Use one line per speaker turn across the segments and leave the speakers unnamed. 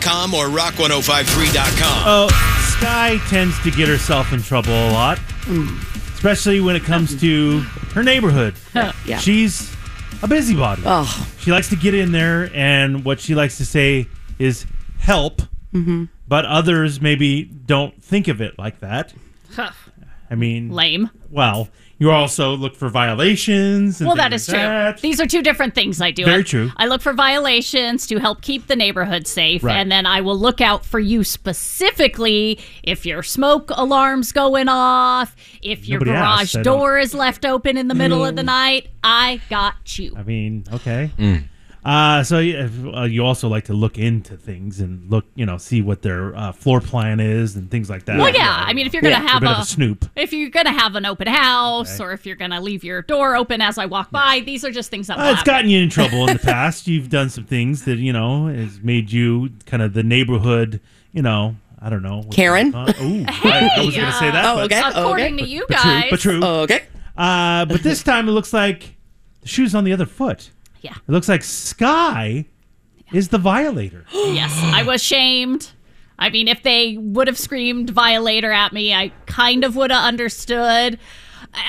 .com or rock1053.com.
Oh, Sky tends to get herself in trouble a lot, especially when it comes to her neighborhood.
Yeah.
She's a busybody.
Oh,
She likes to get in there, and what she likes to say is help,
Mm-hmm.
but others maybe don't think of it like that.
Huh.
I mean,
Lame.
well, you also look for violations. And
Well, that
things
is
like
true.
that.
These are two different things I do.
Very
I-
true.
I look for violations to help keep the neighborhood safe,
Right.
and then I will look out for you specifically if your smoke alarm's going off, if your
Nobody
garage
asked, I don't-
door is left open in the middle of the night. I got you.
I mean, okay.
Mm.
Uh, so yeah, uh, you also like to look into things and look, you know, see what their uh, floor plan is and things like that.
Well, yeah. I mean, if you're gonna
a
have
bit of a snoop.
if you're gonna have an open house, or if you're gonna leave your door open as I walk by, these are just things that.
Uh,
will
it's
happen.
gotten you in trouble in the past. You've done some things that you know has made you kind of the neighborhood. You know, I don't know.
Karen?
Uh, ooh, I, I was going to say that.
Oh,
but,
okay.
According to you
but
guys,
true, but true.
okay.
Uh, but this time it looks like the shoe's on the other foot.
Yeah.
It looks like Sky is the violator.
Yes, I was shamed. I mean, if they would have screamed violator at me, I kind of would have understood.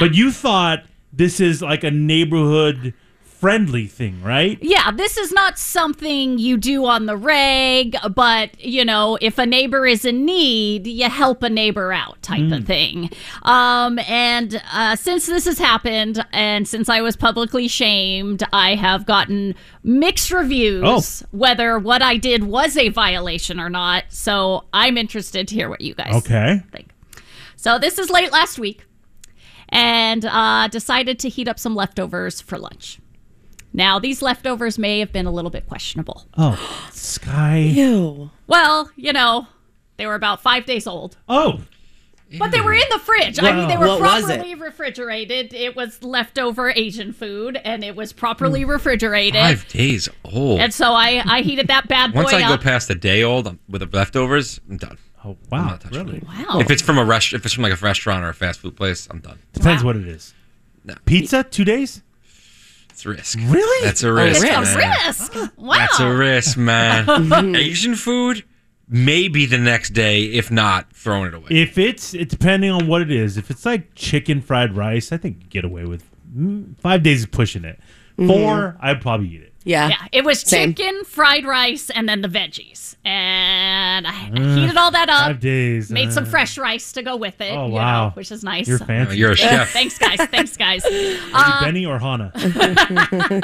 But you thought this is like a neighborhood friendly thing, right?
Yeah, this is not something you do on the reg, but you know, if a neighbor is in need, you help a neighbor out type
Mm.
of thing. Um, and uh, since this has happened, and since I was publicly shamed, I have gotten mixed reviews
Oh.
whether what I did was a violation or not. So I'm interested to hear what you guys
Okay.
think. So this is late last week, and uh, decided to heat up some leftovers for lunch. Now these leftovers may have been a little bit questionable.
Oh, Sky.
Ew.
Well, you know, they were about five days old,
Oh,
but they were in the fridge. I mean, they were
Wow. What was
properly refrigerated. It was leftover Asian food, and it was properly
Hmm.
refrigerated.
Five days old.
And so I, I heated that bad boy
Once I go
up.
past a day old with the leftovers, I'm done.
oh
I'm
wow.
not touching
Really?
it.
wow.
If it's from a rest, if it's from like a restaurant or a fast food place, I'm done.
Depends what it is.
No.
Pizza, two days?
It's a risk.
Really?
That's a risk.
risk.
man.
Oh, risk. Wow.
That's a risk, man. Asian food, maybe the next day, if not, throwing it away.
If it's it, depending on what it is, if it's like chicken fried rice, I think you get away with mm, five days is pushing it. 4 I'd probably eat it.
Yeah.
Yeah, it was
Same.
chicken, fried rice, and then the veggies. And I I heated all that up.
Mm. Five days.
Made some
uh,
fresh rice to go with it.
Oh,
you
wow.
know, which is nice.
You're
Oh,
fancy.
You're a
Yeah,
chef.
Thanks, guys. Thanks, guys.
Are
Uh,
you Benny or Hana?
and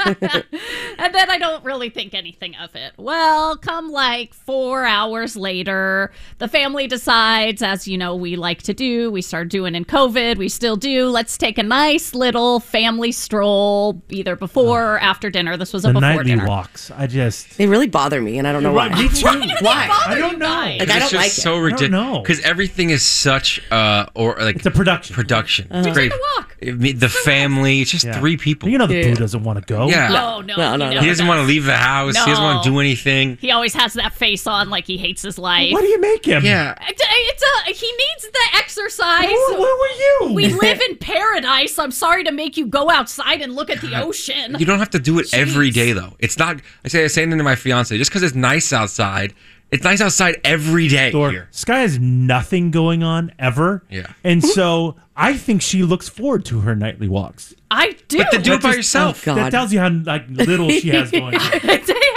then I don't really think anything of it. Well, come like four hours later, the family decides, as you know, we like to do, we started doing in COVID, we still do. Let's take a nice little family stroll, either before or after dinner. This was a
Uh. The
before
nightly
dinner.
walks. I just
They really bother me, and I don't know why.
Right, me too.
Why?
I don't know.
guys?
Like, I
it's
don't
just
like it.
so
know.
ridiculous because everything is such uh or like
It's a production.
production. It's great.
a walk.
I mean, the family, it's just
Yeah.
three people.
You know the
Yeah.
boo doesn't want to go.
yeah.
Oh, no.
No, no,
he
no.
He
never
doesn't want to
does.
leave the house. He doesn't want to
No.
do anything.
He always has that face on like he hates his life.
What do you make him?
Yeah.
It's a, it's a- he needs the exercise.
Where, were you?
We live in paradise. I'm sorry to make you go outside and look at the ocean.
You don't have to do it every day though. It's not I say I say something to my fiance, just because it's nice outside, it's nice outside every day
Or
here.
Sky has nothing going on ever.
Yeah.
And so I think she looks forward to her nightly walks.
I do.
But to do it by
just-
yourself.
oh, God.
That tells you how like little she has going on.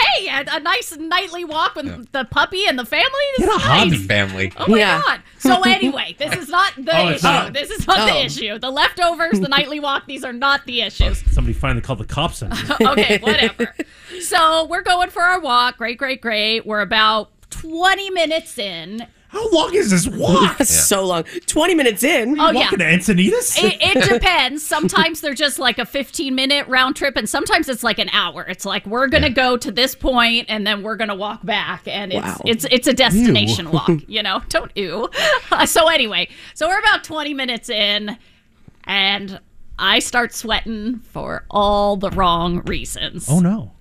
hey, a, a nice nightly walk with the puppy and the family. This
Get a
is
hobby.
nice.
Family.
Oh my
Yeah.
god. So anyway, this is not the
Oh, it's
issue.
not.
This is not
Oh.
the issue. The leftovers, the nightly walk, these are not the issues.
Somebody finally called the cops on you.
okay, whatever. So we're going for our walk. Great, great, great. We're about 20 minutes in.
How long is this walk?
so long. 20 minutes in.
Oh yeah.
Walking to Encinitas?
It, it depends. Sometimes they're just like a 15 minute round trip, and sometimes it's like an hour. It's like we're gonna go to this point, and then we're gonna walk back, and it's
Wow.
it's it's a destination walk. You know, don't ew. Uh, so anyway, so we're about 20 minutes in, and I start sweating for all the wrong reasons.
oh no.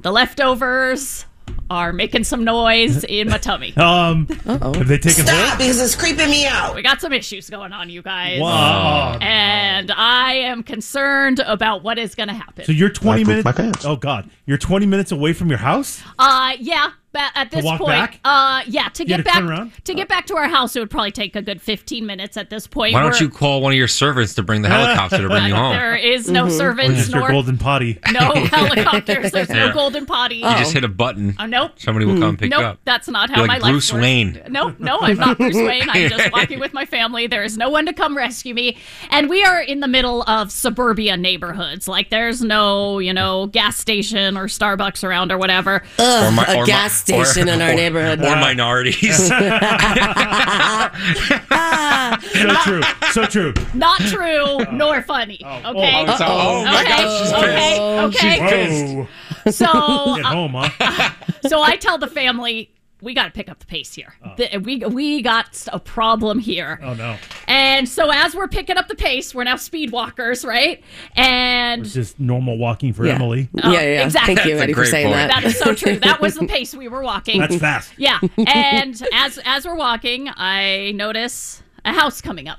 The leftovers are making some noise in my tummy.
Um, have they taken hold?
because it's creeping me out.
We got some issues going on, you guys.
Wow.
and I am concerned about what is going to happen.
So you're 20
I pooped
minutes.
my pants.
Oh God, you're 20 minutes away from your house.
uh, yeah, ba- at this
walk
point,
back?
uh, yeah, to
You had
get
to turn
back
around?
to get back to our house, it would probably take a good fifteen minutes at this point.
Why don't
We're-
you call one of your servants to bring the helicopter to bring you
There
home?
is no servants
It's Mm-hmm. your
nor
golden potty.
no helicopters. There's no
Yeah.
golden potty.
You just hit a button.
Oh, nope.
Somebody will come pick you
nope,
up.
that's not how
You're
my
like
life
Bruce
works.
Wayne.
No, no, I'm not Bruce Wayne. I'm just walking with my family. There is no one to come rescue me. And we are in the middle of suburbia neighborhoods. Like there's no, you know, gas station or Starbucks around or whatever.
or my,
a gas station in our neighborhood.
Or minorities. Oh,
So true. So true.
Not true nor funny. Okay.
So- oh my
okay.
gosh, she's pissed.
okay.
She's
Okay.
pissed.
Whoa.
So uh,
Get home, huh?
so I tell the family we got to pick up the pace here. Th- we we got a problem here.
Oh no.
And so as we're picking up the pace, we're now speed walkers, right? And
It's just normal walking for
Yeah.
Emily.
yeah, yeah, yeah.
exactly.
Thank you,
That's a
Eddie, for
great
saying
point.
that.
that is so true. That was the pace we were walking.
That's fast.
yeah. And as as we're walking, I notice a house coming up.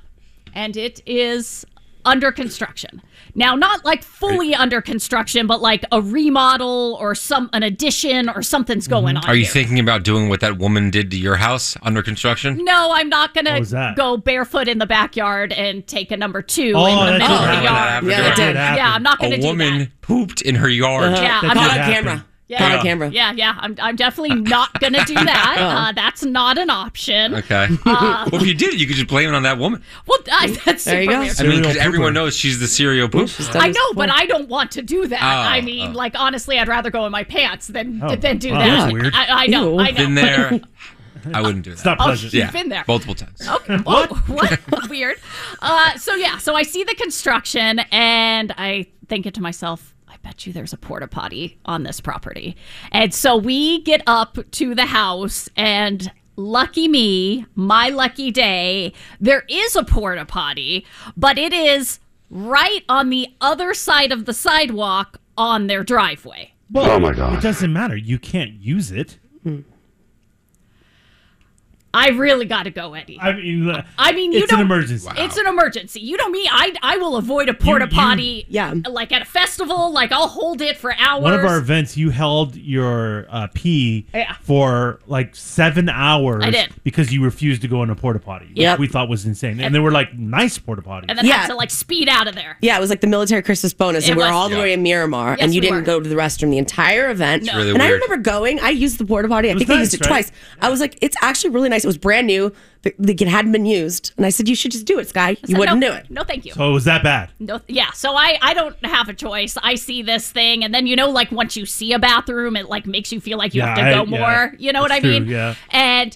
And it is under construction. Now not like fully under construction, but like a remodel or some an addition or something's
Mm-hmm.
going on.
Are you
here.
thinking about doing what that woman did to your house under construction?
No, I'm not
What
gonna
was that?
go barefoot in the backyard and take a number two
Oh,
in
that
the middle
did
of the
happen.
yard.
Yeah, that
did
yeah,
happen.
I'm not gonna
A
do
woman
that.
pooped in her yard.
Yeah,
That
I'm
did
Caught
not.
on
happen.
camera.
Yeah.
Caught on camera. Oh.
Yeah, yeah, I'm, I'm definitely not gonna do that. uh, that's not an option.
Okay.
Uh,
well, if you did, you could just blame it on that woman.
Well, I, that's
There you
super
go.
weird.
I mean,
Serial
because everyone
pooper.
knows she's the serial pooper.
I know, but I don't want to do that.
Oh,
I mean,
oh.
like honestly, I'd rather go in my pants than
Oh,
than do
wow,
that.
that's weird.
I, I know.
Ew.
I know.
Been
but-
there. I wouldn't do that.
It's not
Oh,
pleasant.
she-
Yeah.
Been there. Oh.
Multiple times.
Okay. What? what? Weird. Uh, so yeah, so I see the construction and I think it to myself, I bet you there's a porta potty on this property. And so we get up to the house and lucky me, my lucky day, there is a porta potty, but it is right on the other side of the sidewalk on their driveway.
Well,
Oh, my God.
It doesn't matter. You can't use it.
Hmm.
I really got to go, Eddie.
I mean, uh,
I mean, you
it's
don't-
an emergency.
It's an emergency. You know me. I I will avoid a porta
you-
potty.
Yeah.
Like at a festival. Like I'll hold it for hours.
One of our events, you held your uh, pee
Yeah.
for like seven hours
I did.
because you refused to go in a porta potty, which
Yep.
we thought was insane. And, they were like, nice porta potty.
and then
Yeah.
have to like speed out of there.
Yeah, it was like the military Christmas bonus,
It
and we
was.
were all the
Yeah.
way in Miramar,
Yes,
and you
we
didn't
were.
go to the restroom the entire event.
It's really
and I
weird.
remember going. I used the porta potty. I
was
think I used
nice,
it
right?
twice. I was like, it's actually really nice. It was brand new. The- Like it hadn't been used, and I said, you should just do it, Sky. You
So,
wouldn't
no,
do it.
No, thank you.
so it was that bad.
No, yeah. So I I don't have a choice. I see this thing, and then you know, like once you see a bathroom, it like makes you feel like you
Yeah,
have to
I-
go
yeah.
more. You know what I
That's true,
mean?
yeah.
And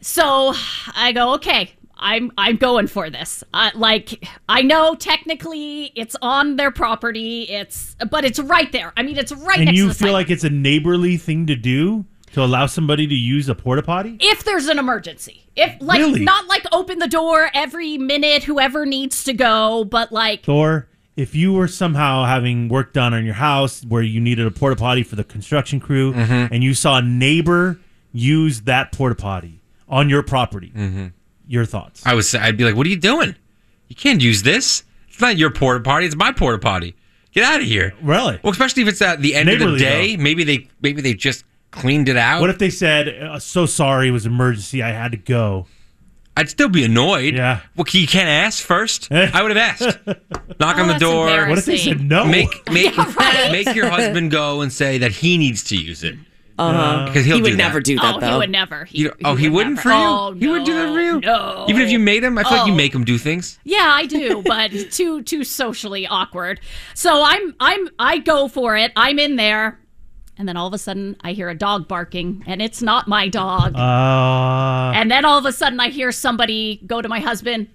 so I go, okay, I'm I'm going for this. Uh, like I know technically it's on their property. It's but it's right there. I mean, it's right
And
next to
you
the
feel
sidewalk.
like it's a neighborly thing to do to allow somebody to use a porta potty?
if there's an emergency. If like
Really?
not like open the door every minute, whoever needs to go, but like
Or if you were somehow having work done on your house where you needed a porta potty for the construction crew and you saw a neighbor use that porta potty on your property, your thoughts?
I was. I'd be like, "What are you doing? You can't use this. It's not your porta potty. It's my porta potty. Get out of here."
Really?
Well, especially if it's at the end of the
Neighborly,
day.
though.
Maybe they maybe they just cleaned it out.
What if they said, uh, "So sorry, it was emergency. I had to go."
I'd still be annoyed.
Yeah.
Well, you can't ask first.
Eh.
I would have asked. Knock
Oh,
on the
that's
door.
embarrassing.
What if they said no?
Make make make your husband go and say that he needs to use it. Uh-huh. Because he'll
He would
do that.
never do that
oh,
though.
he would never. He,
You- oh, he, wouldn't for
never.
you.
Oh,
he would do that for you.
No.
Even if you made him, I feel like you
Oh.
make him do things.
Yeah, I do, but too too socially awkward. So I'm I'm I go for it. I'm in there. And then all of a sudden, I hear a dog barking, and it's not my dog.
Uh,
and then all of a sudden, I hear somebody go to my husband,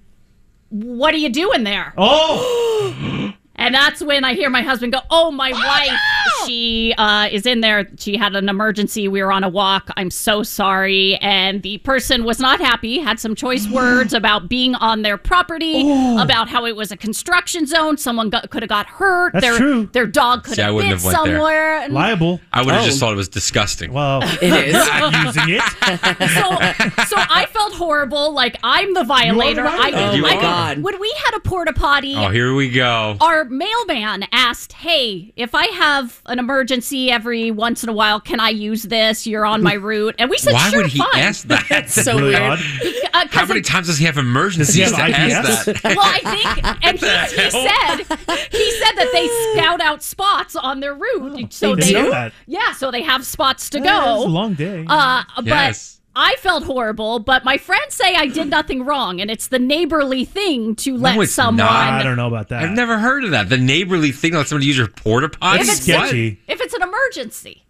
What are you doing there?
oh,
And that's when I hear my husband go, Oh, my wife, she uh, is in there. She had an emergency. We were on a walk. I'm so sorry. And the person was not happy, had some choice words about being on their property,
Oh.
about how it was a construction zone. Someone got, could have got hurt.
That's
their,
true.
their dog could
See, I
have
wouldn't
bit
have went there.
somewhere. And
liable. Oh.
I would have just thought it was disgusting.
Well,
It is.
not using it.
so, so I felt horrible. Like I'm the violator. I,
violator.
Oh my
I mean,
God.
When we had a porta potty,
Oh, here we go.
our mailman asked, "Hey, if I have an emergency every once in a while, can I use this? You're on my route." And we said,
Why
"Sure,
would he
fine."
ask that?
so
really
weird.
odd.
Uh, 'cause
How many
it-
times does he have emergencies
Does he
to
have
ask
IBS?
that?
well, I think, and he, he said he said that they scout out spots on their route, so
didn't
they
Oh, know that.
yeah, so they have spots to
It's a
go.
long day.
Uh, but
Yes.
I felt horrible. But my friends say I did nothing wrong, and it's the neighborly thing to let
it's
someone.
not.
I don't know about that.
I've never heard of that. The neighborly thing that somebody use your porta potty.
If it's
sketchy.
if it's an emergency.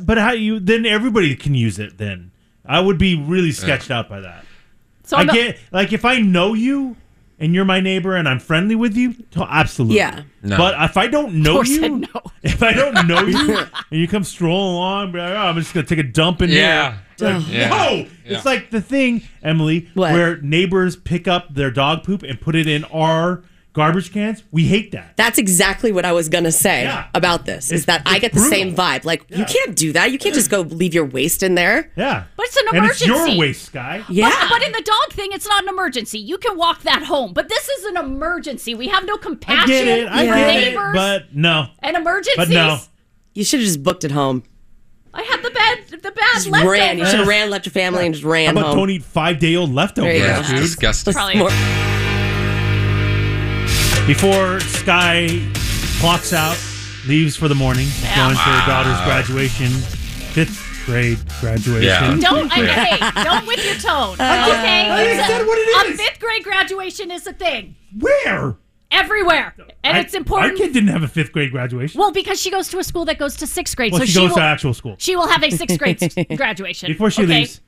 But how you then everybody can use it then. I would be really sketched out by that.
So
I
I'm not-
get like if I know you and you're my neighbor and I'm friendly with you, t- absolutely.
Yeah.
No.
But if I don't know
course I
you,
know.
if I don't know you, and you come strolling along, be like, oh, I'm just gonna take a dump in
Yeah.
here. It's Like,
Yeah.
No,
Yeah.
it's like the thing, Emily,
What?
where neighbors pick up their dog poop and put it in our garbage cans. We hate that.
That's exactly what I was gonna say
Yeah.
about this. Is
It's-
that I
it's
get the same
brutal.
vibe. Like
Yeah.
you can't do that. You can't just go leave your waste in there.
Yeah,
But it's an
and it's your
emergency.
waste, guy.
Yeah.
But, but in the dog thing, it's not an emergency. You can walk that home. But this is an emergency. We have no compassion
I get it. I
for
get it.
neighbors
But no.
and emergencies.
But no.
You should have just booked it home.
I had the bad, the bad
Just ran. You
leftovers.
should have ran, left your family, and just
How
ran
about
home.
don't eat five day old leftovers,
There you
yeah,
go.
it's
dude?
disgusting.
Probably.
More-
Before Sky clocks out, leaves for the morning, going to her daughter's graduation, fifth grade graduation.
Yeah.
Don't, I,
Yeah.
hey, don't with your tone. okay,
I
It's
said
a,
what it
a
is.
fifth grade graduation is a thing
Where?
everywhere, and
I-
it's important.
Our kid didn't have a fifth grade graduation.
well, because she goes to a school that goes to sixth grade,
Well,
so
she goes
will,
to actual school.
she will have a sixth grade graduation
Before she
okay?
leaves,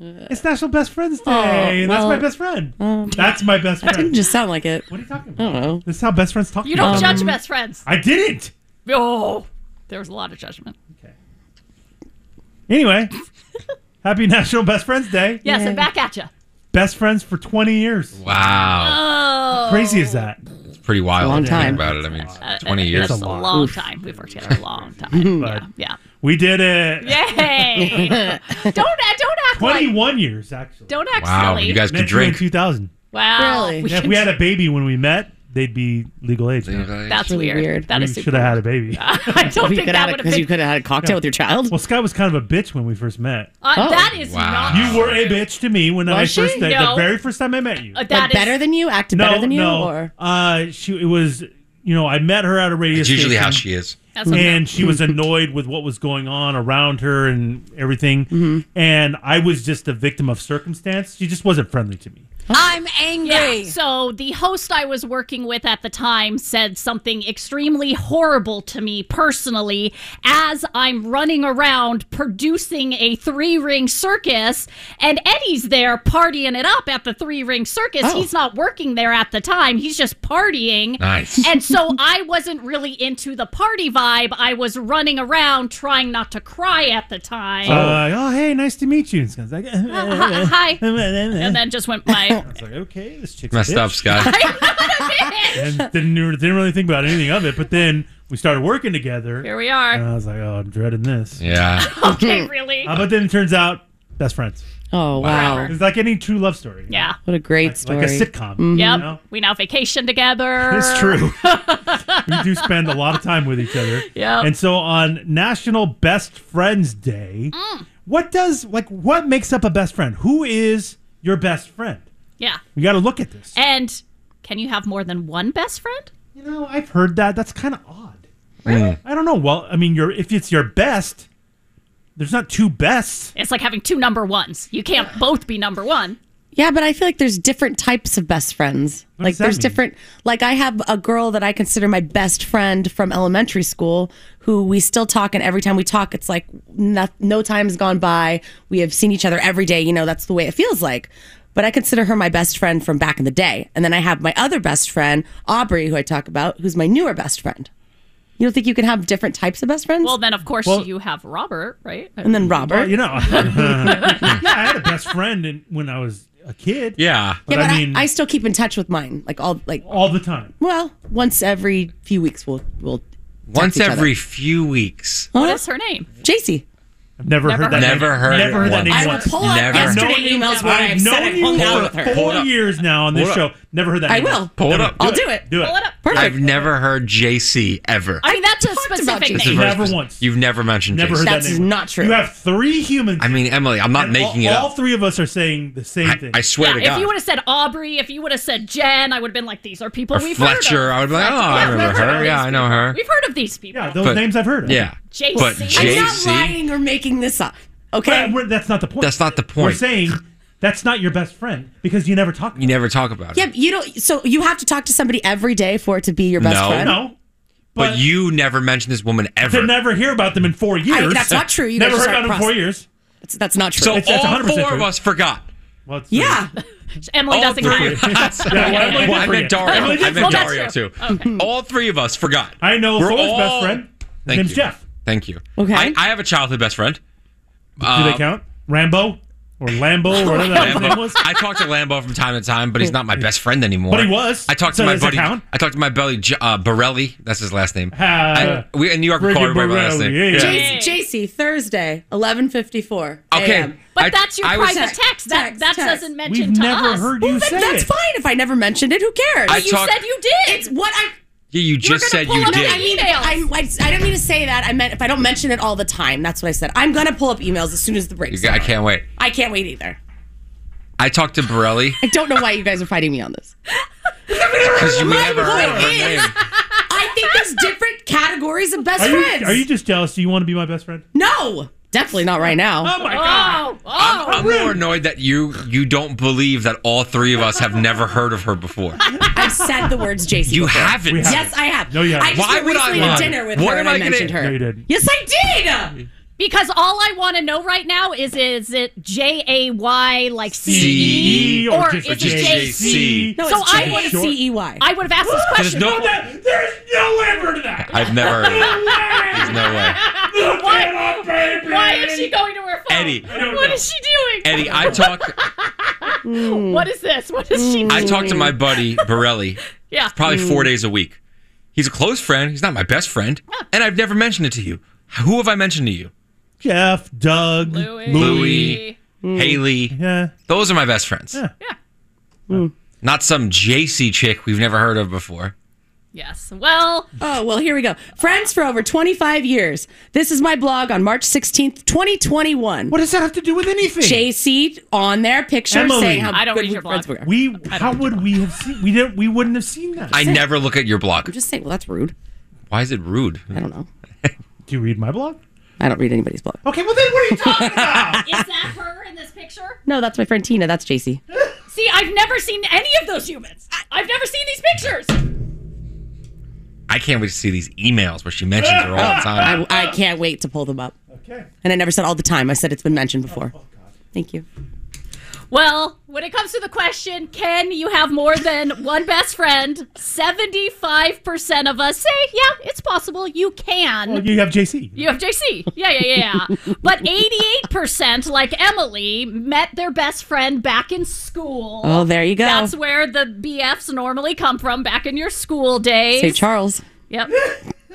it's National Best Friends Day, and that's
well-
my best friend. that's my best friend.
Didn't just sound like it.
what are you talking about?
I don't know.
This is how best friends talk. to
You don't
each other.
judge best friends.
I didn't.
Oh, there was a lot of judgment.
Anyway, happy National Best Friends Day.
Yes, and back at you.
Best friends for 20 years.
Wow.
Oh,
Crazy is that?
It's pretty wild.
long
if you think
time.
about it. I mean, it's 20 years.
Uh, that's a
a lot.
long, time. We've worked together a long time.
But-
yeah,
We did it.
yeah. Yay! don't uh, don't act like
21 years, actually.
don't act
Wow.
silly.
You guys
Met
could
you in
drink.
2000.
wow,
Really?
Uh, we
Yeah, if
should-
we had a baby when we met, they'd be legal age. now.
that's
really
weird.
weird.
That
We
is
should
super.
have had a baby.
I don't think
could
that
have
would have
because you
been.
could have had a cocktail with your child.
Well, Sky was kind of a bitch when we first met.
Uh,
Oh.
That is
Wow.
not.
You were a bitch to me when I
Was she?
first the,
No.
the very first time I met you.
Uh, that
But
is-
better than you, acted
no,
better than you,
no.
or
Uh, she it was you know I met her at a radio.
It's usually
station,
how she is.
that's what-
And she was annoyed with what was going on around her and everything.
Mm-hmm.
And I was just a victim of circumstance. She just wasn't friendly to me.
I'm angry.
Yeah. So the host I was working with at the time said something extremely horrible to me personally as I'm running around producing a three ring circus, and Eddie's there partying it up at the three ring circus.
Oh.
He's not working there at the time, he's just partying.
Nice.
And so I wasn't really into the party vibe. I was running around trying not to cry at the time.
Uh, oh, hey, nice to meet you. And Sky's like,
Hi- hi. And
and
then just went my
it's like, okay, this chick's a
Messed
bitch.
up, Scott.
and didn't didn't really think about anything of it. But then we started working
here
together,
we are.
and I was like, "Oh, I'm dreading this."
Yeah.
Okay,
Hmm.
really?
Uh, but then it turns out best friends.
oh wow,
It's like any true love story.
Yeah.
what a great story.
like a sitcom.
Mm-hmm.
Yep.
You know?
We now vacation together.
It's true. we do spend a lot of time with each other.
Yep.
And so on National Best Friends Day,
Mm.
what does like what makes up a best friend? Who is your best friend?
Yeah.
We got to look at this.
And can you have more than one best friend?
You know, I've heard that. That's kind of odd.
Mm.
I don't know. Well, I mean, your if it's your best, there's not two bests.
It's like having two number ones. You can't both be number one.
Yeah, but I feel like there's different types of best friends.
What
like
does that
there's
mean?
different like I have a girl that I consider my best friend from elementary school who we still talk and every time we talk it's like no, no time's gone by. We have seen each other every day, you know, that's the way it feels like. But I consider her my best friend from back in the day. And then I have my other best friend, Aubrey, who I talk about, who's my newer best friend. You don't think you can have different types of best friends?
Well, then of course
Well-
you have Robert, right?
and then Robert.
Uh,
Well, you know, yeah, I had a best friend in, when I was a kid.
Yeah.
but,
yeah, but
I
I,
mean,
I, still keep in touch with mine. Like all like
all the time.
well, once every few weeks we'll we'll
Once
each other.
every few weeks.
What
Huh?
is her name?
JC.
I've never,
Never
heard that.
heard
Never
name.
heard it
Never heard that
once.
name
I
I will
once.
pull up
Never.
yesterday
Known-
emails where
I've
I've said
known
it, hung
you
out with
for
her.
four
up.
years now on this
Hold
show.
up.
Never heard that.
I
name.
will.
Pull it
Never.
up. I'll
do it.
Do it.
Pull it up.
Perfect.
I've never heard JC ever.
I mean, that's a
talked about
specific
this.
This is
name.
the
Never
first-
once.
You've never mentioned
Never
JC.
heard
That's
that name.
not true.
You have three humans.
I mean, Emily, I'm not
and
making
all,
it
All
up.
three of us are saying the same
I,
thing.
I swear to
yeah,
God.
if you would have said Aubrey, if you would have said Jen, I would have been like, these are people
or
we've
Fletcher,
heard of.
I would be like, oh,
Fletcher.
I
Yeah, we've
remember
heard of
her.
these
Yeah, I know
people.
her.
We've heard of these people.
yeah, those
but-
names I've heard. Of.
Yeah.
JC.
But
I'm not
I'm
JC.
not lying or making this up. Okay.
But we're- that's not the point.
That's not the
We're
point.
saying that's not your best friend because you never talk.
You never talk about it.
Yeah, but you don't. So you have to talk to somebody every day for it to be your best
No.
friend.
no,
but, you never mentioned this woman
to
ever.
never hear about them in four years.
that's not true. You
never heard
guys just
about
aren't
them in four
process-
years.
That's, that's not true.
so
It's- it's
all
100%
four of
true.
us forgot.
Well, it's
yeah,
Emily
all
doesn't
three
count.
of us.
Oh, Yeah, well, Emily
Well, I
did
meant
forget.
Dario.
Emily
I
did
meant
forget.
Dario
That's true.
too. All three of us forgot.
I know
We're
Thor's best
all-
friend. His
Thank
name's
you.
Jeff.
Thank you.
Okay.
I, I have a childhood best friend. Uh,
Do they count? Rambo or Lambo or whatever Oh, that name was.
Lambo. I talked to Lambo from time to time, but he's not my best friend anymore.
But he was.
I talked
So
to my
does it
buddy.
count?
I talked to my buddy J- uh, Borelli. That's his last name.
Uh,
I- we in New York we call
Ricky
everybody by last name.
Borelli, yeah, yeah.
JC, JC Thursday, eleven fifty four.
Okay.
But
I-
that's your
I was-
private text. That,
Text,
that
text.
doesn't mention
We've
to
never
us.
heard you
Well,
say
then that's
it.
fine if I never mentioned it. Who cares?
I
You
talk-
said you did.
it's what I.
Yeah, you just
gonna
said
pull
you
up
did.
that
I mean,
Emails.
I, I, I don't mean to say that. I meant if I don't mention it all the time. That's what I said. I'm gonna pull up emails as soon as the break.
I can't wait.
I can't wait either.
I talked to Borelli
I don't know why you guys are fighting me on this.
because you
My
never heard of her
point is-
name.
I think there's different categories of best
Are
friends.
you, are you just jealous? Do you want to be my best friend?
No, definitely not right now.
Oh my god!
Oh, oh.
I'm, I'm more annoyed that you you don't believe that all three of us have never heard of her before.
Oh. I've said the words JC.
You
before.
haven't.
We haven't.
Yes, I have.
No, you haven't.
I just
Why
went
would I
recently to
lie?
dinner with
What
her
am
and I,
I gonna-
mentioned her.
No, you didn't.
Yes, I did.
Because all I want to know right now is is it J A Y like C E
C-E
E
or is
just
it
J-
J
JC?
C?
No,
So
it's
I
J-
would've-
Sure.
C-E-Y.
I would have asked this
There's
question.
no,
That- There's no ever to that.
I've never heard. Of her. There's no way.
Why? Baby.
Why is she going to her phone?
Eddie. I
don't
What
know.
is she doing?
Eddie, I talked.
What is this? What is she doing?
I talk to my buddy Borelli
yeah.
probably four
Hmm.
days a week. He's a close friend. He's not my best friend, and I've never mentioned it to you. Who have I mentioned to you?
Jeff, Doug,
Louis.
Louis, Haley.
Hmm. Yeah. Hmm.
Those are my best friends.
Yeah.
Not some JC chick we've never heard of before.
Yes. Well,
Oh, well, here we go. Friends for over 25 years. This is my blog on March 16th, 2021.
What does that have to do with anything?
JC on their picture
Emily.
saying how
I don't
good
read
we
your
friends
blog.
we are.
We how would we have seen? We didn't. We wouldn't have seen that.
I never look at your blog.
I'm just saying, well, that's rude.
Why is it rude?
I don't know.
Do you read my blog?
I don't read anybody's blog.
Okay. Well then, what are you talking about?
is that her in this picture?
No, that's my friend Tina. That's JC.
See, I've never seen any of those humans. I've never seen these pictures.
I can't wait to see these emails where she mentions her all the time.
I, I can't wait to pull them up.
okay. Oh,
And I never said all the time. I said it's been mentioned before. Thank you.
Well, when it comes to the question, can you have more than one best friend? 75% of us say, yeah, it's possible. You can.
Well, you have JC.
You have JC. Yeah, yeah, yeah, yeah. but 88%, like Emily, met their best friend back in school.
Oh, there you go.
That's where the BFs normally come from back in your school days.
St. Charles.
Yep.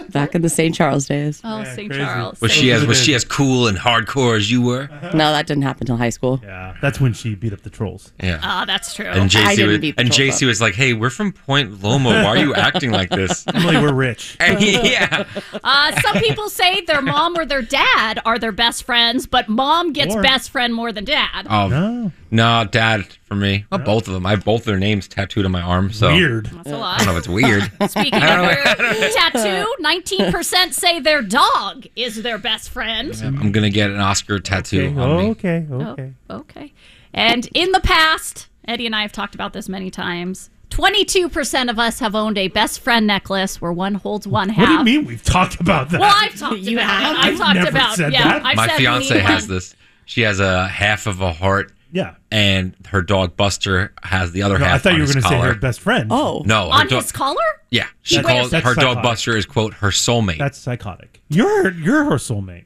Back in the St. Charles days.
Oh, St.
crazy.
Charles.
Was she as was she as cool and hardcore as you were?
No, that didn't happen till high school.
Yeah. That's when she beat up the trolls.
Yeah.
Ah, that's true.
And
I
JC
didn't
was,
beat the
and
troll
JC
up.
was like, "Hey, we're from Point Loma. Why are you acting like this?"
Emily, we're rich.
And yeah,
Uh, some people say their mom or their dad are their best friends, but mom gets
Or-
best friend more than dad.
oh
Oh,
no, Dad for me. Well, both of them. I have both their names tattooed on my arm. So
weird.
That's a
I don't know.
lot.
It's weird.
Speaking of their tattoo, 19% say their dog is their best friend.
I'm gonna get an Oscar tattoo
Okay.
Oh.
on me.
Okay. Okay.
Okay. And in the past, Eddie and I have talked about this many times. 22% of us have owned a best friend necklace where one holds one half.
What do you mean we've talked about that?
Well, I've talked
You
about
have?
it. I've,
I've
talked
never
about
said
yeah,
that.
I've
My
said
fiance
we
has
have-
this. She has a half of a heart,
yeah.
and her dog Buster has the other
No,
half.
I thought
on
you were
his
going to say
collar.
her best friend.
Oh,
No, her
on
dog-
his collar.
Yeah, she
That's-
calls
that's
her dog
psychotic.
Buster is quote her soulmate.
That's psychotic. You're you're her soulmate.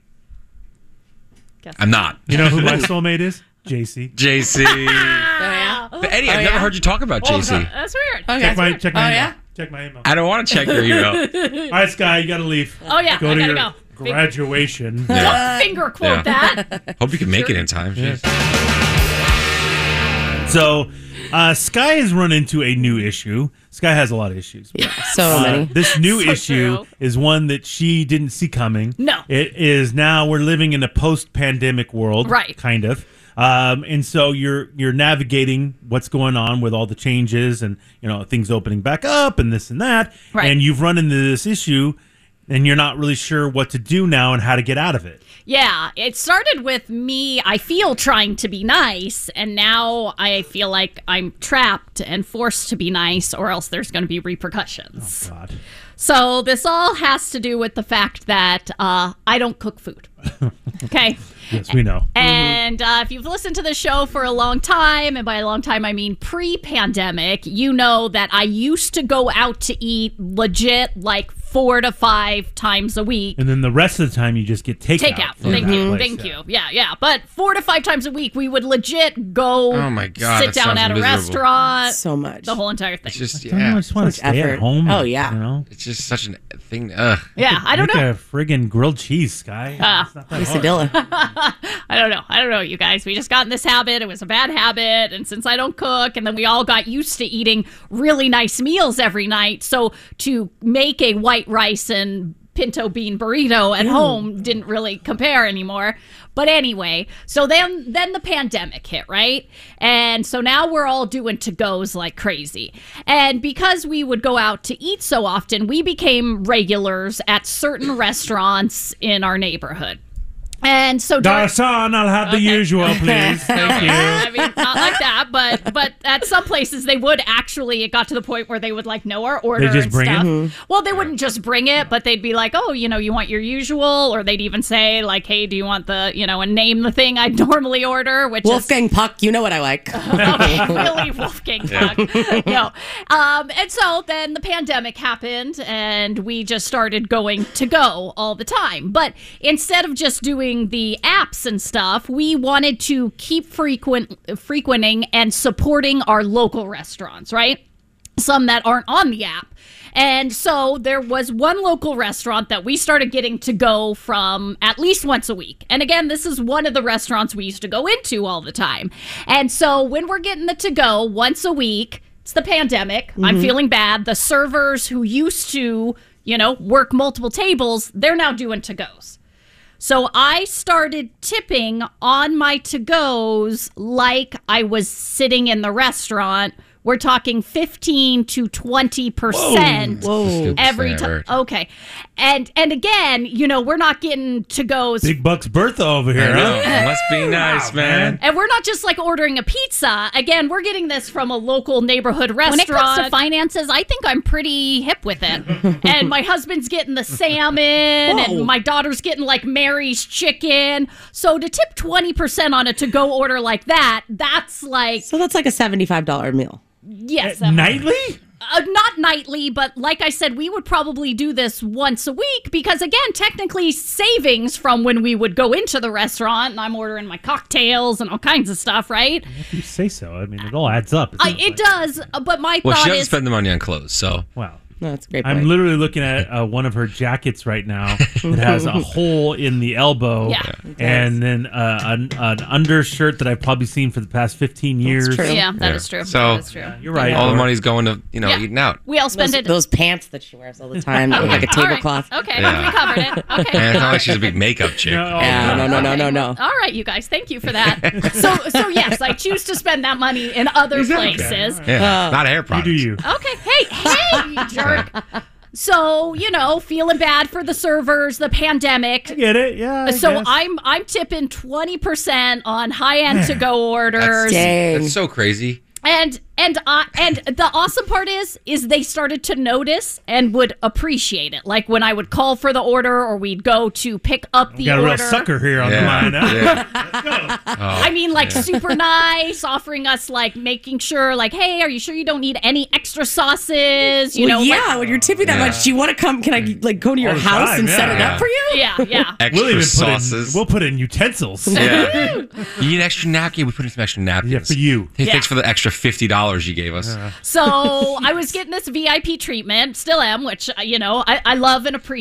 I'm not.
You know who my soulmate is? JC.
JC.
Oh,
But Eddie, I've never heard you talk about JC.
That's weird.
Okay.
Oh, Check my check my
Oh,
email.
yeah?
Check my email.
I don't want to check your email.
All right, Sky, you got to leave.
Oh yeah,
Go
I
to
gotta
your
go. Big-
graduation.
Don't finger quote
Yeah.
that.
Hope you can make it in time. Jeez.
So, uh, Sky has run into a new issue. Sky has a lot of issues.
so
Uh,
many.
this new
So
issue
true.
is one that she didn't see coming.
No.
It is now we're living in a post-pandemic world,
Right.
Kind of. Um, and so you're you're navigating what's going on with all the changes and you know things opening back up and this and that.
Right.
And you've run into this issue, and you're not really sure what to do now and how to get out of it.
Yeah, it started with me. I feel trying to be nice, and now I feel like I'm trapped and forced to be nice, or else there's going to be repercussions.
Oh, God.
So this all has to do with the fact that uh, I don't cook food. Okay.
Yes, we know.
And uh, if you've listened to the show for a long time, and by a long time I mean pre pandemic, you know that I used to go out to eat legit like four to five times a week.
And then the rest of the time you just get takeout.
Takeout.
from
Thank
that
you.
place.
Thank you. Yeah, yeah. But four to five times a week, we would legit go
Oh my God,
sit
that
down
sounds
at a
miserable.
restaurant,
So much.
the whole entire thing.
It's just
Don't you
yeah.
just want to
much
stay
effort.
at home.
Oh, yeah.
You know.
It's just such an thing. Ugh.
yeah, I don't
Make
know. Ah.
a friggin' grilled cheese, Sky. It's not that hard.
Sedilla.
I don't know. I don't know, you guys. We just got in this habit. It was a bad habit. And since I don't cook, and then we all got used to eating really nice meals every night. So to make a white rice and pinto bean burrito at home didn't really compare anymore. But anyway, so then then the pandemic hit, right? And so now we're all doing to-goes like crazy. And because we would go out to eat so often, we became regulars at certain restaurants in our neighborhood. And so during-
Darsan, I'll have the usual, please. Thank you.
I mean, not like that, but but at some places they would actually. It got to the point where they would like know our order
just
and
bring it?
stuff.
Mm-hmm.
Well, they wouldn't just bring it, but they'd be like, "Oh, you know, you want your usual," or they'd even say like, "Hey, do you want the you know?" and name the thing I'd normally order, which is
Wolfgang Puck, you know what I like.
okay, really Wolfgang Puck. no. Um, and so then the pandemic happened and we just started going to go all the time. But instead of just doing the apps and stuff, we wanted to keep frequent frequenting and supporting our local restaurants, right? Some that aren't on the app. And so there was one local restaurant that we started getting to go from at least once a week. And again, this is one of the restaurants we used to go into all the time. And so when we're getting the to go once a week, it's the pandemic.
Mm-hmm.
I'm feeling bad. The servers who used to, you know, work multiple tables, they're now doing to goes. So I started tipping on my to goes like I was sitting in the restaurant. We're talking 15 to 20%
Whoa.
every time. Okay. And and again, you know, we're not getting to goes
Big Bucks Bertha over here,
I know.
huh?
Must be nice, man.
And we're not just like ordering a pizza. Again, we're getting this from a local neighborhood
When
restaurant.
it comes to finances, I think I'm pretty hip with it.
and my husband's getting the salmon,
Whoa.
and my daughter's getting like Mary's chicken. So to tip 20% on a to go order like that, that's like,
So that's like a $75 meal.
yes, that-
Nightly?
uh, not nightly, but like I said, we would probably do this once a week because, again, technically savings from when we would go into the restaurant and I'm ordering my cocktails and all kinds of stuff, right?
If you say so. I mean, it all adds up.
I,
sounds
it
like.
does, uh, but my
Well, she
thought
doesn't
is.
spend the money on clothes, so
Wow.
No, that's a great.
I'm
point.
literally looking at uh, one of her jackets right now that has a hole in the elbow,
Yeah.
and then uh, an, an undershirt that I've probably seen for the past 15 years.
true.
yeah, that is
Yeah.
true.
So-
that is true.
You're right.
all the
Laura.
money's going to you know
Yeah.
eating out.
We all
Those,
spend it.
those pants that she wears all the time, that look like a
All right.
tablecloth.
Okay,
Yeah.
we covered it. Okay.
And it's not like she's a big makeup chick.
No.
Yeah, no, no, no, no, no.
All right, you guys. Thank you for that. so, so yes, I choose to spend that money in other places.
Oh.
Yeah, not hair
You
products.
do you?
Okay. Hey, hey, you jerk. So you know, feeling bad for the servers, the pandemic.
Get it? Yeah. I
So
guess.
I'm I'm tipping twenty percent on high end to go orders.
Dang.
That's so crazy.
And and uh, and the awesome part is is they started to notice and would appreciate it. Like when I would call for the order or we'd go to pick up the
Got a
order.
real sucker here Oh, on the line. huh?
yeah.
I mean, like super nice, offering us like making sure, like, hey, are you sure you don't need any extra sauces? You
well,
know,
yeah,
like-
when you're tipping that
Yeah.
much, do you want to come? Can I like go to your
Mm. All the
house
time,
and set
yeah.
it up for you?
yeah, yeah.
Extra
We'll even
sauces.
put in we'll put in utensils.
yeah. you need an extra napkin? We put in some extra napkins.
Yeah, for you.
Hey, thanks
Yeah.
for the extra $50 you gave us.
So I was getting this VIP treatment, still am, which uh, you know I, I love and appreciate.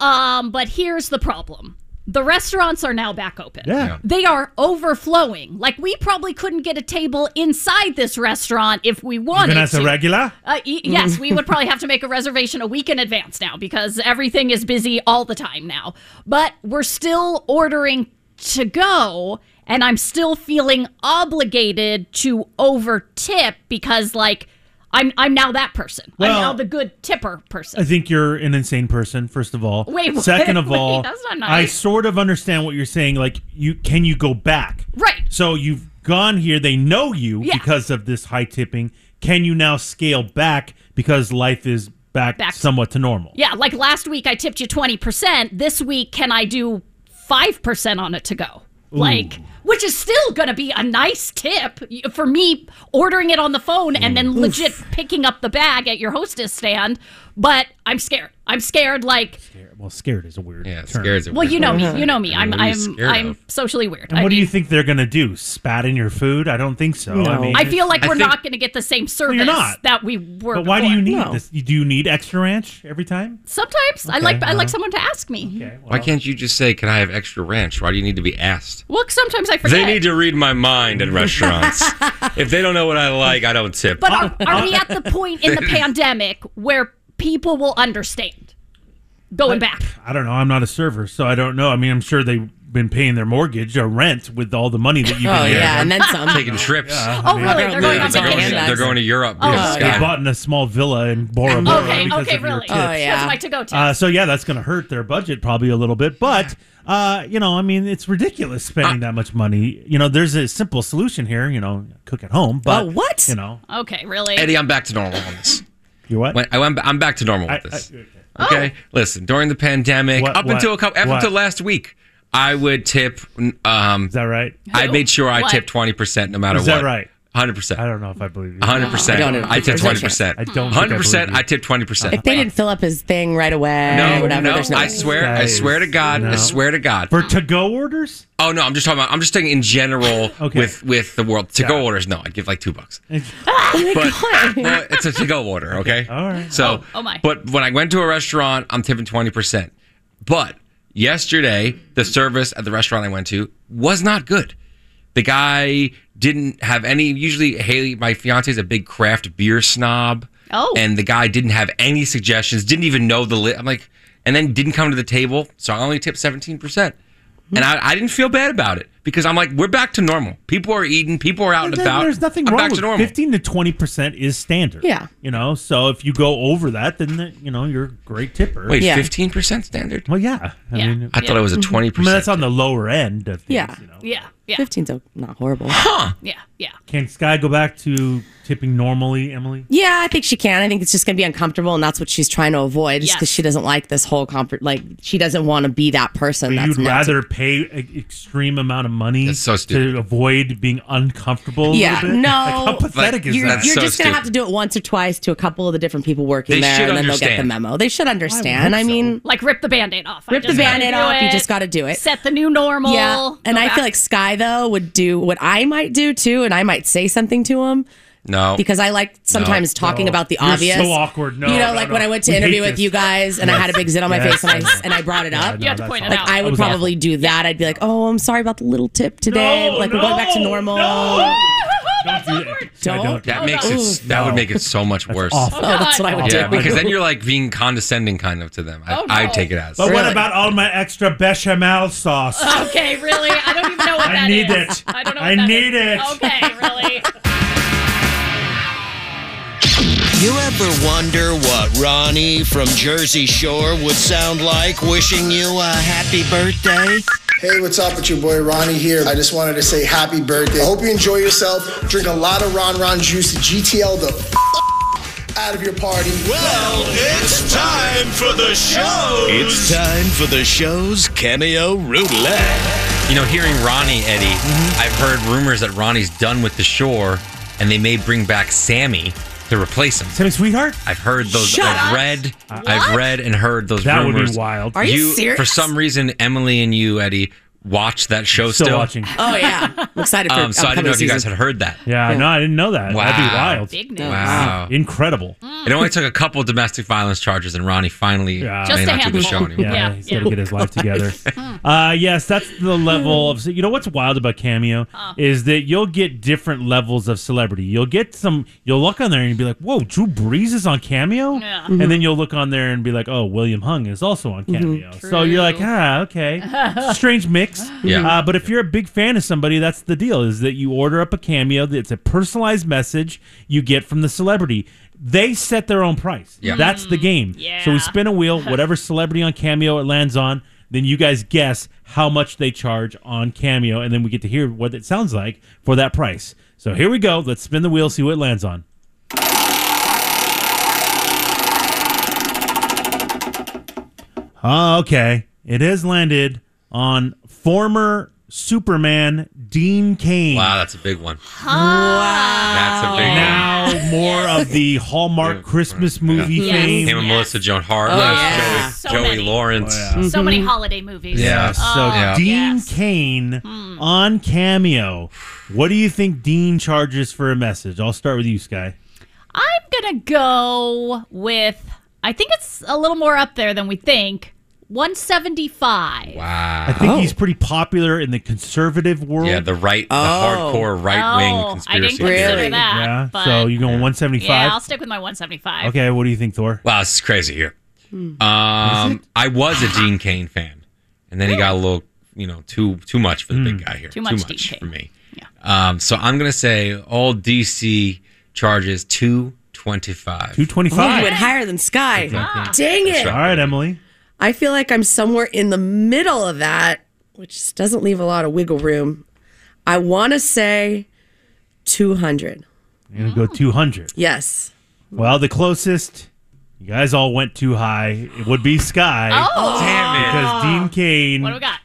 Um, but here's the problem: the restaurants are now back open.
Yeah.
They are overflowing. Like we probably couldn't get a table inside this restaurant if we wanted
Even as a
to.
regular.
Uh, y- yes, we would probably have to make a reservation a week in advance now because everything is busy all the time now. But we're still ordering to go, and I'm still feeling obligated to over tip because, like, I'm I'm now that person.
Well-
I'm now the good tipper
I
person.
think you're an insane person, first of all.
Wait, what?
Second of
Wait,
all,
that's not
I
nice.
sort of understand what you're saying. Like, you can you go back?
Right.
So you've gone here. They know you
Yeah.
because of this high tipping. Can you now scale back because life is back,
Back to-
somewhat to normal?
Yeah, like last week I tipped you twenty percent. This week, can I do five percent on it to go? Like, which is still gonna be a nice tip y- for me ordering it on the phone and then
Mm.
legit picking up the bag at your hostess stand. But I'm scared. I'm scared. Like,
Well, scared is a weird.
Yeah,
term.
scares it.
well, you know me. You know me. I'm
What are you
I'm
scared
I'm
of?
socially weird.
And
I
what do
mean,
you think they're gonna do? Spat in your food? I don't think so. I
No.
mean,
I feel like
I
we're
think-
not gonna get the same service
not.
that we were.
But why do
before.
you need
No.
this? Do you need extra ranch every time?
Sometimes I like I like someone to ask me.
uh-huh. Why can't you just say, can I have extra ranch? Why do you need to be asked?
Look, sometimes I
They
forget.
need to read my mind in restaurants. if they don't know what I like, I don't tip.
But are, are we at the point in the pandemic where people will understand? Going back.
I don't know. I'm not a server, so I don't know. I mean, I'm sure they've been paying their mortgage or rent with all the money that you've been
Oh yeah,
getting.
and then some.
taking trips.
Oh, really? They're going
Yeah,
on
they're, going to,
vacation.
they're going to Europe.
Oh.
oh,
because
They
Sky-
bought in a small villa in Bora Bora.
Okay,
because
okay,
of your
really.
tips.
Oh, yeah.
That's my to go tip.
Uh, so yeah, that's going to hurt their budget probably a little bit, but uh, you know, I mean, it's ridiculous spending
Uh,
that much money. You know, there's a simple solution here. You know, cook at home. But
Oh, what?
You know,
okay, really?
Eddie, I'm back to normal on this.
you what?
When- I, am I'm back to normal
I-
with this. okay, listen. During the pandemic,
Oh. What-
up
what-
until a couple, up
what?
until last week, I would tip. Um,
Is that right?
I made sure I
What?
tipped twenty percent no matter
Is
what.
that right?
Hundred
I
percent.
don't know if I believe you.
Hundred
I don't
percent.
know.
I tipped
There's no
twenty percent.
chance. I don't think I
Hundred percent.
believe
I
you.
tipped twenty percent.
If they didn't fill up his thing right away,
No,
or whatever,
no,
there's no.
I swear, I
Guys,
swear to God, I
no.
swear to God.
For to go orders?
oh no, I'm just talking about. I'm just saying in general
Okay.
with with the world to go orders. No, I'd give like two bucks.
Oh
but well, it's a to-go order, okay?
all right.
So,
Oh, oh my.
But when I went to a restaurant, I'm tipping twenty percent. But yesterday, the service at the restaurant I went to was not good. The guy didn't have any. Usually, Haley, my fiance, is a big craft beer snob.
Oh.
and the guy didn't have any suggestions. Didn't even know the list. I'm like, and then didn't come to the table. So I only tipped seventeen percent.
Hmm.
And I, I didn't feel bad about it because I'm like, we're back to normal. People are eating. People are out and
There-
about.
There's nothing
I'm
wrong
back
with
to normal.
fifteen to twenty percent is standard.
Yeah.
you know. So if you go over that, then the- you know you're a great tipper.
Wait,
Yeah.
fifteen percent standard?
well, yeah. I
Yeah.
mean, I
I thought it was a twenty
mean,
percent.
that's on the lower end of things.
Yeah.
You know?
yeah, yeah,
Fifteen's not horrible.
yeah, yeah.
Can Sky go back to tipping normally, Emily?
Yeah, I think she can. I think it's just going to be uncomfortable, and that's what she's trying to avoid, just
Yes.
because she doesn't like this whole comfort. Like she doesn't want to be that person.
You'd
that's meant to-
rather pay an extreme amount of money
That's so stupid.
to avoid being uncomfortable. a
Yeah,
little bit?
no.
Like, how pathetic is
You're,
that?
you're
so
just going
stupid.
to have to do it once or twice to a couple of the different people working
They
there,
should
and then they'll get the
understand.
memo. They should understand. I,
hope so.
mean,
Like rip the band-aid off. I
Rip the
just gotta
Band-Aid
do
off. You just gotta do it.
Set the new normal.
yeah. And
Go
I
back.
feel like Sky though would do what I might do too, and I might say something to him
no,
because I like sometimes talking about the
You're
obvious.
so awkward. No,
you know,
no,
like
no.
when I went to
We hate
interview with
this.
you guys, and I had a big zit on my
Yes.
face, and I and I brought it up.
No,
You have to
that's
point it
awful.
out.
I
That
would
was awful.
probably do that. I'd be like, "Oh, I'm sorry about the little tip today.
No,
like we're going back to
no,
normal."
no.
That's
Don't do
awkward.
that. Sky,
Don't.
don't.
that makes it. s-
Ooh.
That would
No.
make it so much worse.
Oh,
Awful.
that's what I would
Yeah,
do.
because then you're like being condescending kind of to them. I,
Oh, no.
I'd take it as.
But what
Really?
about all my extra bechamel sauce?
Okay, really? I don't even know what
I
that is.
need it.
I don't know. What
I
that
need it.
is. Okay, really.
You ever wonder what Ronnie from Jersey Shore would sound like wishing you a happy birthday?
Hey, what's up? It's your boy Ronnie here. I just wanted to say happy birthday. I hope you enjoy yourself. Drink a lot of Ron Ron juice. GTL the f- out of your party.
Well, it's time for the show. It's time for the show's cameo roulette.
You know, hearing Ronnie, Eddie,
Mm-hmm.
I've heard rumors that Ronnie's done with the shore and they may bring back Sammy to replace him.
Sammy Sweetheart?
I've heard those.
Shut
I've
up.
read. I've read and heard those
That would be
rumors.
wild.
Are you serious?
For some reason, Emily and you, Eddie, watched that show. Still,
Still watching.
Oh yeah, I'm excited for.
Um, so I didn't know
upcoming
if you guys
season.
had heard that.
Yeah, no, I didn't know that.
Wow.
That'd be wild.
Big news.
Wow.
Incredible.
It only took a couple domestic violence charges, and Ronnie finally
Yeah.
may
Just a
not do the show
handful.
anymore.
Yeah,
Yeah,
he's
yeah.
got to get his life together. uh, yes, that's the level of. You know what's wild about Cameo is that you'll get different levels of celebrity. You'll get some. You'll look on there and you'll be like, "Whoa, Drew Brees is on Cameo,"
Yeah.
and then you'll look on there and be like, "Oh, William Hung is also
Mm-hmm.
on Cameo." So you're like, "Ah, okay,
Mm-hmm.
strange mix."
Yeah.
Uh, but if you're a big fan of somebody, that's the deal: is that you order up a Cameo. It's a personalized message you get from the celebrity. They set their own price.
Yeah.
That's the game. So
yeah.
we spin a wheel, whatever celebrity on Cameo it lands on, then you guys guess how much they charge on Cameo, and then we get to hear what it sounds like for that price. So here we go. Let's spin the wheel, see what it lands on. Oh, okay. It has landed on former Superman Dean Kane.
Wow, that's a big one. That's a big one.
Now more of the Hallmark Christmas movie
Yeah.
fame.
Him and Melissa Joan Hart,
yeah.
Joey,
Oh, So
Joey
many.
Lawrence.
So many holiday movies. Oh,
Yeah.
So
Oh, yeah.
Oh, Mm-hmm. Dean
Yes. Hmm.
Kane on Cameo. What do you think Dean charges for a message? I'll start with you, Sky.
I'm going to go with, I think it's a little more up there than we think. 175.
I
Wow.
think
Oh.
he's pretty popular in the conservative world.
Yeah, the right, the hardcore right wing
oh,
conspiracy
I didn't consider
theory.
that.
Yeah,
but-
so you're going 175.
Yeah, I'll stick with my 175.
okay, what do you think, Thor?
Wow, this is crazy here.
Hmm.
Um, I was a Dean Kane fan, and then he got a little, you know, too too much for the big guy here. Hmm. Too
much Dean Cain.
for me. Um, so I'm gonna say all DC charges two twenty five.
Two twenty
Oh, you
five.
went higher than Sky. Ah. Dang it!
All right, Emily.
I feel like I'm somewhere in the middle of that, which just doesn't leave a lot of wiggle room. I want to say 200.
You're gonna
Hmm.
go two hundred.
Yes.
Well, the closest. You guys all went too high. It would be Sky.
Oh,
Damn it!
Because Dean Kane,
what do we got?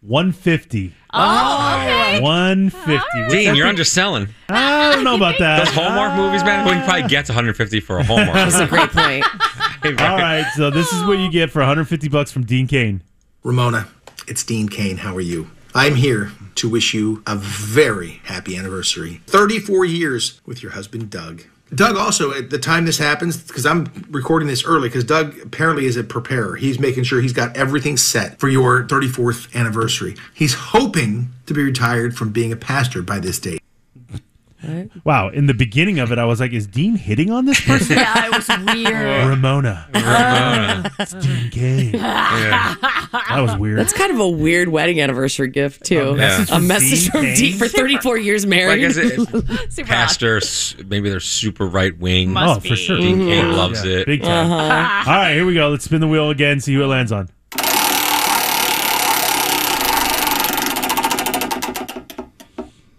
150.
Oh, okay.
150.
Dean, you're underselling. Ah.
I don't know about that.
Those Hallmark movies, man. Well, he probably gets 150 for a Hallmark.
That's a great point.
All right, so this is what you get for 150 bucks from Dean Kane.
Ramona, it's Dean Kane. How are you? I'm here to wish you a very happy anniversary. 34 years with your husband, Doug. Doug also, at the time this happens, because I'm recording this early, because Doug apparently is a preparer. He's making sure he's got everything set for your 34th anniversary. He's hoping to be retired from being a pastor by this date.
Wow, in the beginning of it, I was like, is Dean hitting on this person?
Yeah, it was
Uh-huh.
weird.
Ramona. It's Dean Kane. That was weird.
That's kind of a weird wedding anniversary gift, too.
message
A message from
Kane?
Deep for 34 years
Like I
married.
said,
Super
pastor, s- maybe they're super right wing.
Oh, for sure.
Dean Kane loves
Yeah,
it.
Big time.
Uh-huh.
All right, here we go. Let's spin the wheel again, see who it lands on.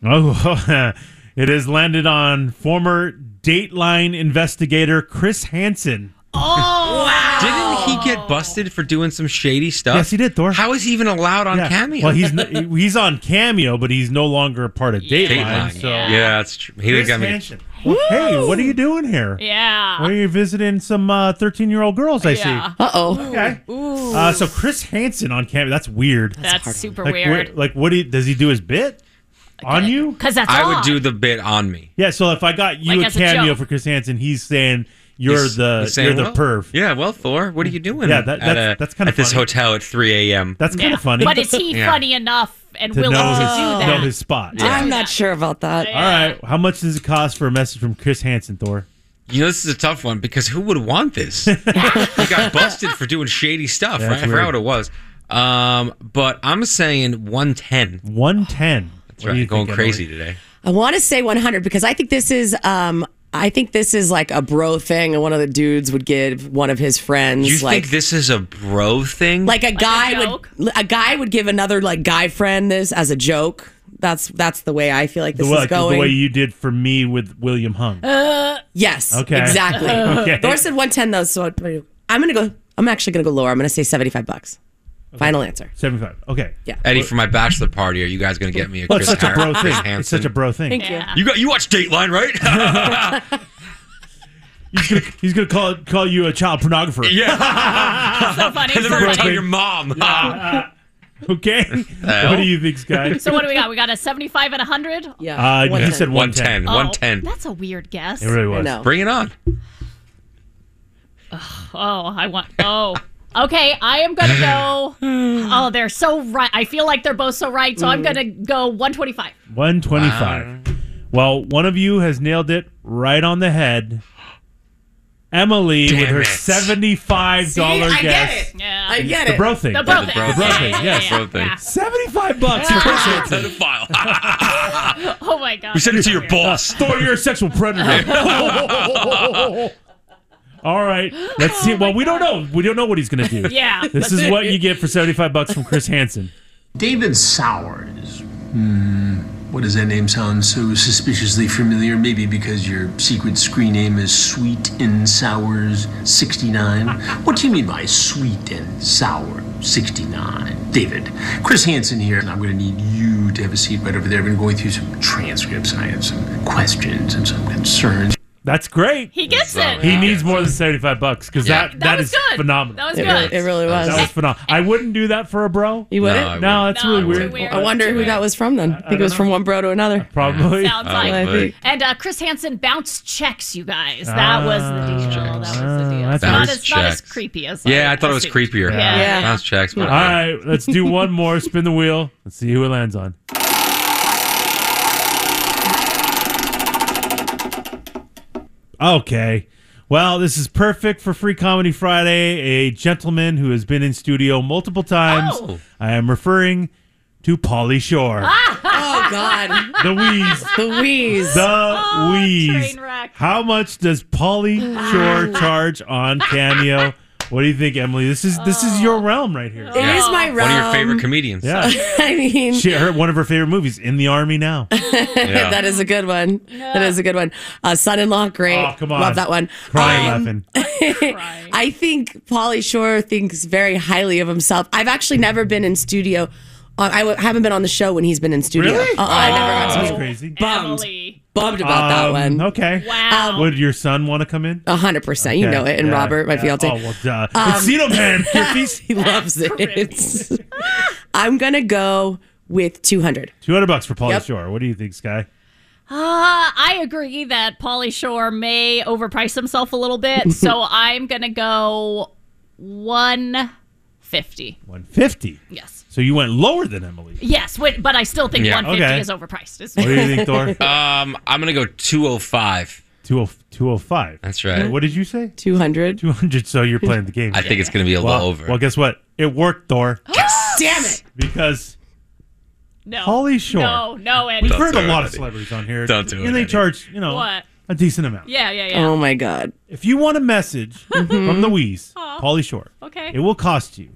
Oh, it has landed on former Dateline investigator Chris Hansen.
Didn't he get busted for doing some shady stuff?
Yes, he did, Thor.
How is he even allowed on
Yeah.
Cameo?
Well, he's n- he's on Cameo, but he's no longer a part of Dateline.
Dateline.
So
yeah. that's true. He
Chris
got me.
Hansen. Well, hey, what are you doing here?
Yeah.
Why are you visiting some uh, 13-year-old girls? I
Yeah.
see.
Uh oh.
Okay. Uh, so Chris Hansen on Cameo. That's weird.
That's super
like, where-
weird.
like, what do you, does he do his bit on you?
Because that's
I would
odd.
do the bit on me.
Yeah. So if I got you
Like,
a
as a
cameo
joke.
for Chris Hansen, he's saying you're
He's-
the
he's saying,
you're the
"Well,
perv.
Yeah, well, Thor, what are you doing?
Yeah,
at
that- that's-
a-
that's kinda
at this
funny.
hotel at 3 a.m.
That's kind
Yeah.
of funny.
But is he
Yeah.
funny enough and
to know
willing
his,
to do that?
know his spot.
I'm not sure about that.
All right. How much does it cost for a message from Chris Hansen, Thor?
You know, this is a tough one because who would want this? he got busted for doing shady stuff.
Yeah,
right?
it's
I forgot
weird.
what it was. Um, but I'm saying 110.
One ten. That's
Right, going crazy today.
I want to say 100 because I think this is um, I think this is like a bro thing, and one of the dudes would give one of his friends
You
like
think this is a bro thing?
like a guy
joke?
would a guy would give another like guy friend this as a joke. That's that's the way I feel like
The
this
way,
is
the
going. Uh,
way you did for me with William Hung.
yes,
Okay.
exactly.
Okay.
Thor said one ten though, so I'm gonna go. I'm actually gonna go lower. I'm gonna say seventy five bucks. Final answer.
75. Okay.
Yeah.
Eddie, for my bachelor party, are you guys going to get me a
Well,
Chris
it's such a
Har-
bro
Chris
thing. It's
Hansen?
such a bro thing.
Thank you.
You got you watch Dateline, right?
He's gonna, he's gonna call call you a child pornographer.
yeah.
So
And
funny. So,
then we're gonna
funny.
tell your mom.
Okay. what do you think, Sky?
So what do we got? We got a 75 and 100?
Yeah.
Uh, he said
One ten.
110.
Oh,
One ten.
That's a weird guess.
It really was.
No.
Bring it on.
Oh, I want. Oh. Okay, I am gonna go. Oh, they're so right. I feel like they're both so right. So
Mm.
I'm gonna go 125.
125. Well, one of you has nailed it right on the head. Emily with
Damn
her
it.
$75
See,
guess.
I get it.
Yeah.
I get
The
it.
bro thing.
the bro
the
thing.
bro
Yeah,
thing.
yeah,
The
yeah,
yes.
yeah,
bro thing.
yeah.
75 bucks. Of course it is.
Pedophile.
Oh my god.
We send it to your
Weird.
boss.
Thor, you're a sexual predator. All right. Let's see. Well, we don't know. We don't know what he's going to do.
Yeah.
This is what you get for 75 bucks from Chris Hansen.
David Sowers. Hmm. What does that name sound so suspiciously familiar? Maybe because your secret screen name is Sweet and Sours 69? What do you mean by Sweet and Sour 69? David, Chris Hansen here, and I'm going to need you to have a seat right over there. I've been going through some transcripts, and I have some questions and some concerns.
That's great.
He gets it.
He needs more than 75 bucks because
Yeah.
that,
that,
that
was
is
good.
phenomenal.
That was
It,
good.
re- it really was.
That was phenomenal. I wouldn't do that for a bro.
you
No,
wouldn't.
I
No,
wouldn't.
that's
No,
really
too
weird.
weird.
I wonder who that was from then. I think it was from one bro to another.
Probably.
Sounds like.
I would.
And uh, Chris Hansen bounced checks, you guys. That was the deal. That was the deal.
Ah,
It's
that's
not,
nice.
as, not as
Checks.
creepy as.
Yeah, I thought it was
assumed.
creepier.
Yeah. Yeah.
Bounce checks.
All right, let's do one more. Oh, Spin the wheel. Let's see who it lands on. Okay. Well, this is perfect for Free Comedy Friday. A gentleman who has been in studio multiple times.
Oh.
I am referring to Pauly Shore.
Oh God,
The Wheeze.
the wheeze.
The
Oh,
Wheeze.
train wreck.
How much does Pauly
Ah.
Shore charge on Cameo? What do you think, Emily? This is this is your realm right here.
Oh. It is my
One of your
realm.
favorite comedians.
Yeah.
I mean,
She, her, one of her favorite movies, In the Army Now.
Yeah.
that is a good one. That is a good one. Uh, Son-in-law, great.
Oh, come on.
Love that one.
Crying
Um,
laughing.
I think Polly Shore thinks very highly of himself. I've actually never been in studio. Uh, I w- haven't been on the show when he's been in studio.
Really? Oh.
Uh-uh, I never got
Ah, That's
to
what's
be
crazy.
bummed.
Emily.
Bummed about that
Um,
one.
Okay.
Wow.
Would your son want to come in?
A hundred percent. You
Yeah,
know it. And
yeah,
Robert, my
yeah.
fiance, Um,
Oh, well, duh. Casino Man. Kirkies.
he loves it. I'm gonna go with two hundred.
200 bucks for Pauly
Yep.
Shore. What do you think, Sky?
Uh, I agree that Pauly Shore may overprice himself a little bit, so I'm gonna go 150.
150.
Yes,
So you went lower than Emily.
yes, wait, but I still think
Yeah.
150
Okay.
is overpriced. It's-
What do you think, Thor?
Um, I'm gonna go 205.
20- 205.
That's right.
What did you say?
Two hundred.
200. So you're playing the game.
I think it's gonna be a
well,
little over.
Well, guess what? It worked, Thor,
Oh.
Damn it.
because
no,
Pauly Shore.
No, no, Eddie.
we've heard
do
a
it,
lot of
Eddie.
celebrities on here.
Don't do it,
And they
Eddie.
charge, you know,
What?
a decent amount.
Yeah, yeah, yeah. Mm-hmm.
Oh my god.
If you want a message from the Wheeze, Pauly Shore,
Okay.
it will cost you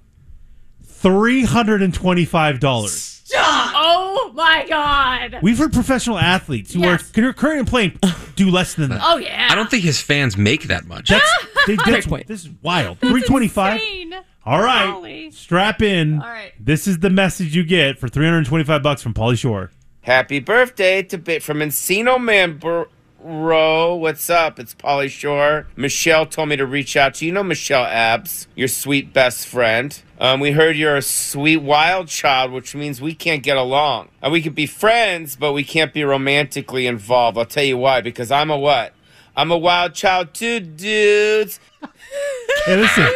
$325.
Oh my god.
We've heard professional athletes who
Yes.
are cur- currently playing do less than that.
Oh yeah.
I don't think his fans make that much.
That's, they, that's
point.
This is wild. 325
Insane.
All right.
Pauly.
Strap in. All
right.
This is the message you get for 325 bucks from Pauly Shore.
Happy birthday to Bit from Encino Man bro. What's up? It's Polly Shore. Michelle told me to reach out to you. You know Michelle Abs, your sweet best friend. Um, we heard you're a sweet wild child, which means we can't get along. And we could be friends, but we can't be romantically involved. I'll tell you why, because I'm a what? I'm a wild child too, dudes.
Hey, listen.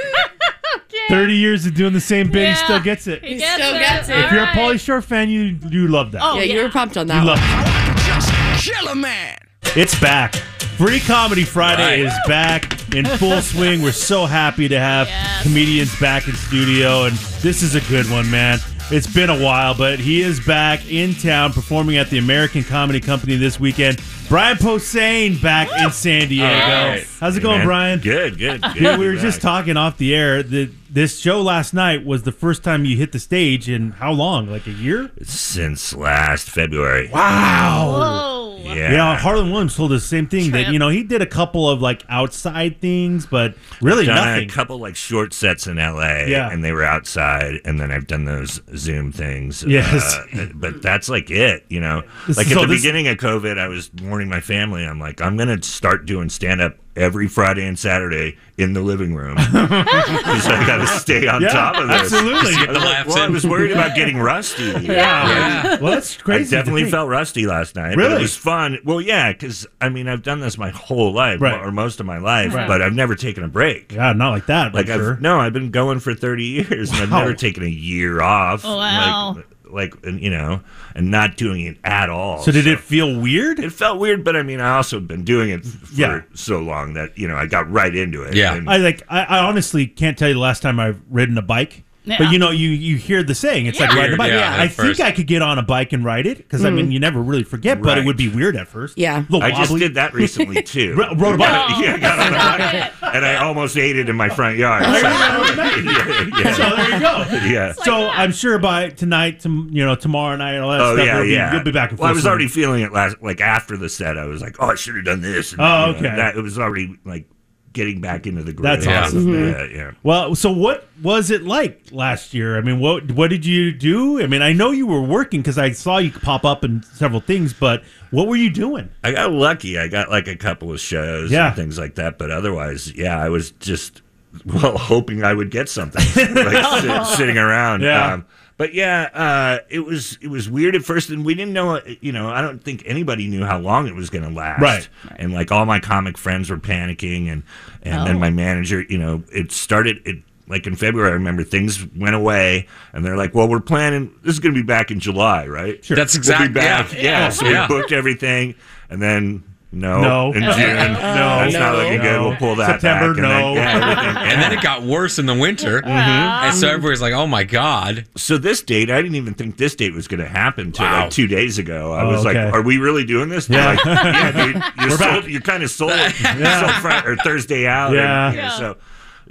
30 years of doing the same bit, he
Yeah.
still gets it.
He
If
gets
still
it.
gets it.
All
If
you're a
right.
Pauly Shore fan, you you love that.
Oh,
Yeah, you
yeah.
were pumped on that.
You
one.
love it. It's back. Free Comedy Friday
Right.
is back in full swing. We're so happy to have comedians back in studio, and this is a good one, man. It's been a while, but he is back in town performing at the American Comedy Company this weekend. Brian Posehn back in San Diego.
right.
How's it
Hey,
going,
man.
Brian?
Good, good. good
Yeah,
to
we
be
were just
back.
talking off the air that this show last night was the first time you hit the stage in how long? Like a year?
since last February.
Wow.
Oh.
Yeah.
Yeah. Harlan Williams told us the same thing that, you know, he did a couple of like outside things, but really
done
nothing.
a couple like short sets in LA,
Yeah.
and they were outside, and then I've done those Zoom things.
Yes.
uh, but that's like it, you know.
This
like
is-
at
so
the
this-
beginning of COVID, I was warning my family, I'm like, I'm gonna start doing stand up every Friday and Saturday in the living room because I gotta stay on
Yeah,
top of this.
absolutely.
I was, like,
laughs
well, I
in.
was worried about getting rusty.
Yeah. Well, that's crazy. to
I definitely
think.
felt rusty last night. But
Really?
it was fun. Well, yeah, because I mean, I've done this my whole life,
Right.
or most of my life, but I've never taken a break.
Yeah, not like that.
Like
Like sure.
I've no, I've been going for thirty years, and I've
Wow.
never taken a year off.
Wow.
Like, like and, you know, and not doing it at all.
so did it feel weird?
It felt weird, but I mean, I also been doing it for
Yeah.
so long that you know I got right into it.
Yeah.
And-
I like. I, I honestly can't tell you the last time I've ridden a bike. But
Yeah.
you know, you you hear the saying. It's like riding a
Weird,
bike.
yeah,
I
at
think
first.
I could get on a bike and ride it because I mean, you never really forget. But it
Right.
would be weird at first.
Yeah.
The
I just
wobbly-
did that recently too.
Ro- rode a bike.
yeah, I got on a bike, and I almost ate it in my front yard. So- yeah, yeah.
Oh, So there you go.
Yeah.
so I'm sure by tonight, tom- you know, tomorrow night, and all that
Oh
stuff,
yeah,
you'll, be,
yeah.
you'll be back and forth.
Well, I was
soon.
already feeling it last, like after the set. I was like, oh, I should have done this. and,
Oh,
you know,
okay.
That it was already like getting back into the groove.
That's
Yeah. Mm-hmm.
awesome.
Yeah, yeah.
Well, so what was it like last year? I mean, what what did you do? I mean, I know you were working because I saw you pop up in several things, but what were you doing?
I got lucky. I got like a couple of shows
Yeah.
and things like that. But otherwise, yeah, I was just well hoping I would get something like sit, sitting around. Um,
Yeah.
but yeah, uh, it was it was weird at first, and we didn't know. You know, I don't think anybody knew how long it was going to last.
Right.
And like all my comic friends were panicking, and and then my manager. You know, it started. It like in February. I remember things went away, and they're like, "Well, we're planning. This is going to be back in July, right? Sure.
That's
We'll
exact-
be back.
yeah.
Yeah. So we
Yeah.
booked everything, and then no,
No.
in June,
Uh,
no, that's not
no.
looking good. We'll pull that
September,
back.
no.
And then, yeah, everything.
And then it got worse in the winter. And so everybody's like, oh my God.
Mm-hmm. Um, so this date, I didn't even think this date was going to happen till
Wow.
like two days ago. I
Oh,
was
okay.
like, "Are we really doing this?" They're
Yeah.
like, yeah, dude, you're,
We're
sold,
back.
you're kind of sold. sold Fri- or Thursday out.
Yeah.
and, you know, so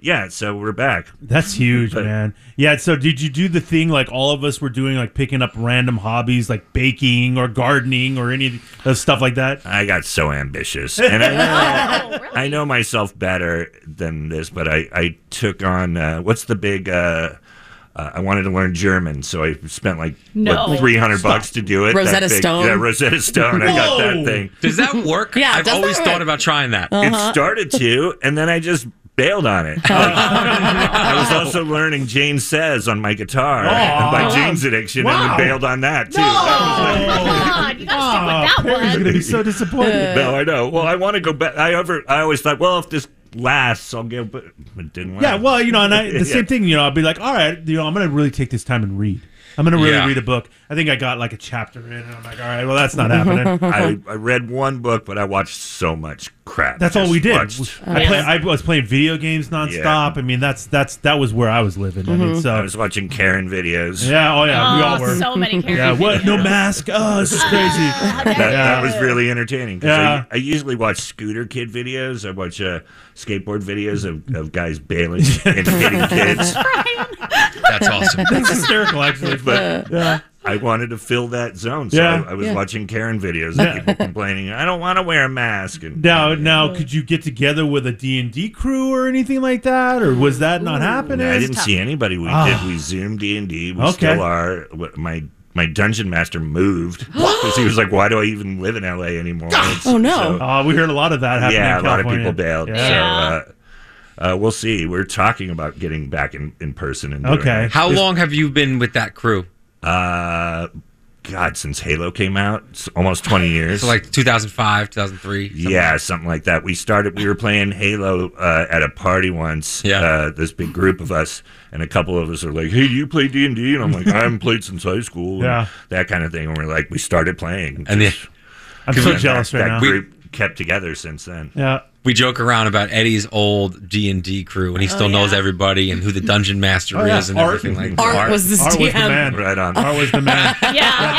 yeah, so we're back.
That's huge,
But-
man. Yeah. So, did you do the thing like all of us were doing, like picking up random hobbies like baking or gardening or any of stuff like that?
I got so ambitious, and I know,
Oh,
I know myself better than this. But I, I took on uh, what's the big. Uh, uh, I wanted to learn German, so I spent like
No.
three hundred bucks to do it. that
Rosetta
big-
Stone.
yeah, Rosetta Stone. I got
Whoa.
that thing.
Does that work?
Yeah,
I've
does
always
that work? Uh-huh.
thought about trying that.
It started to, and then I just bailed on it. Like, I was also learning Jane Says on my guitar
Aw.
by Jane's Addiction,
Wow.
and then bailed on that too. That was like-
God, you gotta stick with that
Perry's
one.
gonna be so disappointed.
No, I know. Well, I want to go back. I ever, I always thought, well, if this lasts, I'll go. But it didn't last.
Yeah, well, you know, and I the same
Yeah.
thing, you know, I'll be like, all right, you know, I'm gonna really take this time and read. I'm gonna really
Yeah.
read a book. I think I got like a chapter in, and I'm like, all right, well, that's not happening.
I, I read one book, but I watched so much crap. Oh,
That's all
Just
we did.
watched-
I, play, I was playing video games nonstop. I mean, that's that's that was where I was living. I mean, so
Mm-hmm. I was watching Karen videos.
yeah, oh yeah, we all
Oh,
were.
so many characters.
yeah, what? No mask? Oh, this is crazy.
That,
Yeah.
that was really entertaining. 'cause
Yeah.
I, I usually watch scooter kid videos. I watch uh, skateboard videos of, of guys bailing and hitting kids.
That's awesome.
That's hysterical, actually. But yeah,
I wanted to fill that zone, so
Yeah.
I, I was watching Karen videos of people complaining, "I don't want to wear a mask." And
now now, could you get together with a D and D crew or anything like that, or was that not happening?
I didn't see anybody. We
Ah.
did. We zoomed D and D. We
Okay.
still are. Wh- My my dungeon master moved because he was like, "Why do I even live in LA anymore?" It's-
Oh, no.
so-
Oh, we heard a lot of that happening.
yeah,
in
a lot of
California.
people bailed.
Yeah.
So uh, uh, we'll see. We're talking about getting back in, in person and doing
Okay.
it.
How long have you been with that crew?
Uh, God, since Halo came out, it's almost twenty years.
So like 2005, 2003. something
Yeah, something like that. We started. We were playing Halo uh, at a party once.
Yeah.
Uh, this big group of us, and a couple of us are like, "Hey, do you play D and D?" And I'm like, "I haven't played since high school." and
Yeah.
That kind of thing. And we're like, we started playing,
And the-
Just
I'm so
that-
jealous right
that
now.
group kept together since then.
yeah.
we joke around about Eddie's old D and D crew, and he
Oh,
still knows everybody and who the dungeon master
Oh, yeah.
is and
Art.
everything like that.
Art was the
Art was the
DM.
man.
Right on.
Art was the man.
Yeah.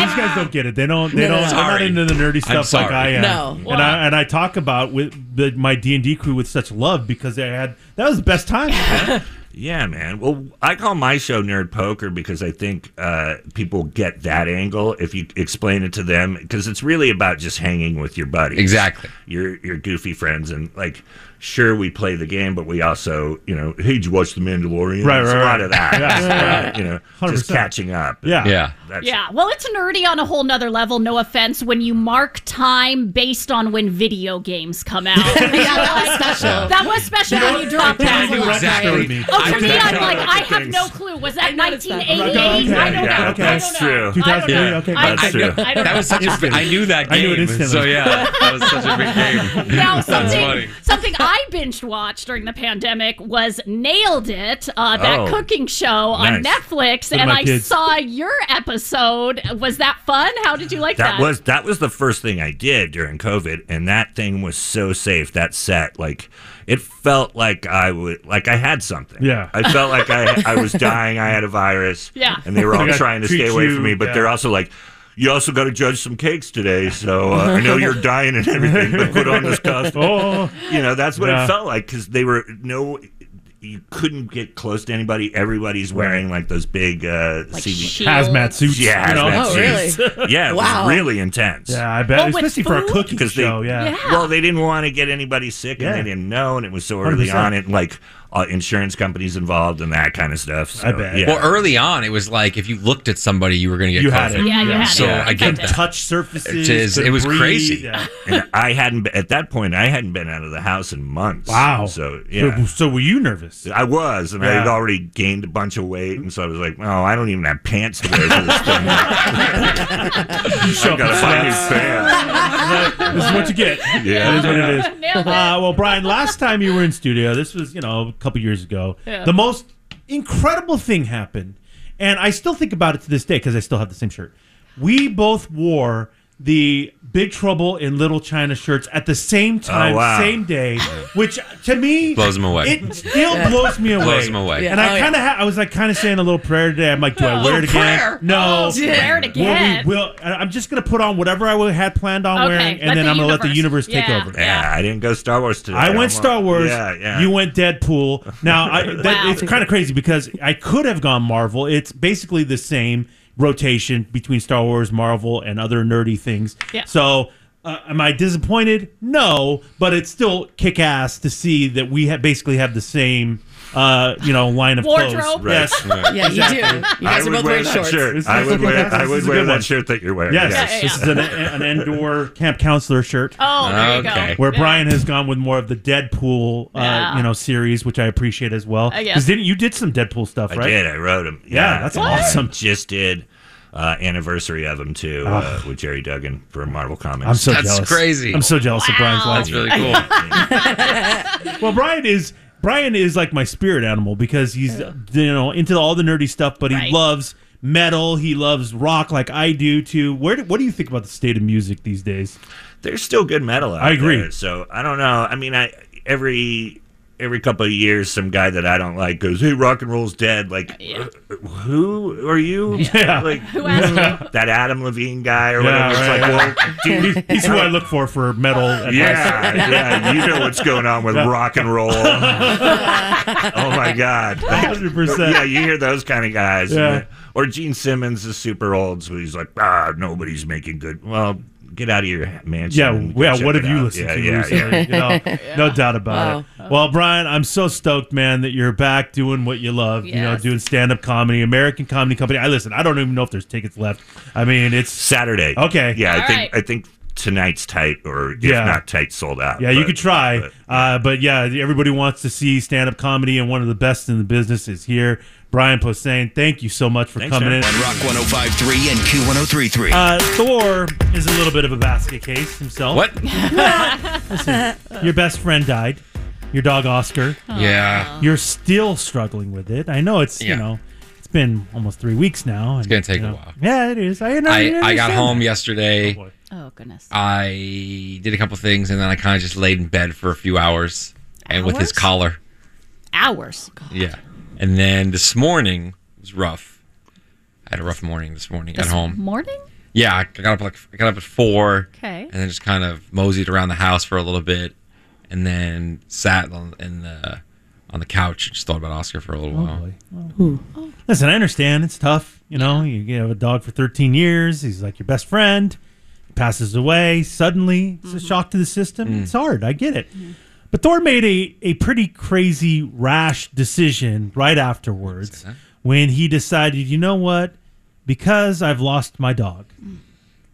these guys don't get it. They don't. They
No, no,
don't.
no.
They're not
Sorry.
into the nerdy
I'm
stuff like
sorry.
I am.
No.
And I and I talk about with the, my D and D crew with such love because I had that was the best time. man.
Yeah, man. Well, I call my show Nerd Poker because I think uh, people get that angle if you explain it to them because it's really about just hanging with your buddies.
Exactly.
Your your goofy friends and like sure we play the game but we also, you know, hey, did you watch The Mandalorian?
Right,
There's
right,
a
right.
lot of that.
Yeah.
It's about, you know, just
100%.
catching up.
Yeah.
Yeah.
That's
yeah, well, it's nerdy on a whole nother level. No offense, when you mark time based on when video games come out.
that was special.
That was special when you dropped
I
that.
knew
one.
exactly.
Sorry.
Me.
Oh, to
I
me,
did
I'm
not
like,
know
I have
things.
no clue. Was that
noticed that.
1988? I don't know.
Okay,
I don't
okay.
know.
That's true.
I don't
2003,
know.
okay,
I-
that's
I-
true.
I don't
That was such a. I knew that game.
I knew it instantly.
So yeah, that was such a big game.
Now
That's
something
funny.
something I binge watched during the pandemic was Nailed It, uh, that
Oh.
cooking show on
Nice.
Netflix,
Look at
and
my
I
kids.
saw your episode. Was that fun? How did you like that?
That was that was the first thing I did during COVID, and that thing was so safe. That set, like, it felt like I would, like I had something.
Yeah.
I felt like I I was dying. I had a virus.
Yeah.
and they were all
gotta
trying to
treat
stay away
you,
from me, but
yeah.
they're also like. You also got to judge some cakes today, so uh, I know you're dying and everything, but put on this costume.
Oh.
You know, that's what
Yeah.
it felt like because they were no, you couldn't get close to anybody. Everybody's wearing like those big uh, CB
Hazmat suits.
yeah,
you know?
hazmat
Oh, really?
suits. Yeah, it
Wow.
was really intense.
Yeah, I bet,
Well, with
especially for a
food?
cooking
Because they,
show. yeah.
well, they didn't want to get anybody sick,
Yeah.
and they didn't know, and it was so early
100%.
on, and like uh, insurance companies involved and that kind of stuff. So,
I bet.
Yeah.
Well, early on, it was like if you looked at somebody, you were going to get
You
COVID.
had it.
Yeah, you had
So
it.
I get
Couldn't
that.
touch surfaces.
It is-
couldn't
it was
breathe,
crazy.
yeah.
and I hadn't been, at that point. I hadn't been out of the house in months.
Wow.
So yeah.
So, so were you nervous?
I was, and I had
Yeah.
already gained a bunch of weight, and so I was like, "Oh, I don't even have pants to wear for this thing. I gotta find new pants."
this is what you get.
Yeah.
That is what it is.
Nailed it.
Uh, well, Brian, last time you were in studio, this was, you know, a couple years ago, the most incredible thing happened. And I still think about it to this day because I still have the same shirt. We both wore the Big Trouble in Little China shirts at the same time,
Oh, wow.
same day, which to me
Blows 'em away.
It still blows me away.
Blows 'em away.
Yeah.
And
Oh,
I
yeah.
kind of, ha- I was like, kind of saying a little prayer today. I'm like, do I wear it again?
prayer?
No,
Oh, wear it
Well, we
again.
will. I- I'm just gonna put on whatever I would- had planned on
Okay,
wearing,
let
and then
the
I'm gonna let the
universe-
universe take
yeah.
over.
Yeah, I didn't go Star Wars today.
I went
I'm-
Star Wars.
Yeah, yeah.
You went Deadpool. Now I, that, it's kind of crazy because I could have gone Marvel. It's basically the same rotation between Star Wars, Marvel, and other nerdy things.
Yeah.
So. Uh, am I disappointed? No, but it's still kick ass to see that we ha- basically have the same, uh, you know, line of
Wardrobe.
clothes.
Right.
Yes,
right.
Yeah, you do. You guys are both wearing
that
shorts.
Shirt.
This
I
is
would
okay.
wear.
This
I
is
would
a
wear
good
that
one.
shirt that you're wearing.
yes.
Yeah, yeah,
This is an, an indoor camp counselor shirt.
Oh, there you
Okay.
go.
where Brian has gone with more of the Deadpool, uh,
Yeah.
you know, series, which I appreciate as well.
I guess.
Because didn't you did some Deadpool stuff,
I
right?
did. I wrote them.
Yeah, that's awesome.
Just did uh, anniversary of them too uh, with Jerry Duggan for Marvel Comics.
I'm so
That's
jealous.
crazy.
I'm so jealous of Brian's
Wow.
life.
That's really cool.
Well, Brian is Brian is like my spirit animal because he's you know into all the nerdy stuff, but he
Right.
loves metal. He loves rock like I do too. Where do, what do you think about the state of music these days?
There's still good metal out
I agree.
there, so I don't know. I mean, I every every couple of years, some guy that I don't like goes, "Hey, rock and roll's dead." Like, uh, who are you?
Yeah.
Like
Who asked
that Adam Levine guy or
Yeah,
whatever. It's
right,
like,
right.
well, dude,
He's, he's who I look for for metal. advice.
Yeah, yeah, you know what's going on with rock and roll. oh my god.
hundred
Yeah,
percent.
you hear those kind of guys.
Yeah.
Or Gene Simmons is super old, so he's like, ah, nobody's making good. Well, get out of your mansion.
Yeah,
and go
yeah.
check
What
it
have you
out.
listened
Yeah,
to
yeah,
recently?
yeah.
You know, no doubt about it. Well, Brian, I'm so stoked, man, that you're back doing what you love. You know,
Yes.
doing stand up comedy, American Comedy Company. I listen. I don't even know if there's tickets left. I mean, it's
Saturday.
Okay.
Yeah,
All
I think
right.
I think tonight's tight, or if
Yeah.
not tight, sold out.
yeah, you
Uh, but-
could try,
but-
uh, but yeah, everybody wants to see stand up comedy, and one of the best in the business is here. Brian Posehn, thank you so much for
Thanks,
coming
man.
in.
On Rock 1053 and Q1033.
Uh, Thor is a little bit of a basket case himself.
What?
Your best friend died. Your dog Oscar.
Yeah.
You're still struggling with it. I know it's
Yeah.
you know it's been almost three weeks now. And, it's
gonna take a
you know,
while.
Yeah, it is. I know.
I,
you
I got
understand
home
that.
yesterday
boy.
Oh goodness.
I did a couple things, and then I kind of just laid in bed for a few hours, and with his
Hours?
collar.
Hours.
Yeah. And then this morning was rough. I had a rough morning this morning
This
at home.
Morning.
Yeah, I got up like I got up at four.
Okay.
And then just kind of moseyed around the house for a little bit, and then sat on in the on the couch and just thought about Oscar for a
Oh,
little while.
Listen, I understand it's tough. You know, you you have a dog for 13 years. He's like your best friend. He passes away suddenly. It's a shock to the system. It's hard. I get it. But Thor made a, a pretty crazy, rash decision right afterwards when he decided, you know what? Because I've lost my dog,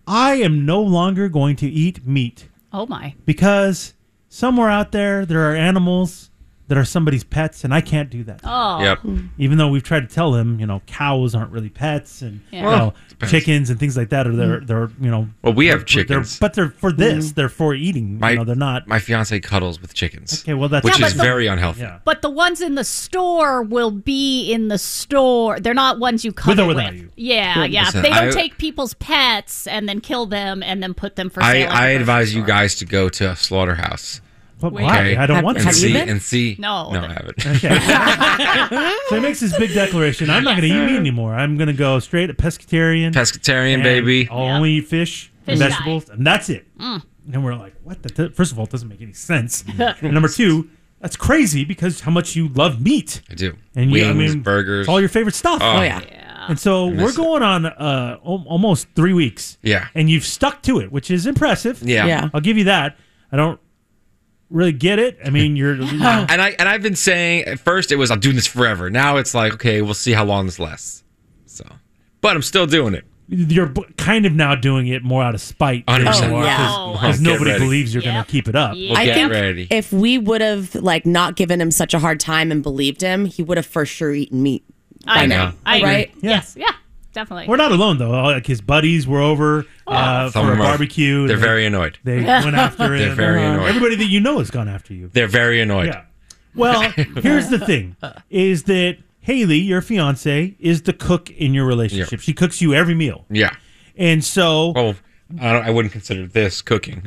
I am no longer going to eat meat
Oh my.
because somewhere out there, there are animals that are somebody's pets, and I can't do that
Oh.
Yep.
even though we've tried to tell him, you know, cows aren't really pets, and
Yeah.
you
Well,
know, chickens and things like that are they're they're you know.
Well, we have
they're- they're-
chickens.
but they're
Hmm.
for this. They're for eating.
My-
you know, they're not.
My fiance cuddles with chickens.
Okay, well, that's-
which
Yeah,
is
but the-
very unhealthy.
Yeah.
But the ones in the store will be in the store. They're not ones you
With or
cuddle with.
without you.
Yeah,
Well,
yeah.
listen,
they don't
I-
take people's pets and then kill them and then put them for
I, I
sale. at the grocery
advise you
store.
guys to go to a slaughterhouse.
But
Wait.
why?
Okay.
I don't want
and
to.
Have you
see
been?
and see.
No.
no, I haven't.
Okay. so he makes this big declaration. I'm not going to eat meat anymore. I'm going to go straight at pescatarian.
Pescatarian,
and
baby.
I'll only eat fish, and
Fish diet.
vegetables, and that's it.
Mm.
And we're like, what? The t-? First of all, it doesn't make any sense. and number two, that's crazy because how much you love meat.
I do.
And
Wings,
you, I mean,
burgers.
it's all your favorite stuff.
Oh, yeah.
And so we're
miss it.
going on uh, al- almost three weeks.
Yeah.
And you've stuck to it, which is impressive.
yeah.
Yeah.
I'll give you that. I don't really get it. I mean, you're.
And I and I've been saying at first it was I'm doing this forever. Now it's like okay, we'll see how long this lasts. So, but I'm still doing it.
you're b- kind of now doing it more out of spite. than
100%.
you are,
yeah.
'cause-
Oh,
Because
Get
nobody
ready.
believes you're going
Yep.
to keep it up.
We'll
I
get
think
ready.
if we would have like not given him such a hard time and believed him, he would have for sure eaten meat.
I
know.
know. I agree.
Right?
Yeah.
Yes. Yeah. Definitely.
We're not alone though. All, Like his buddies were over uh,
Some
for a
of them are-
barbecue.
They're
They-
very annoyed.
They went after him. uh,
They're very annoyed.
Everybody that you know has gone after you.
They're very annoyed.
Yeah. Well, here's the thing: is that Haley, your fiance, is the cook in your relationship.
Yeah.
She cooks you every meal,
Yeah.
and so
Well, I, don't, I wouldn't consider this cooking.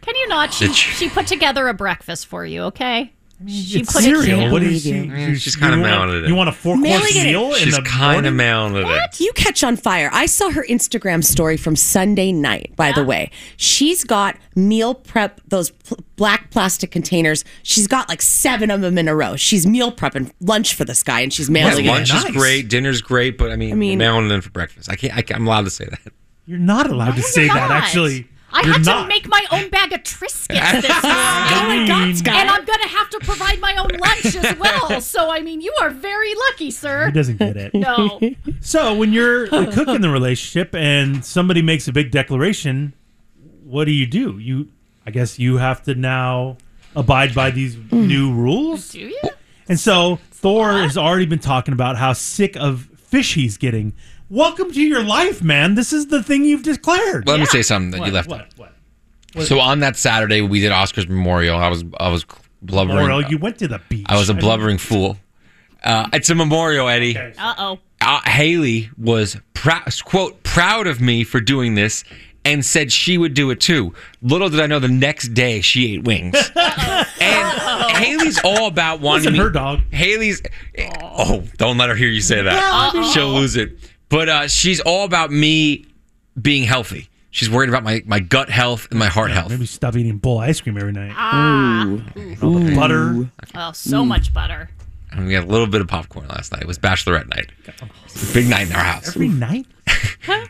Can you not? She,
Did you-
she put together a breakfast for you. Okay. She
it's
put it
cereal.
can't
What
believe
is she?
you.
Yeah,
you-
she's kinda
you want-
mounted it.
You want a four course
Mailing it.
meal? in
She's
the
kind of
morning?
mad at it.
You catch on fire. I saw her Instagram story from Sunday night, by the way. She's got meal prep, those pl- black plastic containers. She's got like seven of them in a row. She's meal prepping lunch for this guy and she's
Yeah,
mailing
lunch
it.
is great, dinner's great, but I mean, I
mean-
mounting in for breakfast. I can't. I can't I'm allowed to say that.
You're not allowed to
You're
say that.
not.
Actually,
I
you're
had
not.
to make my own bag of Triscuits this morning.
Oh my God, Scott.
And I'm going to have to provide my own lunch as well. So, I mean, you are very lucky,
He
sir.
doesn't get it.
No.
So when you're the cook in the relationship and somebody makes a big declaration, what do you do? You, I guess, you have to now abide by these new rules.
Do you?
And so Thor has already been talking about how sick of fish he's getting. Welcome to your life, man. This is the thing you've declared.
Let me say something that
What,
you left.
What? What?
out. So on that Saturday, we did Oscar's memorial. I was I was blubbering.
Laurel, you went to the beach.
I was a
mean,
blubbering fool. Uh, it's a memorial, Eddie.
Uh oh.
uh, Haley was prou- quote proud of me for doing this and said she would do it too. Little did I know the next day she ate wings. and Haley's all about wanting
Wasn't
me-
her dog.
Haley's oh, don't let her hear you say that. She'll lose it. But uh, she's all about me being healthy. She's worried about my, my gut health and my heart health.
Maybe stop eating bowl of ice cream every night.
Ah.
All the butter.
Oh,
Mm.
so much butter.
And we had a little bit of popcorn last night. It was bachelorette night. Big night in our house.
Every night?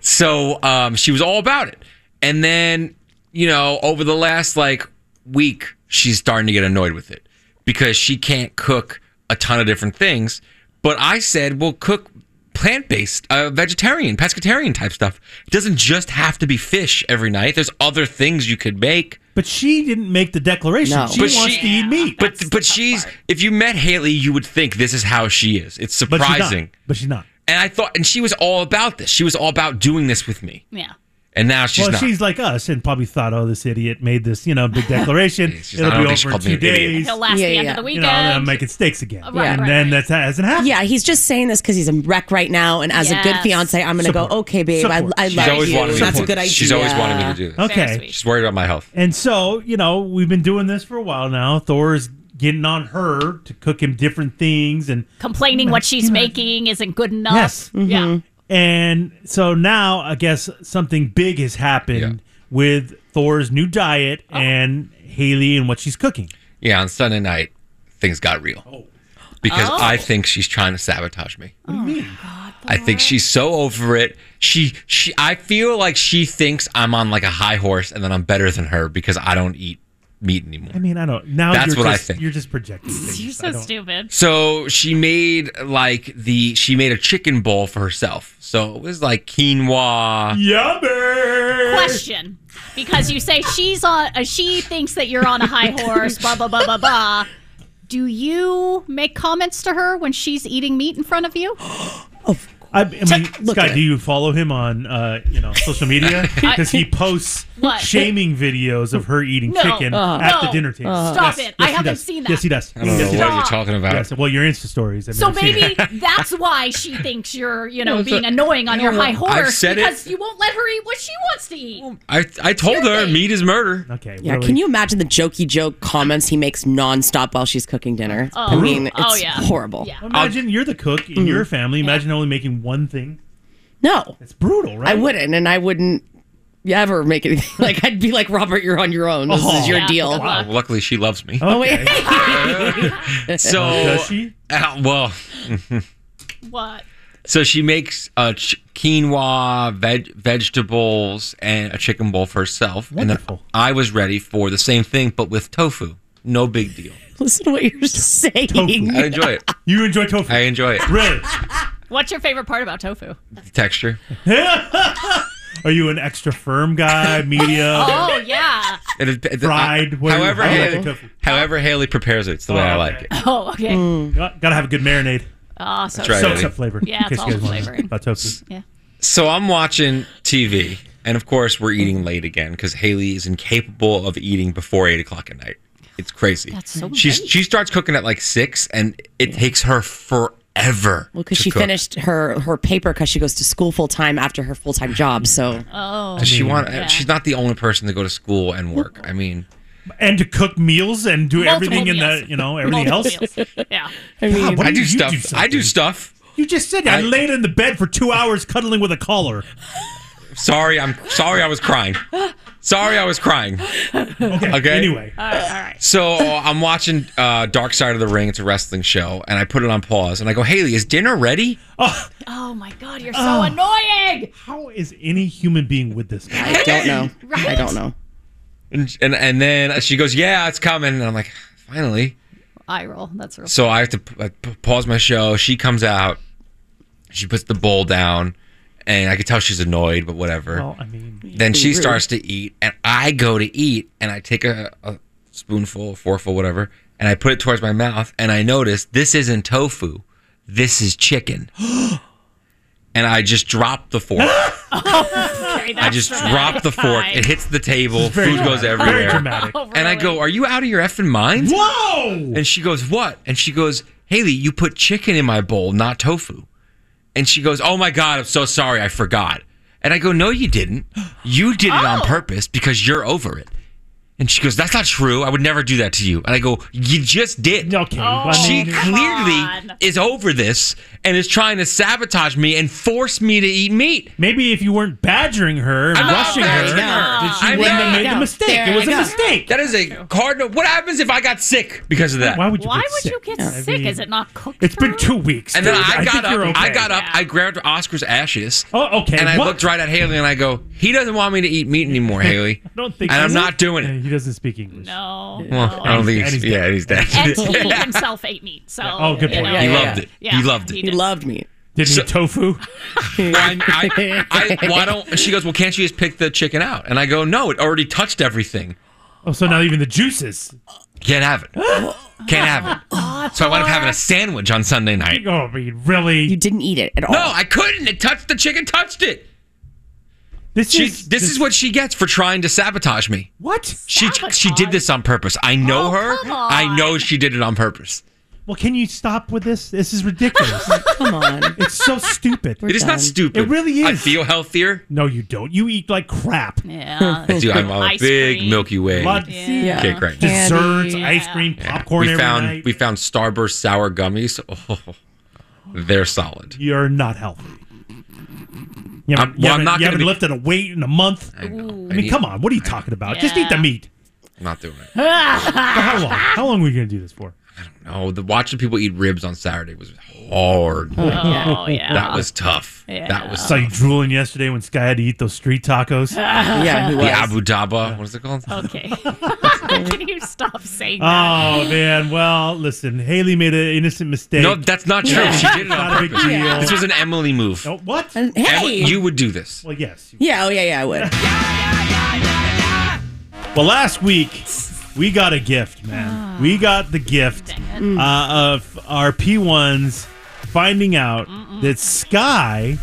So um, she was all about it. And then, you know, over the last like week, she's starting to get annoyed with it because she can't cook a ton of different things. But I said, well, cook plant based, uh, vegetarian, pescatarian type stuff. It doesn't just have to be fish every night, there's other things you could make.
But she didn't make the declaration.
No.
She
But
wants
she-
to eat meat.
But but she's if you met Haley, you would think this is how she is. It's
But she's
surprising.
not. But she's not.
And I thought, and she was all about this. She was all about doing this with me.
Yeah.
And now she's
well,
not.
she's like us and probably thought, oh, this idiot made this, you know, big declaration.
she's
It'll
not- I
be
don't think she
over in
called me
two
an idiot.
days.
He'll last
Yeah,
the end
yeah.
of the
You
weekend.
know, and I'm making steaks again.
Right,
and
right,
then that's, that hasn't happened.
Yeah, he's just saying this because he's in wreck right now, and as a good
Yes.
fiance, I'm gonna
Support.
go. Okay, babe, I,
Support.
I
she's
love
always
you.
wanted me
That's
to
a good idea.
She's always wanted me to do this.
Okay.
sweet.
She's worried about my health.
And so, you know, we've been doing this for a while now. Thor's getting on her to cook him different things and
Complaining what she's making isn't good enough.
Yes.
Yeah.
and so now I guess something big has happened with Thor's new diet and Haley and what she's cooking.
Yeah, on Sunday night, things got real.
Oh.
Because
Oh.
I think she's trying to sabotage me.
Oh,
What do you mean? Mm. I think she's so over it. She she I feel like she thinks I'm on like a high horse and then I'm better than her because I don't eat meat anymore.
I mean, I don't now
That's
you're
what I
just,
think.
You're just projecting. Things.
You're
I
so
don't-
stupid.
So she made like the she made a chicken bowl for herself. So it was like quinoa.
Yummy.
Question. Because you say she's on, uh, she thinks that you're on a high horse, blah, blah, blah, blah, blah. Do you make comments to her when she's eating meat in front of you?
I, I mean,
look at
Scott,
it.
do you follow him on uh, you know social media? Because he posts
What?
shaming videos of her eating
No.
chicken
Uh-huh.
at the
No.
dinner table.
Uh-huh. Stop
Yes,
it. I
yes, he
haven't
does.
seen that.
Yes, he does.
I don't
yes,
know
he
what
does.
you're talking about.
Yes, well, your Insta stories. I've
So
never seen
maybe
it.
that's why she thinks you're, you know, being annoying on your high horse
I've said it.
because you won't let her eat what she wants to eat.
I I told her
Seriously?
meat is murder.
okay.
Yeah,
really?
can you imagine the jokey joke comments he makes nonstop while she's cooking dinner? I mean, it's
Oh, yeah.
horrible.
Yeah.
imagine you're the cook
Mm.
in your family? Imagine only making one thing.
No,
It's brutal, right?
I wouldn't, and I wouldn't ever make anything. Like I'd be like Robert, you're on your own. This
Oh.
is your
Yeah,
deal.
good luck.
Well, luckily she loves me.
Oh wait,
So
Does she?
Uh, well,
What?
So she makes a ch- quinoa, veg- vegetables, and a chicken bowl for herself.
Wonderful.
And then I was ready for the same thing, but with tofu. No big deal.
listen to what you're saying.
I enjoy it.
You enjoy tofu?
I enjoy it.
really?
What's your favorite part about tofu?
The texture.
Are you an extra firm guy, medium?
Oh yeah.
It is- it-
Fried,
I-
where-
however,
I like
Haley,
the tofu.
however Haley prepares it, it's the way I
okay.
like it.
Oh okay.
Mm.
Got to have a good marinade.
Awesome.
right.
Soaks
Haley.
up flavor.
Ah, Yeah,
in
it's
case you
all
guys want to know
flavoring.
About tofu.
So I'm watching TV, and of course we're eating late again because Haley is incapable of eating before eight o'clock at night. It's crazy. That's
so
She's she starts cooking at like six, and it takes her forever.
Well, because
to
she
cook.
finished her her paper because she goes to school full time after her full time job. So
Does she want? uh, She's not the only person to go to school and work. I mean,
And to cook meals and do
Multiple
everything in
meals.
the, you know, everything else.
Multiple meals. Yeah.
I mean,
What
I
do
do
you
stuff.
do
I do
something?
stuff.
You just said I,
I-
laid in the bed for two hours cuddling with a collar.
Sorry, I'm sorry. I was crying. Sorry, I was crying.
Okay.
Okay.
Anyway,
So I'm watching uh, Dark Side of the Ring. It's a wrestling show, and I put it on pause. And I go, Haley, is dinner ready?
Oh my god, you're so annoying.
how is any human being with this guy?
I don't know. I don't know.
And and, and then she goes, Yeah, it's coming. And I'm like, Finally.
Eye roll. That's real.
So I have to p- I p- pause my show. She comes out. She puts the bowl down, and I could tell she's annoyed, but whatever.
Well, I mean,
then she starts to eat and i go to eat and i take a, a spoonful forkful whatever and i put it towards my mouth and i notice this isn't tofu this is chicken and i just drop the fork
Okay,
i
that's
just drop
dramatic.
the fork
Hi.
it hits the table
very
food goes
dramatic. Very
everywhere
dramatic.
Oh,
and i
really?
go are you out of your effing mind
Whoa!
and she goes, What? And she goes, Haley, you put chicken in my bowl, not tofu. And she goes, Oh my God, I'm so sorry. I forgot. And I go, No, you didn't. You did it
Oh.
on purpose because you're over it. And she goes, That's not true. I would never do that to you. And I go, You just did.
Okay. I
She
mean,
clearly
Oh, on.
is over this and is trying to sabotage me and force me to eat meat.
maybe if you weren't badgering her and
I'm not
rushing her,
badgering her.
did she
I'm
wouldn't have
not.
made the mistake? it was a mistake.
That is a cardinal. What happens if I got sick because of that?
Why would you?
Why
get
would
sick?
you get
I
sick?
mean,
Is it not cooked?
It's been
for
two weeks.
And then
dude.
I, got
think
up.
you're
I
okay.
got up. I grabbed Oscar's ashes.
Oh, okay.
And I
What?
looked right at Haley and I go, he doesn't want me to eat meat anymore, Haley.
I don't think.
And I'm
Does
not
he?
doing
Yeah,
it.
He doesn't speak English.
No.
Well, I don't think
And
he's,
he's
yeah, he's dead.
And he himself ate meat. So
Oh, good
you
point.
know,
he
Yeah,
loved
yeah.
it.
Yeah,
he loved
he
it.
He loved me.
Didn't eat tofu.
I, I, I, why don't she goes? Well, can't she just pick the chicken out? And I go, no, it already touched everything.
Oh, so now even the juices.
Can't have it. Can't have it. So I wound up having a sandwich on Sunday night.
Oh, I mean, really?
You didn't eat it at all.
No, I couldn't. It touched the chicken. Touched it.
This
she,
is
this is what she gets for trying to sabotage me.
What?
She she did this on purpose. I know
Oh,
her. I know she did it on purpose.
Well, can you stop with this? This is ridiculous. Come on. It's so stupid.
it is not stupid.
It really
I
is.
feel healthier.
no, you don't. You eat like crap.
Yeah.
I do. I'm a
Ice
big
cream.
Milky Way
Lot-
Yeah.
cake right now.
Desserts, ice cream, popcorn
we
every
found
night.
we found Starburst sour gummies. Oh, they're solid.
You're not healthy. You
I'm-
haven't, you
well, I'm
haven't-
not
you
gonna
haven't
be-
lifted a weight in a month. I,
I
mean,
need-
come on. What are you talking about? Just eat the
Yeah.
meat.
Not doing it.
How long? How long are we going to do this for?
No, the watching people eat ribs on Saturday was hard.
Oh, yeah.
That was tough. That was
Saw you drooling yesterday when Sky had to eat those street tacos.
Yeah, he
the
was.
Abu Dhaba. What is it called?
Okay. Can you stop saying that?
Oh man! Well, listen, Haley made an innocent mistake.
No, that's not true. She did it on
Not a big
purpose.
deal.
This was an Emily move.
Oh, what?
And-
Emily-
hey.
you would do this.
Well, yes.
yeah. Oh yeah. Yeah. I would.
Well, last week we got a gift,
Ah.
man. We got the gift
Mm.
uh, of our P1s finding out that Sky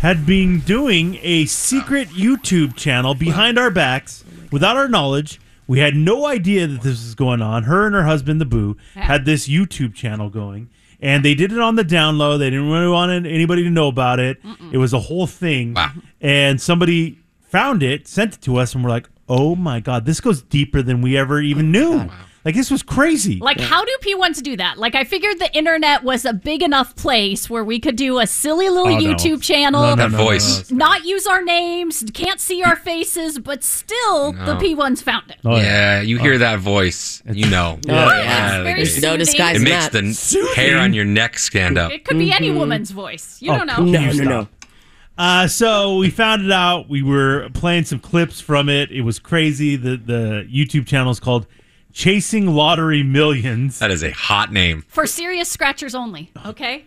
had been doing a secret YouTube channel behind our backs
Oh
without our knowledge. We had no idea that this was going on. Her and her husband, the Boo, had this YouTube channel going, and they did it on the down low. They didn't really want anybody to know about it. It was a whole thing.
Wow.
And somebody found it, sent it to us, and we're like, oh my God, this goes deeper than we ever even knew. Like, this was crazy.
Like, how do P1s do that? Like, I figured the internet was a big enough place where we could do a silly little
Oh, no.
YouTube channel.
No, no,
That
no, no,
voice.
Not use our names, can't see our faces, but still the P1s found it.
Oh, yeah.
Yeah, you hear that voice, you know.
Oh, yeah.
Yeah,
It's
it-
very
No disguise.
it
in
makes
that.
the hair on your neck stand up.
It could be
Mm-hmm.
Mm-hmm.
any woman's voice. You
Oh,
don't know.
cool.
No. No. No.
Uh, so we found it out. We were playing some clips from it. It was crazy. The the YouTube channel is called Chasing Lottery Millions.
That is a hot name.
For serious scratchers only, okay?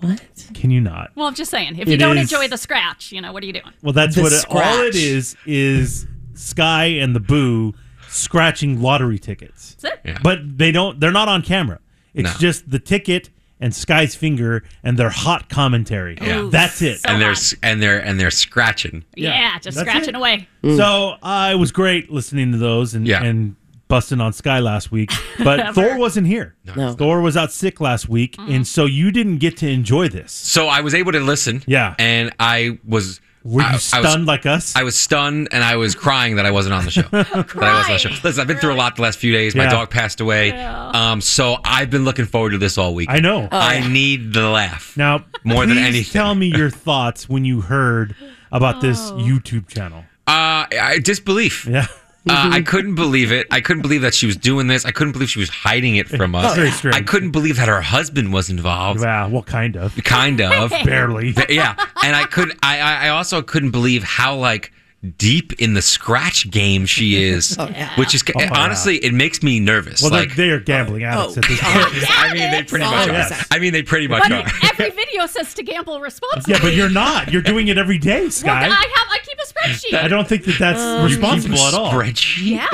What?
Can you not?
Well, I'm just saying, if you
It
don't
is-
enjoy the scratch, you know, what are you doing?
Well, that's
The
what it, all
scratch.
it is is Sky and the Boo scratching lottery tickets.
That's it.
But they don't. They're not on camera. It's
No.
just the ticket and Sky's finger and their hot commentary.
Yeah. Ooh,
That's it.
Come
And they're
on.
s- and they're and they're scratching.
Yeah,
Yeah,
just
that's it.
scratching away.
Mm.
So uh, it was great listening to those and
Yeah.
and busting on Sky last week. But Thor wasn't here.
No. Mm-hmm.
Thor was out sick last week, and so you didn't get to enjoy this.
So I was able to listen.
Yeah.
And I was
Were
I-
you
I
stunned
was-
like us?
I was stunned and I was crying that I wasn't on the show. that I wasn't on the show. Listen, I've been through a lot the last few days. My
Yeah.
dog passed away. Um, so I've been looking forward to this all week.
I know.
I need the laugh.
now,
More than
please
anything.
tell me your thoughts when you heard about this
Oh.
YouTube channel.
Uh, I, disbelief.
Yeah, Mm-hmm.
Uh, I couldn't believe it. I couldn't believe that she was doing this. I couldn't believe she was hiding it from us.
very strange.
I couldn't believe that her husband was involved.
wow. Well, kind of,
Kind of.
barely.
yeah. And I could I- I I also couldn't believe how like deep in the scratch game she is. Which is
yeah.
honestly it makes me nervous.
Oh, Well,
like
they they are gambling
uh, oh,
addicts at this point.
I mean, they pretty much are. I mean, they pretty much
But
are.
every video says to gamble responsibly.
Yeah, but you're not. You're doing it every day,
Well, I
Sky.
have. I keep a spreadsheet.
I don't think that that's responsible at all.
Spreadsheet.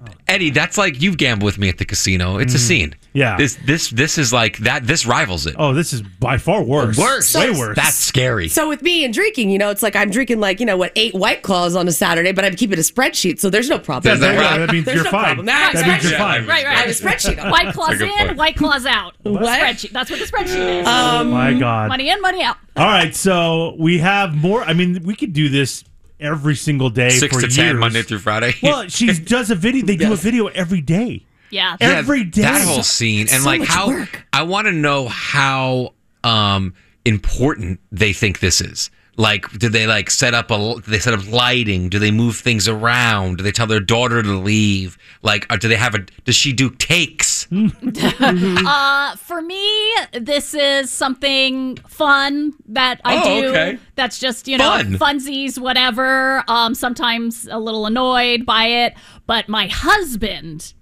yeah.
Eddie, that's like you've gambled with me at the casino. It's a scene.
Mm. Yeah.
This this this is like that. This rivals it.
Oh, this is by far worse.
worse.
way worse.
That's scary.
So with me and drinking, you know, it's like I'm drinking like you know what eight white claws on a Saturday, but I'm keeping a spreadsheet, so there's no problem.
There's no
Yeah,
problem.
that means
There's
you're
no
fine.
problem. That
That means
makes
you're
sense.
fine.
Right,
I
right.
have a spreadsheet. on.
White claws
That's a good
in,
point.
white claws out.
What?
Spreadsheet. That's what the spreadsheet is.
Oh My God.
money in, money out.
All right, so we have more. I mean, we could do this every single day
Six
for
to ten,
years.
Monday through Friday.
Well, she does a video. They do a video every day.
Yeah.
Yeah.
Yeah,
every day.
That whole scene and
so
like
much
how
work.
I want to know how um important they think this is. Like, do they like set up a? l- Do they set up lighting? Do they move things around? Do they tell their daughter to leave? Like, or do they have a? Does she do takes? Mm-hmm.
Uh, for me, this is something fun that I
Oh,
do.
okay.
That's just you know
Fun.
funsies, whatever. Um, sometimes a little annoyed by it, but my husband,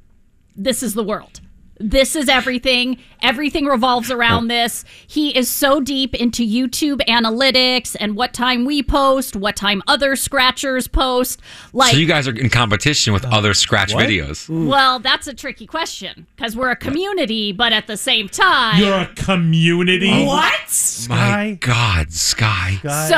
this is the world. This is everything. Everything revolves
Oh.
around this. He is so deep into YouTube analytics and what time we post, what time other scratchers post. Like,
so you guys are in competition with other scratch
what?
videos.
well, that's a tricky question because we're a community, but at the same time,
You're a community.
what?
My God, Sky.
So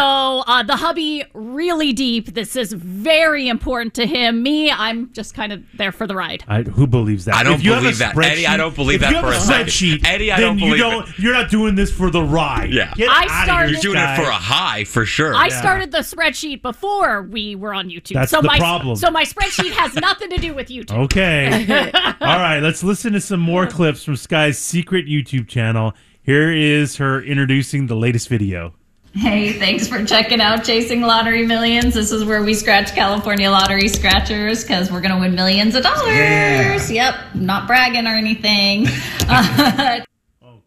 uh, the hubby really deep. This is very important to him. Me, I'm just kind of there for the ride.
I, who believes that?
I don't
If you have a
believe that. Eddie, I
spreadsheet-
don't believe
if
that
you have
for a second.
spreadsheet,
Eddie, I
then
don't
you
believe
don't. You're not doing this for the ride.
Yeah.
Get
I
outta here,
started-
You're doing it
guy.
for a high, for sure.
I started the spreadsheet before we were on YouTube.
That's
so
the
my,
problem.
So my spreadsheet has nothing to do with YouTube.
Okay. All right. Let's listen to some more clips from Sky's secret YouTube channel. Here is her introducing the latest video.
Hey, thanks for checking out Chasing Lottery Millions. This is where we scratch California lottery scratchers because we're going to win millions of dollars. Yep, not bragging or anything. Uh,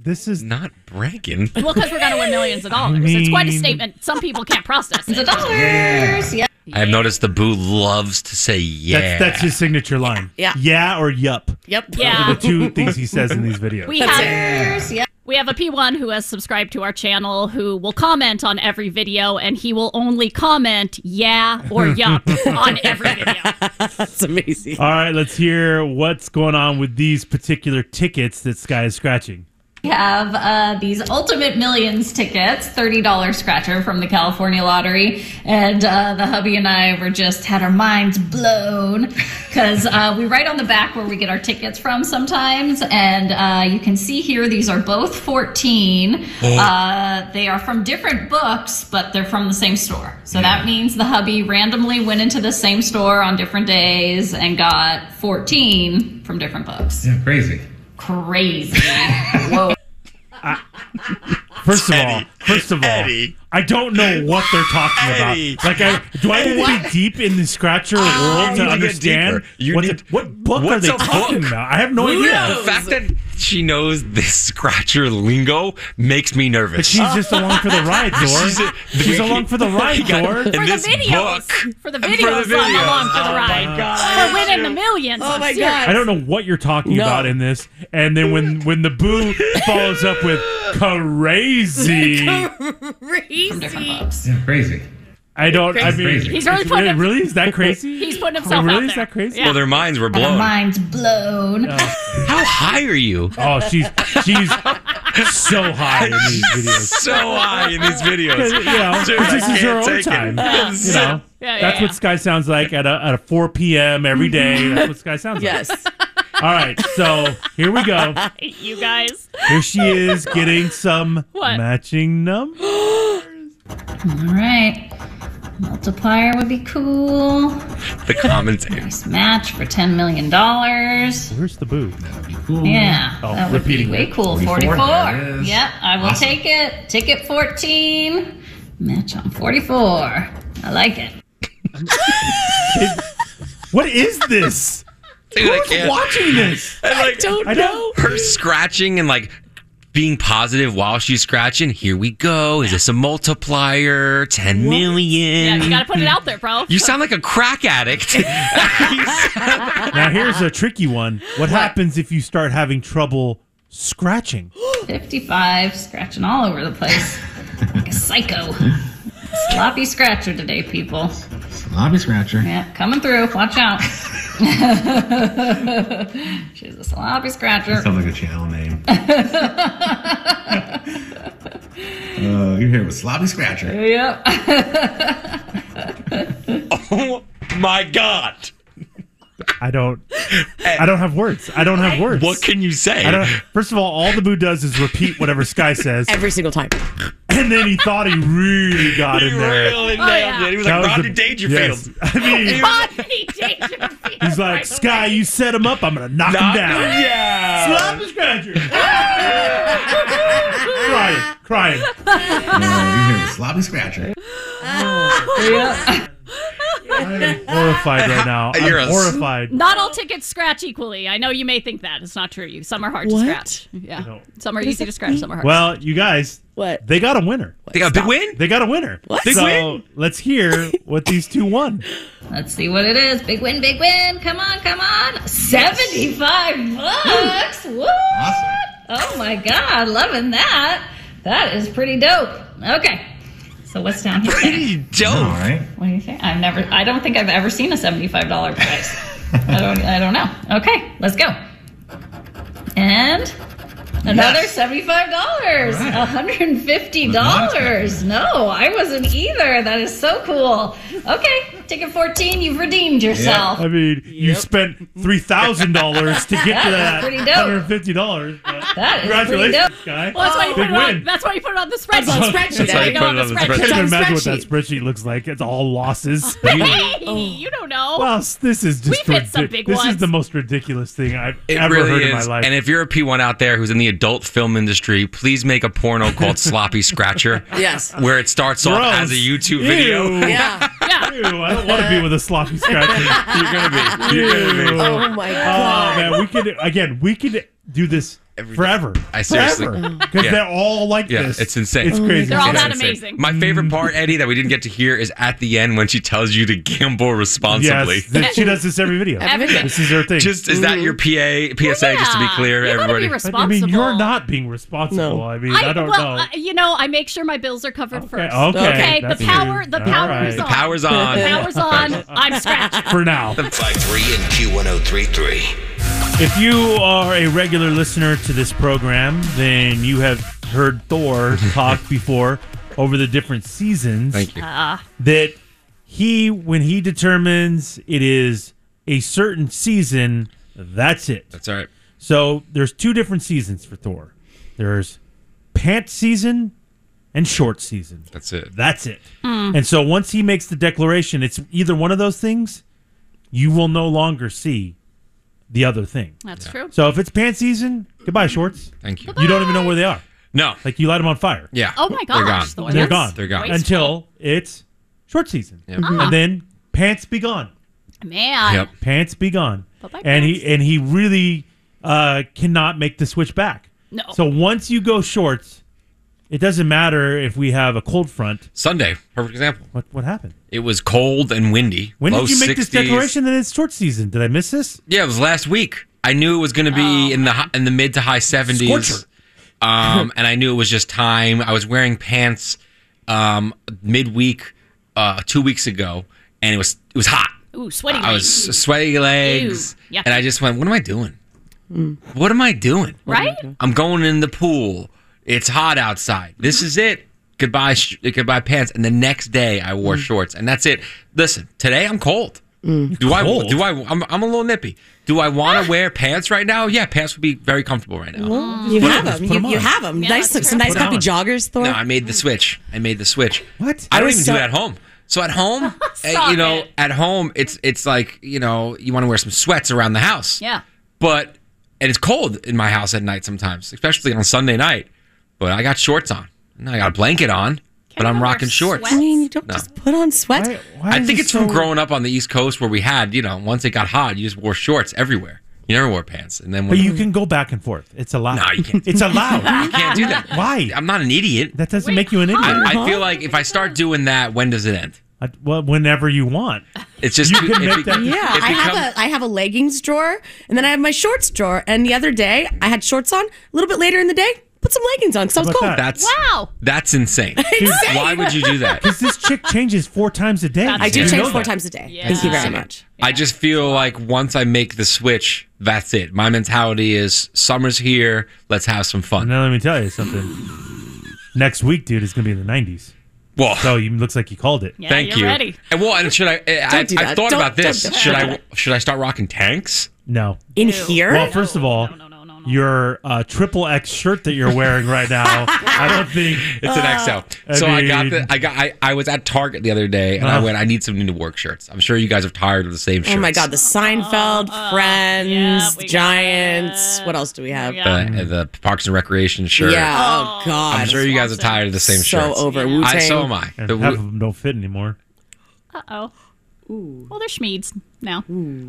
This is
not bragging.
Well, because we're going to win millions of dollars. it's quite a statement. Some people can't process it.
dollars. Yeah.
I have noticed the boo loves to say yeah.
That's, that's his signature line.
Yeah.
Yeah or yup.
Yep.
Those
Yeah.
are the two things he says in these videos.
We have, we have a P1 who has subscribed to our channel who will comment on every video, and he will only comment yeah or yup on every video.
That's amazing. All right. Let's hear what's going on with these particular tickets that Sky is scratching.
We have uh, these Ultimate Millions tickets, $30 scratcher from the California Lottery. And uh, the hubby and I were just had our minds blown because uh, we write on the back where we get our tickets from sometimes. And uh, you can see here, these are both 14.
Oh.
Uh, they are from different books, but they're from the same store. So that means the hubby randomly went into the same store on different days and got 14 from different books.
Yeah, crazy.
Crazy. Whoa.
First of all, first of all, I don't know what they're talking about. Like, I, do I need to be deep in the scratcher world
need to
to
get
understand
deeper. You
what,
need-
the- what book are
What's
they
a
talking
book?
about? I have no idea.
The fact that she knows this scratcher lingo makes me nervous.
But she's just along for the ride, Zor.
She's, a-
She's along for the ride,
He got-
Zor.
In
For the
this
videos.
book,
For the
For the
videos, on
videos.
along for
Oh
the
my
ride.
God.
We're winning the millions.
Oh
I'm
my
serious.
I don't know what you're talking
No.
about in this. And then when when the boo follows up with crazy,
Crazy.
Yeah, crazy.
I don't. I
Crazy.
mean, it's
He's really putting
really,
him-
really is that crazy?
He's putting himself
really
out
is
there.
that crazy?
Well, their minds were
Our
blown.
minds blown.
How high are you?
Oh, she's she's so high in these videos.
so high in these videos.
You know,
Dude,
it's just
I
it's her
can't
own
take it.
time.
This
You
is
know,
it. Yeah, yeah, yeah.
that's
Mm-hmm.
what Sky sounds like at a at a 4 p.m. every day. That's what Sky sounds
Yes.
like. All right, so here we go.
you guys.
Here she is getting some
What?
matching numbers.
All right. Multiplier would be cool.
The commentary.
Match for $10 million.
Where's the boo?
Yeah.
Oh,
that would be
repeating
way
it.
cool. 44.
44.
There it is.
Yep, I will
Awesome.
take it. Ticket 14. Match on 44. I like it.
What is this?
Dude, I
Who's
can't.
watching this?
And, like, I don't
know.
Her scratching and like being positive while she's scratching. Here we go. Is this a multiplier? Ten million.
Yeah, you got to put it out there, bro.
You sound like a crack addict.
Now here's a tricky one. What happens if you start having trouble scratching?
55. Scratching all over the place. like a psycho. Sloppy scratcher today, people.
Lobby scratcher.
Yeah, coming through. Watch out. She's a sloppy scratcher.
That sounds like a channel name. Uh, you're here with Sloppy Scratcher.
yep.
oh my god.
I don't. I don't have words. I don't have words.
What can you say?
I don't, first of all, all the boo does is repeat whatever Sky says
every single time.
And then he thought he really got
He
in there.
really nailed Oh, yeah. it. He was like Rodney
the-
Dangerfield.
yes. I mean,
Rodney Dangerfield.
he's like, Sky, you set him up. I'm going to knock him down.
Yeah.
Slap his scratcher. crying, crying.
Uh, you're here with Sloppy Scratcher.
Yeah.
horrified right now. I'm
You're a-
horrified.
Not all tickets scratch equally. I know you may think that. It's not true. You Some are hard
What?
to scratch. Yeah.
No.
Some are
What does
easy
that
to scratch, some are hard.
Well, you guys,
what
they got a winner.
They got a big win.
They got a winner.
What? Big
So
win?
let's hear what these two won.
Let's see what it is. Big win, big win. Come on, come on. 75 bucks. What? Oh my God. Loving that. That is pretty dope. Okay. So what's down here? Pretty
dope.
All right.
What do you think? I've never, I don't think I've ever seen a $75 prize. I don't, I don't know. Okay. Let's go. And another $75. $150. No, I wasn't either. That is so cool. Okay. Ticket 14. You've redeemed yourself.
I mean, you spent three thousand dollars to get to
That
that
is pretty dope.
hundred fifty dollars.
That is pretty
Congratulations,
dope.
guy!
Well, that's why you put
big
it on.
win.
That's why you put it on the spreadsheet.
That's how
I
you
know
put
on
it
the
on the
spreadsheet.
spreadsheet. I can't even imagine what that spreadsheet looks like. It's all losses.
Hey, you don't know.
Well, this is just
We've hit some
ridic-
big
this
ones.
is the most ridiculous thing I've
It
ever
really
heard
is.
in my life.
And if you're a P1 out there who's in the adult film industry, please make a porno called Sloppy Scratcher.
Yes.
Where it starts off as a YouTube video.
Yeah. I don't want to be with a sloppy scratcher.
You're gonna be.
Ew.
You're gonna be.
Oh my
Oh
God.
man, we could again. We could do this forever.
I seriously-
because
Yeah.
they're all like
Yeah,
this.
it's insane.
It's crazy. Mm.
It's insane. My favorite part, Eddie, that we didn't get to hear is at the end when she tells you to gamble responsibly.
Yes, Mm-hmm. th- she does this every video.
Every video.
This is her thing.
Just is that your PA PSA? Just to be clear,
You gotta be
everybody.
responsible.
I mean, you're not being responsible. I mean, I, don't
well,
know.
uh, you know, I make sure my bills are covered first.
okay, that's
the power,
good.
the
All
power
right.
is
The
on.
power's on.
The power's on. I'm scratching.
For now.
553 and Q1033.
If you are a regular listener to this program, then you have heard Thor talk before over the different seasons. Thank
you.
Ah.
That he, when he determines it is a certain season, that's it. That's
all right.
So there's two different seasons for Thor. There's pant season and short season.
That's it.
That's it.
Mm.
And so once he makes the declaration, it's either one of those things, you will no longer see the other thing.
That's Yeah. true.
So if it's pant season, goodbye shorts.
Thank you.
You don't even know where they are.
No.
Like you light them on fire.
Yeah.
Oh my
They're gone.
gosh, Thor,
They're
that's
gone.
They're gone. Uh-huh.
wasteful.
Until it's short season.
Ah.
And then pants be gone.
Man.
Pants be gone.
Bye-bye,
and he and he really uh, cannot make the switch back.
No.
So once you go shorts, it doesn't matter if we have a cold front.
Sunday, perfect example.
What what happened?
It was cold and windy.
When
Low
did you make this
60s.
declaration that it's short season? Did I miss this?
Yeah, it was last week. I knew it was going to be in the hi- in the mid to high
Scorcher.
seventies. Um, and I knew it was just time. I was wearing pants um, midweek uh, two weeks ago, and it was it was hot.
Ooh, sweaty.
I was s- sweaty legs,
Ew, yuck.
and I just went, "What am I doing? What am I doing?
Right? doing?
I'm going in the pool. It's hot outside. This is it. Goodbye, sh- goodbye pants." And the next day, I wore shorts, and that's it. Listen, today I'm cold. Do I?
Cold?
Do I? I'm, I'm a little nippy. Do I want to wear pants right now? Yeah, pants would be very comfortable right now.
Well, you
Put 'em
have
on.
them.
Put 'em
You, you
on.
have them. nice, some nice
Put
comfy
'em on.
joggers, Thor.
No, I made the switch. I made the switch.
What?
I don't
That
even
is
do
so-
it at home. So at home, eh,
Stop
you know, at home, it's it's like you know, you want to wear some sweats around the house.
Yeah.
But and it's cold in my house at night sometimes, especially on Sunday night. But I got shorts on. And I got a blanket on, but I'm rocking shorts.
I mean, you don't
No.
just put on sweats.
I think it's from growing up on the East Coast where we had, you know, once it got hot, you just wore shorts everywhere. You never wore pants. And then when
But you can go back and forth. It's allowed.
No, you can't.
It's allowed.
you can't do that.
Why?
I'm not an idiot.
That doesn't make you an idiot.
I, I feel like if I start doing that, when does it end?
I- well, whenever you want.
It's just
You
too-
can
it
make that-
be-
Yeah,
Yeah,
it
I
becomes-
have a I have a leggings drawer, and then I have my shorts drawer. And the other day, I had shorts on. A little bit later in the day, put some leggings on. So it's cold.
That's That's insane.
Dude,
Why would you do that?
Because this chick changes four times a day.
I do
You
change
know
four
that.
times a day.
Yeah.
Thank you very
Insane.
much.
I just feel like once I make the switch, that's it. My mentality is summer's here. Let's have some fun.
Now let me tell you something. Next week, dude, is gonna be in the nineties.
Well,
so you looks like you called it.
Thank you. And well, and should I? eh, I,
do
I
that.
thought
Don't-
about this.
don't do that.
should I? Should I start rocking tanks?
No.
In here?
Well, first of all, your uh, triple X shirt that you're wearing right now, I don't think
It's an XL.
Uh, I
so I got
mean-
the. I got. I, I was at Target the other day, and I
Uh-huh.
went. I need some new work shirts. I'm sure you guys are tired of the same shirts.
Oh my God, the
Oh,
Seinfeld, Friends, Giants. What else do we have?
The, uh, the Parks and Recreation shirt.
Yeah, oh, God.
I'm sure you guys are tired of the same
So
shirts.
over.
I,
Wu-Tang.
so am I.
And
The
half
Wu-
of them don't fit anymore.
Uh oh. Well, they're Schmeeds now.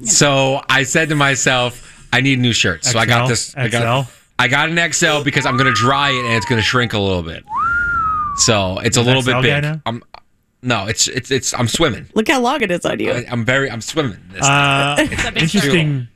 So I said to myself, I need new shirts. So I got this. I got, I got an XL because I'm going to dry it and it's going to shrink a little bit. So it's a
Is
little
XL
bit
guy
big.
now?
I'm, no, it's it's it's. I'm swimming.
Look how long it is on you.
I, I'm very. I'm swimming. This
Uh,
time. It's a big
interesting.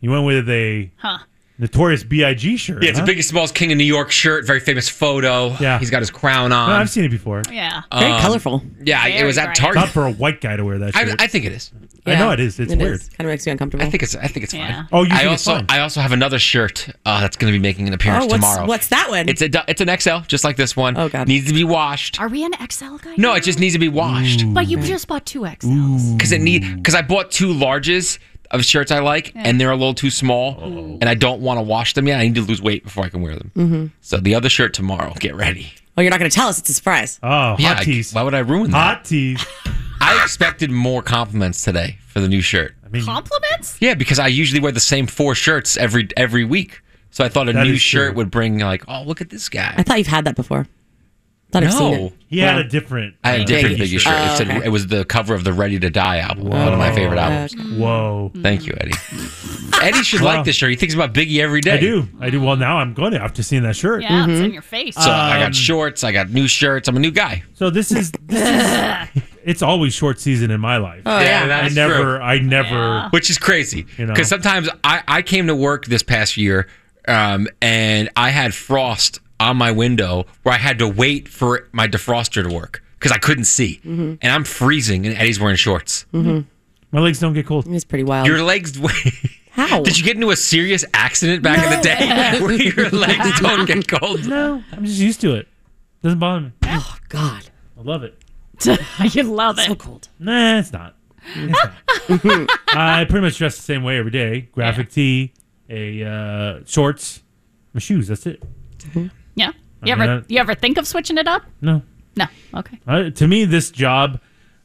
You went with a
Huh.
notorious Big shirt.
Yeah, it's
huh?
the biggest, smallest king of New York shirt. Very famous photo. Yeah, he's got his crown on.
No, I've seen it before.
Yeah,
Very colorful.
Yeah, it was at Target.
Not for a white guy to wear that
I,
shirt.
I think it is.
I know it is. It's weird.
Kind of makes me uncomfortable. I
think it's. I think it's fine.
Oh, you
I
think it's
also
fine?
I also have another shirt uh, that's going to be making an appearance
Oh, what's-
tomorrow.
what's that one?
It's a du- it's an XL, just like this one. Oh god, needs to be washed.
Are we an XL guy?
No, it just needs to be washed.
But you just bought two X.
because it need because I bought two larges of shirts I like,
Yeah.
and they're a little too small,
Oh.
and I don't want to wash them yet. I need to lose weight before I can wear them.
Mm-hmm.
So the other shirt tomorrow. Get ready.
Well, Oh, you're not going to tell us. It's a surprise.
Oh,
yeah, I- why would I ruin that? Hot
tease.
I expected more compliments today for the new shirt.
Compliments?
Yeah, because I usually wear the same four shirts every every week. So I thought a
That
new
is true.
shirt would bring like, oh, look at this guy.
I thought you've had that before. Thought I've seen it.
He had a different.
I had a
uh,
different
Biggie
Biggie shirt.
Oh,
it said
okay.
it
Oh,
was the cover of the Ready to Die album, one of my favorite albums.
Whoa!
Thank you, Eddie. Eddie should
Wow.
like this shirt. He thinks about Biggie every day. Mm-hmm.
I do. I do. Well, now I'm going to after seeing that shirt.
Yeah, it's in your face.
So I
Um,
got shorts. I got new shirts. I'm a new guy.
So this is this is it's always short season in my life.
Oh, yeah. Yeah,
I
that's
never
true.
I never
which is crazy because
know.
sometimes I, I came to work this past year um, and I had frost on my window where I had to wait for my defroster to work because I couldn't see
Mhm.
and I'm freezing and Eddie's wearing shorts.
Mm-hmm.
Mm-hmm. My legs don't get cold.
It's pretty wild.
Your legs.
How
did you get into a serious accident back in the day where your legs don't get cold?
No, I'm just used to it. Doesn't bother me.
Oh God,
I love it.
you love it. So
cold.
Nah, it's not. It's not. I pretty much dress the same way every day. Graphic tee, a uh, shorts, my shoes. That's it.
Mm-hmm.
Yeah. You
I mean,
ever
that-
you ever think of switching it up?
No.
No. Okay.
Uh, to me, this job,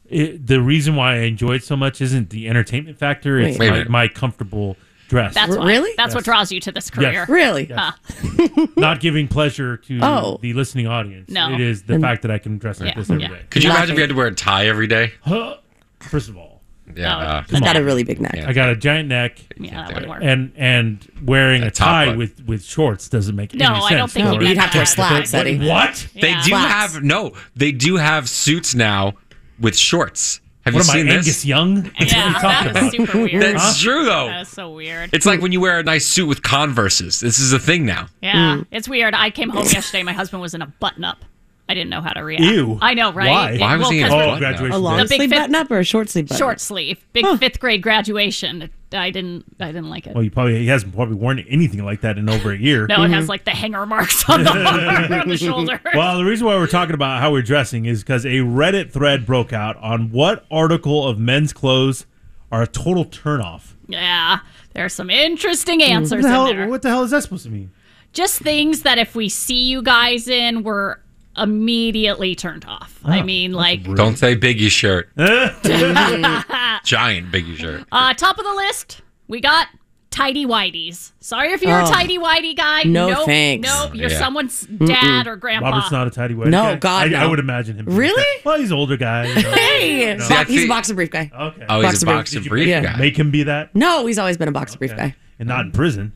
it, the reason why I enjoy it so much isn't the entertainment factor. It's
Wait. Wait a
my,
minute.
my comfortable dress.
That's why. That's what draws you to this career.
Really?
Huh.
Not giving pleasure to
Oh.
the listening audience.
No.
It is the
And-
fact that I can dress like
Yeah,
this every day.
yeah.
Could you imagine if you had to wear a tie every day?
First of all,
Yeah. uh,
come
got
on.
a really big neck.
I got a giant neck.
Yeah, that would work.
And and wearing a,
top
tie
button.
with, with shorts doesn't make
No,
any
I
sense.
don't think
for
you'd
it.
You'd have to wear
slacks,
But-
Eddie.
What?
They do
Flax.
have no. They do have suits now with shorts. Have
What
you
am I,
seen this?
Angus Young?
Yeah, that is super weird.
That's true though.
That is so weird.
It's like when you wear a nice suit with Converses. This is a thing now.
Yeah, it's weird. I came home yesterday. My husband was in a button up. I didn't know how to react.
Ew.
I know, right?
Why?
It-
Why was he in a
'cause
button
we're-
up? Graduation
A long
The big
sleeve
fit-
button up or a short sleeve button?
Short sleeve, big fifth grade graduation. I didn't. I didn't like it.
Well, you probably he hasn't probably worn anything like that in over a year.
no, it has like the hanger marks on the, arm, on the shoulder.
Mm-hmm. Well, the reason why we're talking about how we're dressing is because a Reddit thread broke out on what article of men's clothes are a total turnoff.
Yeah, there's some interesting answers
Mm. What the hell?
in there.
What the hell is that supposed to mean?
Just things that if we see you guys in, we're immediately turned off. I
Oh,
mean, like
Don't say Biggie shirt.
Mm.
Giant Biggie shirt.
Uh, top of the list, we got tidy whities. Sorry if you're
Oh.
a tidy whitey guy.
No
nope,
thanks.
Nope, you're
Yeah.
someone's
Mm-mm.
dad or grandpa.
Robert's not a tidy white
No,
guy.
God,
I, I
no.
would imagine him. being
Really?
that. Well, he's an older guy. you know.
Hey,
No.
Bo-
See, I
he's a
think-
boxer brief guy. Okay.
Oh, he's a boxer brief
Yeah.
guy.
Make him be that,
No, he's always been a boxer brief guy.
and not in prison.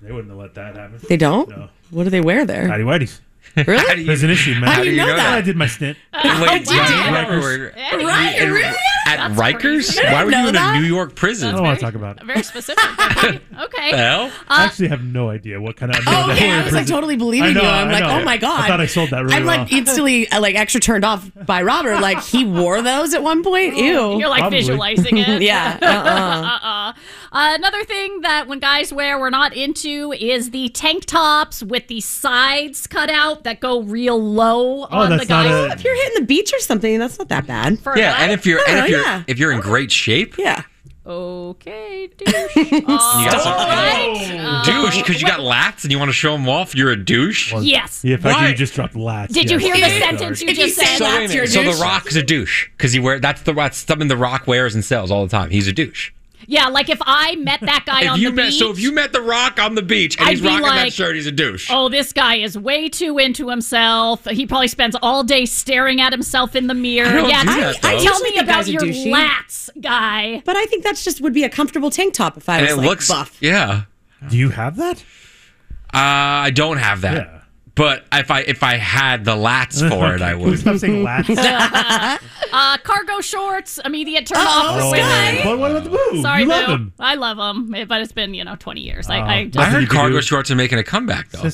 They wouldn't have let that happen.
They don't.
No.
What do they wear there?
Tidy whities.
Really?
There's an issue, man.
How do you know that?
I did my stint.
Oh,
Wait,
wow.
Rikers.
Right,
And-
really?
At
That's
Rikers?
crazy. I didn't
Why were
know
you in
that.
a New York prison?
I don't want to talk about it.
Very specific. okay.
I
Uh,
actually have no idea what kind of.
Oh, okay, I was like totally believing you. I'm like, oh my god.
I thought I sold that really
I'm
well.
like instantly uh, like extra turned off by Robert. Like he wore those at one point. Ew.
You're like visualizing it.
yeah. Uh-uh.
Uh-uh. Uh, another thing that when guys wear we're not into is the tank tops with the sides cut out that go real low on the guys.
if you're hitting the beach or something, that's not that bad.
For
Yeah, and if you're
I don't
and if
know,
you're
yeah.
if you're in great shape,
yeah,
Okay, douche. All
you got some-
right.
douche,
Uh,
because you got lats and you want to show them off. You're a douche.
Yes.
Yeah, in fact,
Why?
you just dropped lats.
Uh, Did you hear the sentence you
If you
just
say
said?
So wait a that's minute. your
So the Rock's a douche because he wear that's the that's something the Rock wears and sells all the time. He's a douche.
Yeah, like if I met that guy
if
on
you
the
met,
beach,
so if you met The Rock on the beach and
I'd
he's
be
rocking that
like,
shirt, he's a douche.
oh, this guy is way too into himself. He probably spends all day staring at himself in the mirror.
I don't
yeah,
do
t-
that, though.
tell
usually
me
think
about
guys are
your
douchey.
lats, guy.
But I think that's just would be a comfortable tank top if I
and
was
it
like
looks
buff.
yeah.
Do you have that?
Uh, I don't have that. But if I if I had the lats for it, I would.
Stop saying lats.
Uh, cargo shorts, immediate turn off.
Oh,
for women.
But what about the boo?
Sorry,
you love
boo.
them.
I love them, but it's been you know twenty years. I, I
I
just Hmm.
heard cargo shorts are making a comeback though.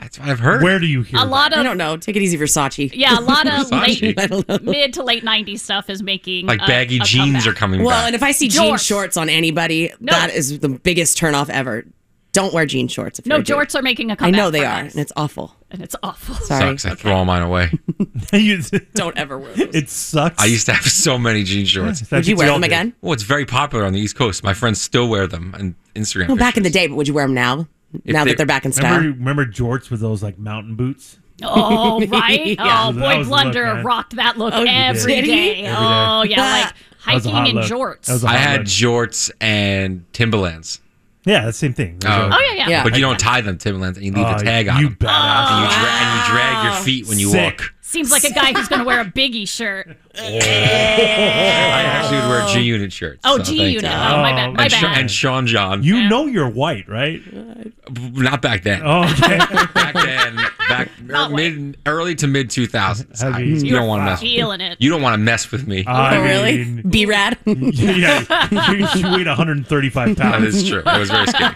That's what I've heard.
Where do you hear?
a lot of
I don't know. Take it easy, Versace.
yeah, a lot of
Versace.
late,
I
Oh.
don't know.
mid to late '90s stuff is making
Like
a-
baggy
a
jeans are coming
Well,
back.
and if I see jean
Jorts.
shorts on anybody,
No.
that is the biggest turnoff ever. Don't wear jean shorts. If
No,
you're a dude.
jorts are making a
I
comeback.
know they
for
are,
us,
and it's awful.
and it's awful.
Sorry.
Sucks. I throw all mine away.
You-
Don't ever wear those.
it sucks.
I used to have so many jean shorts.
Would you wear them again?
Well, it's very popular on the East Coast. My friends still wear them on Instagram.
Well, back in the day, but would you wear them now?
If
now
they-
that they're back in style.
Remember, remember jorts with those like mountain boots?
Oh right!
Yeah.
Oh
That
boy,
was the
Blunder
look, man.
rocked that look
Oh, you
every
did. Did
day.
he?
Every
Oh
day.
yeah, like
That was a hot
hiking in
look.
jorts.
That was a
I
hot
had
look.
jorts and Timberlands.
yeah, the same thing.
Oh.
oh yeah, yeah.
Yeah.
But you don't tie them, Timberlands, and you leave
Oh,
the tag on
you
them.
badass.
And you, dra- and you drag
Oh.
your feet when you
Sick.
walk.
Seems like a guy who's going to wear a Biggie shirt.
I actually would wear G Unit shirts.
Oh,
so
G
thank
Unit.
you.
Oh, my bad.
Oh,
My
and, Sha-
bad.
and Sean John.
You know you're white, right?
Not back then.
Oh, okay.
Back then, back
Not white.
mid, early to mid 2000s.
Heavy.
You,
You're
don't want to mess. With,
Feeling it.
you don't want to mess with me.
I
oh, really?
mean,
B rad?
yeah, you, you weighed
that
135 pounds.
is true. It was very scary.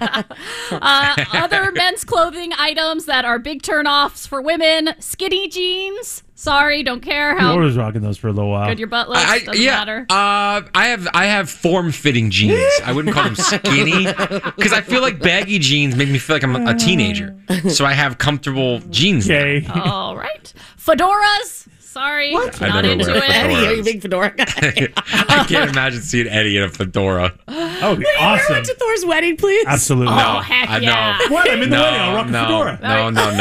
Uh, other men's clothing items that are big turnoffs for women: skinny jeans. Sorry, don't care
I
how
was rocking those for a little while.
good your butt looks.
I,
Doesn't
yeah,
matter.
Uh, I have I have form fitting jeans. I wouldn't call them skinny because I feel like baggy jeans make me feel like I'm a teenager. So I have comfortable jeans. now.
okay.
All right, fedoras. Sorry,
I
not
never
into
wear
it.
Eddie,
fedoras.
are you a big fedora guy?
I can't imagine seeing Eddie in a fedora.
That would be
I
awesome.
went to Thor's wedding, please.
Absolutely.
Oh heck
I know.
yeah!
What? I'm in the wedding. I'll rock
no,
a fedora.
no, no, no,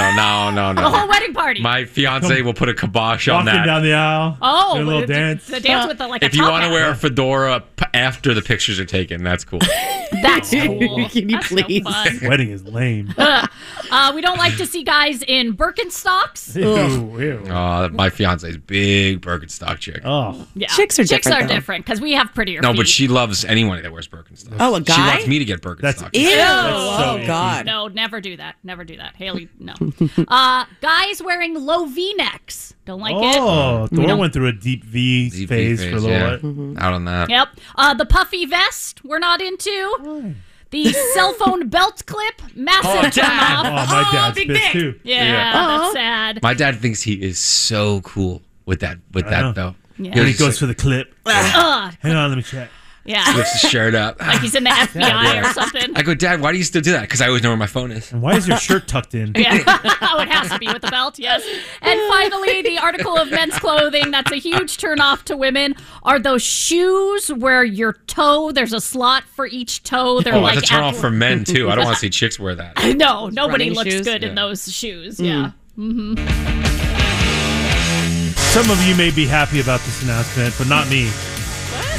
no, no,
The whole
no.
wedding party.
My fiance will put a kibosh on
Walking
that.
down the aisle.
oh,
do a little
the-
dance.
The dance with the like. a
if you
top
want to
hat.
wear a fedora p- after the pictures are taken, that's cool.
That's cool.
Can you
That's so
please?
fun.
Wedding is lame.
Uh, we don't like to see guys in Birkenstocks.
Ew, ew.
Uh, my fiance's big Birkenstock chick.
Oh,
Yeah.
Chicks are
Chicks
different,
are
though.
different because we have prettier.
No, but
feet.
she loves anyone that wears Birkenstocks.
Oh, a
She
guy?
wants me to get Birkenstocks.
That's
Ew.
so
oh,
icky.
God.
No, never do that. Never do that. Haley, no. uh, guys wearing low V necks. Don't like it.
oh,
We
Thor
don't-
went through a deep V
Mm-hmm. Deep
phase,
V
for a little
yeah.
while.
Out on that.
Yep. Uh, the puffy vest, we're not into. The cell phone belt clip, massive turn
Oh,
off.
my dad's
big
pissed
dick.
too.
Yeah, that's sad.
My dad thinks he is so cool with that. With
know.
that though,
Yeah.
He'll
When he
just,
goes for the clip.
Ugh.
Hang on, let me check.
like,
Yeah.
lifts his shirt up.
He's in the FBI or something.
I go, Dad, why do you still do that? Because I always know where my phone is.
And why is your shirt tucked in?
Yeah. oh, it has to be with the belt, yes. And finally, the article of men's clothing that's a huge turnoff to women are those shoes where your toe, there's a slot for each toe. They're
Oh,
like,
that's a turn off
at-
for men too. I don't want to see chicks wear that.
no, nobody
Running
looks
shoes?
good in those
Mm.
shoes.
Mm.
Yeah. Mm-hmm.
Some of you may be happy about this announcement, but not me.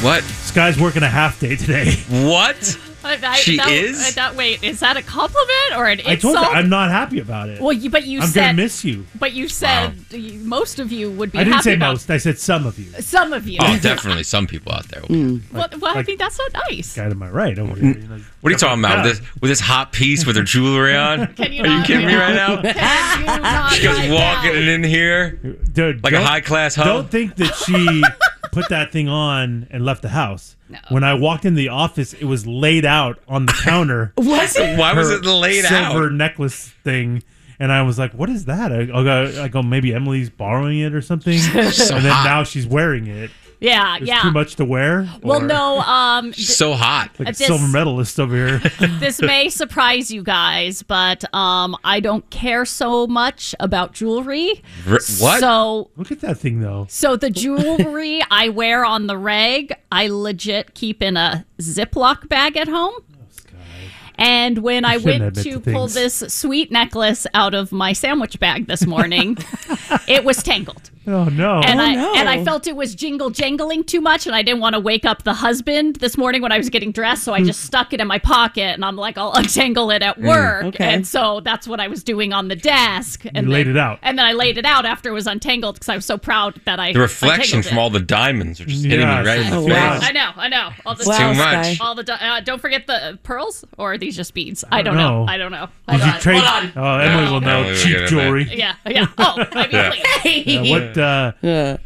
What?
Sky's working a half day today.
What?
I, I,
She
that,
is?
I, that, wait, is that a compliment or an
I told
insult?
you I'm not happy about it.
well, you, but you
I'm
said,
gonna miss you.
but you said you- most of you would be
I didn't
happy
say
about
most. I said some of you.
some of you.
Oh, definitely some people out there.
well, well, I
like-
think that's not nice.
Guy to my right over here. You know,
What are you talking about?
Yeah.
With this with this hot piece with her jewelry on?
Can you
are you
not
kidding me
do
right now?
Can you not
She goes
right
walking
now?
in here
Dude,
like a
don't-
high class hoe.
Don't think that she put that thing on and left the house. When I walked in the office, it was laid out on the counter.
Was it?
Why was
her
it laid
silver
out?
necklace thing. And I was like, "What is that?" I, I go, I go, maybe Emily's borrowing it or something. and then
hot.
now she's wearing it.
Yeah,
It's
Uh, yeah.
too much to wear.
Well,
Or-
no. Um, th-
So hot.
like a
this-
silver medalist over here.
this may surprise you guys, but um, I don't care so much about jewelry.
R- what?
So,
Look at that thing though.
so the jewelry I wear on the reg, I legit keep in a Ziploc bag at home. And when I
shouldn't
went
admit
to
to
pull
things.
this sweet necklace out of my sandwich bag this morning, it was tangled.
Oh no!
and
oh,
I
no.
and I felt it was jingle jangling too much, and I didn't want to wake up the husband this morning when I was getting dressed, so I
Hmm.
just stuck it in my pocket, and I'm like, I'll untangle it at
Mm,
work,
okay.
and so that's what I was doing on the desk, and
You laid
then-
it out.
and then I laid it out after it was untangled because I was so proud that I
The reflection
untangled
from
it.
all the diamonds are just hitting me
Yes.
right in the
Oh,
face.
wow.
I know, I know. All the
It's too much.
All the di- uh, don't forget the pearls, or are these just beads? I don't,
don't
know.
know.
I don't know.
Did
Hold
you
on,
trade?
hold on.
Oh, Emily will know.
Emily will get
Cheap
it
jewelry.
Yeah, yeah. Oh, I mean,
Yeah.
please.
Yeah, what? Uh,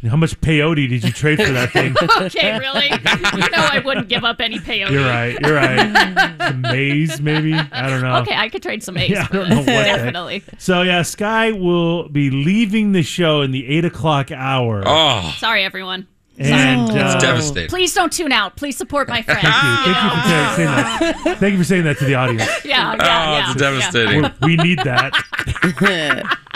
How much peyote did you trade for that thing?
okay, really? no, I wouldn't give up any peyote.
You're right. You're right. Some maize, maybe. I don't know.
Okay, I could trade some eggs.
Uh, Yeah, I
for
don't know
this,
what. the heck.
Definitely.
So yeah, Sky will be leaving the show in the eight o'clock hour.
Sorry, everyone.
and
Sorry.
uh,
Please don't tune out. Please support my friend.
Thank you. Thank you for ta- saying that. Thank you for saying that to the audience.
Yeah, yeah,
Oh,
yeah.
it's devastating.
We're- We need that.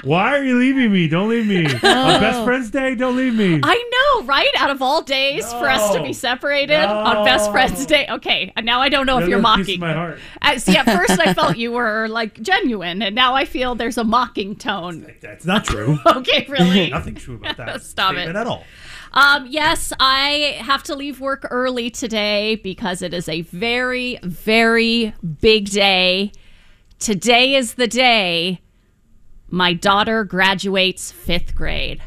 Why are you leaving me? Don't leave me.
Oh.
On Best Friends Day, don't leave me.
I know, right? Out of all days for us to be separated on Best Friends Day. Okay, and now I don't know if
That
you're
little piece of
mocking.
my heart.
Uh, see, at first I felt you were like genuine, and now I feel there's a mocking tone.
That's not true.
Okay, really?
Nothing true about that.
Stop it.
statement at all.
Um, yes, I have to leave work early today because it is a very, very big day. Today is the day my daughter graduates fifth grade.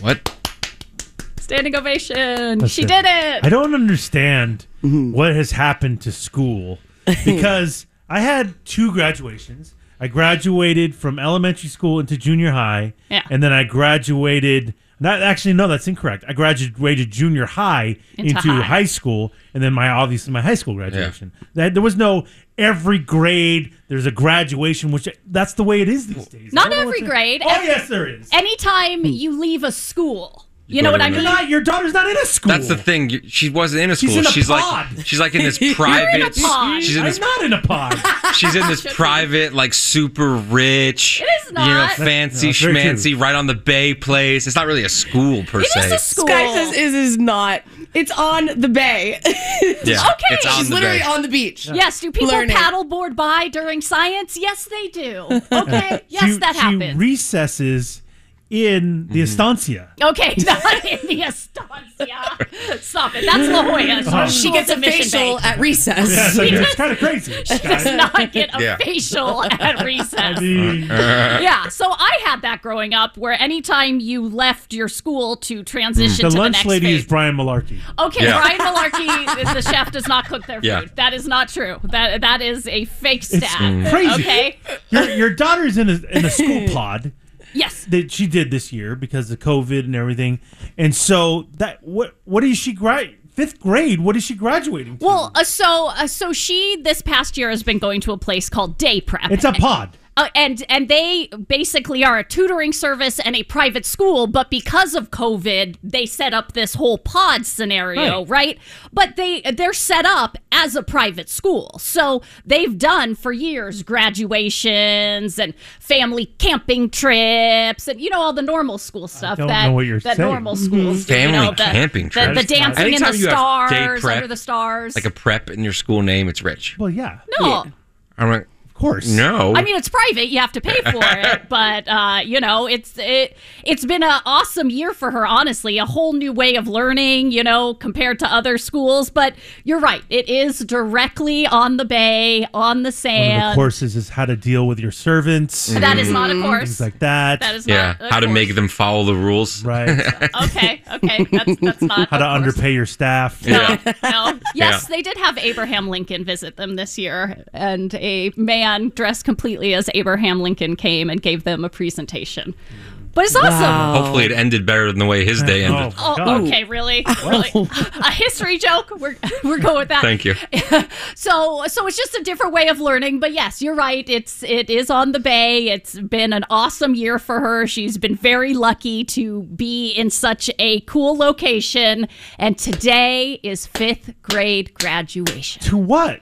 What?
Standing ovation.
That's
she did it.
I don't understand
Mm-hmm.
what has happened to school because I had two graduations. I graduated from elementary school into junior high,
Yeah.
and then I graduated. Not actually, no, that's incorrect. I graduated junior high
Into
into,
high.
high. school, and then my obviously my high school graduation. That there was no every grade. There's a graduation, which that's the way it is these days.
Not every grade.
Oh,
Every-
yes, there is. Hmm.
Anytime you leave a school, you,
You
know
go
what
to
I mean?
another- You're
your daughter's not in a school.
That's the thing. you- She wasn't in a school.
in a
like
pod.
she's like in this
You're in a
private.
pod.
She's in
I'm
this.
not in a pod.
She's in this private, like super rich,
It is
you know,
not.
fancy
No, it's very
schmancy, right on the bay place. It's not really a school per se.
Sky says is is not. It's on the bay.
Yeah, Okay. it's on
She's
the
literally
bay.
on the beach.
Yes, do people
Learning.
paddleboard by during science? Yes, they do. Okay, yes,
she,
that
she
happens.
recesses in the estancia.
Okay, not in the Estancia. Stop it. That's La Jolla.
Oh.
She,
She
gets a facial at recess.
Yeah, it's,
She
like, it's
does-
kind of crazy.
she does not get a
Yeah.
facial at recess.
I mean-
yeah, so I had that growing up where anytime you left your school to transition
the
to the
lunch
next
lady
phase.
is Brian Malarkey.
Okay,
Yeah.
Brian Malarkey, the chef, does not cook their
Yeah.
food. That is not true. That That is a fake
It's
stat.
crazy.
Okay?
Your your daughter's in a in a school pod.
Yes.
That she did this year because of COVID and everything. And so that what what is she grad fifth grade? What is she graduating? to?
Well, uh, so uh, so she this past year has been going to a place called Day Prep.
It's a pod.
Uh, and and they basically are a tutoring service and a private school, but because of COVID, they set up this whole pod scenario, right?
Right.
But they they're set up as a private school, so they've done for years graduations and family camping trips, and you know all the normal school stuff
don't
that
know what you're
that
saying. Mm-hmm.
normal schools do, you
Family
know, the-
camping
the,
trips.
the, dancing
Anytime
in
you
the
have day
stars,
prep,
under the stars,
like a prep in your school name. It's rich.
Well, yeah.
no.
I'm like, of
course.
No.
I mean, it's private. You have to pay for it, but uh, you know, it's it. It's been an awesome year for her. Honestly, a whole new way of learning. You know, compared to other schools. But you're right. It is directly on the bay, on the
One of the
sand.
courses is how to deal with your servants.
That is not a
and
course.
Things like that.
That is
yeah.
not.
How to make them follow the rules.
Right.
okay. Okay. That's that's not.
how to underpay your staff.
Yeah.
No. Yes,
Yeah.
they did have Abraham Lincoln visit them this year, and a man dressed completely as Abraham Lincoln came and gave them a presentation. But it's awesome.
Hopefully, it ended better than the way his day ended.
Oh, okay, really? Really? a history joke? We're we're going with that.
Thank you.
So so it's just a different way of learning, but yes, you're right. It's it is on the bay. It's been an awesome year for her. She's been very lucky to be in such a cool location, and today is 5th grade graduation.
To what?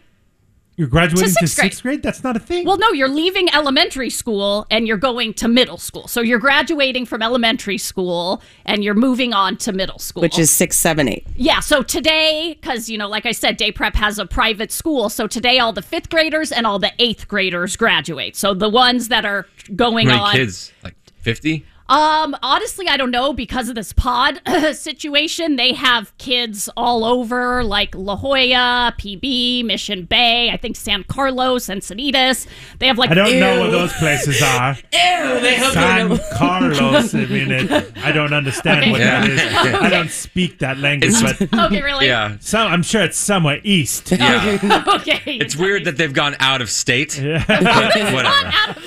You're graduating to sixth grade. That's not a thing.
Well, no, you're leaving elementary school and you're going to middle school. So you're graduating from elementary school and you're moving on to middle school.
Which is six, seven, eight.
Yeah, so today, because, you know, like I said, day prep has a private school. So today, all the fifth graders and all the eighth graders graduate. So the ones that are
How
going
many
on.
kids? Like fifty.
Um, honestly, I don't know because of this pod situation. They have kids all over, like La Jolla, PB, Mission Bay. I think San Carlos, Encinitas. They have like
I don't know
Ew.
what those places are.
Ew, they hope
San
you
Carlos. I mean, it, I don't understand what
Yeah.
that is. I
Okay.
don't speak that language. But
Okay, really?
Yeah.
some, I'm sure it's somewhere east.
Yeah.
okay.
It's weird that they've gone out of state. But Whatever.
out of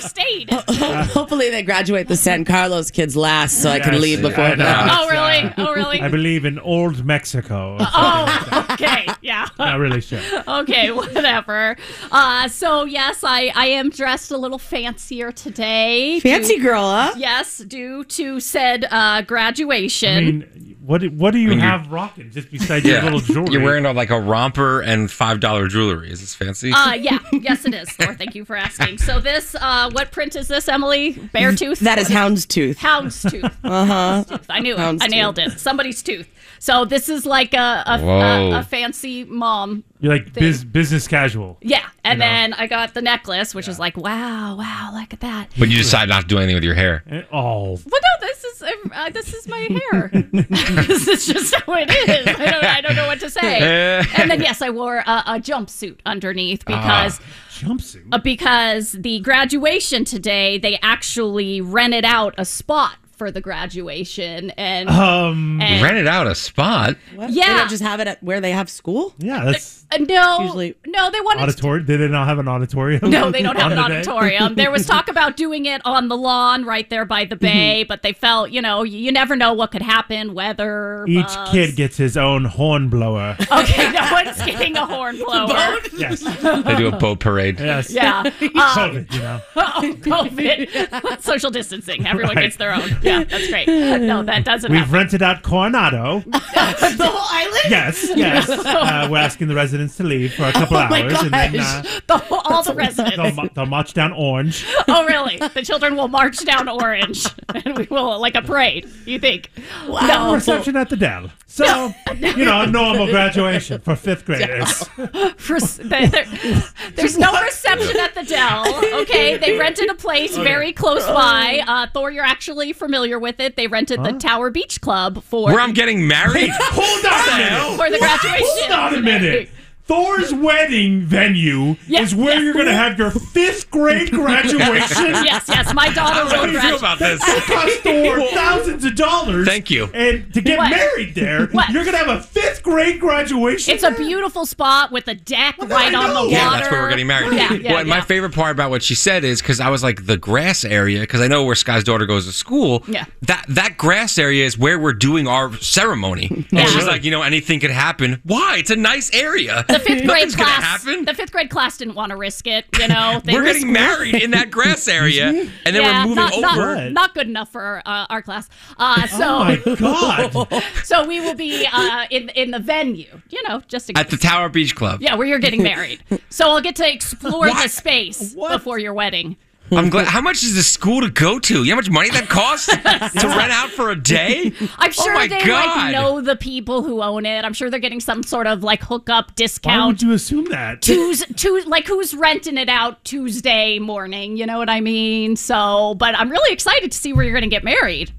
state.
Hopefully they graduate the San Carlos kids last, so I can
Yes,
leave before
I know.
them.
Oh, really? Oh, really?
I believe in old Mexico.
Oh, okay. Yeah.
Not really sure.
okay, whatever. Uh, so yes, I I am dressed a little fancier today.
Fancy girl, huh?
Yes, due to said uh, graduation.
I mean, what do- what do you
I mean, you're-
have rocking just besides your little jewelry?
You're wearing uh, like a romper and five dollar jewelry. Is this fancy?
uh, yeah, yes, it is. Thor, thank you for asking. So this, uh, what print is this, Emily? Beartooth.
That is houndstooth.
Houndstooth.
Uh huh.
I knew it.
Hound's
I nailed it. Somebody's tooth. So this is like a a,
Whoa.
a, a fancy mom
You're like biz, business casual.
Yeah,
You
and
know.
then I got the necklace, which is like, wow, wow, look at that.
But you decide not to do anything with your hair.
Oh.
Well, no, this is uh, this is my hair. this is just how it is. I don't, I don't know what to say. and then yes, I wore a, a jumpsuit
Ah.
underneath because
jumpsuit
uh, because the graduation today they actually rented out a spot for the graduation and
Oh.
Um,
and-
rented out a spot.
Yeah.
They don't just have it at where they have school?
Yeah, that's
Uh, no
Usually-
no they wanted to
auditorium. Did they not have an auditorium?
No, they don't have
on
an
the day?
auditorium. There was talk about doing it on the lawn right there by the
Mm-hmm.
bay, but they felt, you know, you, you never know what could happen, weather.
Each
bugs.
kid gets his own horn blower.
Okay, no one's getting a horn blower.
Yes.
They do a boat parade.
Yes.
Yeah. Um,
COVID, you know.
oh, COVID. Social distancing. Everyone
Right.
gets their own. Yeah, that's great. No, that doesn't
We've
happen.
rented out Coronado.
the whole island?
Yes, yes. Uh, we're asking the residents to leave for a couple
Oh my
hours, and then uh,
gosh. the whole, all the
they'll,
residents.
ma- they'll march down Orange.
oh, really? The children will march down Orange, and we will like a parade. You think?
No reception at the Dell. So you know, a normal graduation for fifth graders.
For, there, there- there's no reception at the Dell. Okay, they rented a place
Okay. Oh.
very close by. Uh, Thor, you're actually familiar with it. They rented the Tower Beach Club for
Where I'm getting married.
Hold on a minute.
for the
Hold
graduation.
on a minute. Thor's wedding venue is where you're going to have your fifth grade graduation.
Yes, yes, my daughter will gradu-
It cost Thor thousands of dollars. Thank
you.
And to get
What?
married there,
What?
you're going to have a fifth grade graduation.
It's a beautiful spot with a deck right on the water.
Yeah, that's where we're getting married.
Yeah, yeah,
well, and my favorite part about what she said is because I was like the grass area because I know where Sky's daughter goes to school.
Yeah.
that that grass area is where we're doing our ceremony. And
Yeah.
she's like, you know, anything could happen. Why? It's a nice area.
The fifth grade
Nothing's gonna
class.
happen.
The fifth grade class didn't want to risk it. You know, They
we're getting
risked-
married in that grass area, and then
yeah,
we're moving
not, not-
over.
Not, good enough for uh, our class. Uh, so,
Oh my God.
so we will be uh, in in the venue. You know, just to,
At the Tower Beach Club.
yeah, where you're getting married. So I'll get to explore the
What?
space before your wedding.
I'm glad. How much is the school to go to? You know how much money that costs to rent out for a day?
I'm sure
oh my
they
God.
like know the people who own it. I'm sure they're getting some sort of like hookup
Why
discount.
would you assume that?
Tues, Tues, like who's renting it out Tuesday morning? You know what I mean. So, but I'm really excited to see where you're going to get married.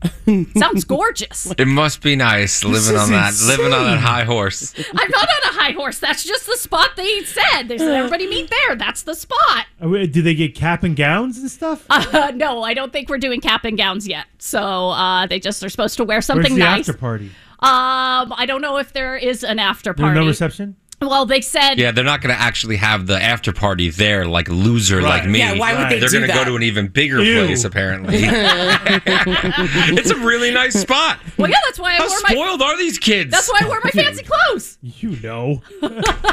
Sounds gorgeous.
It must be nice living
is
on that, living on that
insane.
high horse.
I'm not on a high horse. That's just the spot they said. They said everybody meet there. That's the spot.
Are we- Oh, Do they get cap and gowns and stuff?
Uh, no, I don't think we're doing cap and gowns yet. So uh, they just are supposed to wear something
Where's the
nice.
after party?
Um, I don't know if there is an after
There's
party.
no reception?
Well, they said
Yeah, they're not going to actually have the after party there, like loser like
Right.
me.
Yeah, why would they
They're
do
gonna
that?
go to an even bigger
Ew.
place, apparently. it's a really nice spot.
Well, yeah, that's why I
How
wore my.
spoiled are these kids?
That's why I wore my fancy clothes.
You know.
fancy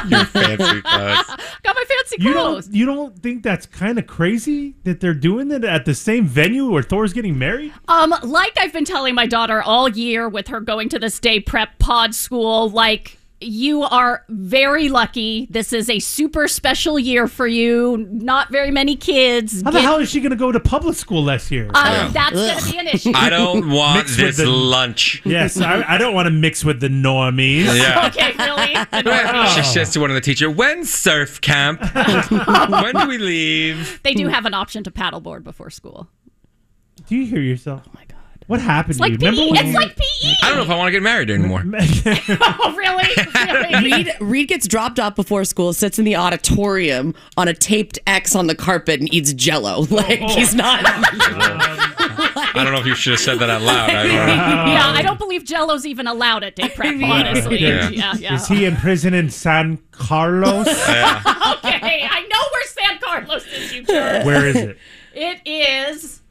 clothes.
Got my fancy
You
clothes.
don't, you don't think that's kind of crazy that they're doing it at the same venue where Thor's getting married?
Um, like I've been telling my daughter all year with her going to this day prep pod school, like you are very lucky. This is a super special year for you. Not very many kids.
How the
get-
hell is she going to go to public school next year?
Uh, That's going to be an issue.
I don't want
Mixed with
this
the-
lunch.
Yes, I, I don't want to mix with the normies.
Yeah.
Okay, really?
She says to one of the teacher, "When surf camp? when do we leave?"
They do have an option to paddleboard before school. Oh
Do you hear yourself? What happened
It's
to you?
like PE.
Remember when
It's
you-
like E. PE.
I don't know if I want to get married anymore.
oh, really?
Reed, Reed gets dropped off before school, sits in the auditorium on a taped X on the carpet, and eats jello. Like
Oh.
he's not.
I don't know if you should have said that out loud. I don't know.
yeah, I don't believe Jello's even allowed at day prep. Honestly, yeah,
Yeah.
yeah.
Is he in prison in San Carlos?
okay, I know where San Carlos is. You jerk.
Where is it?
It is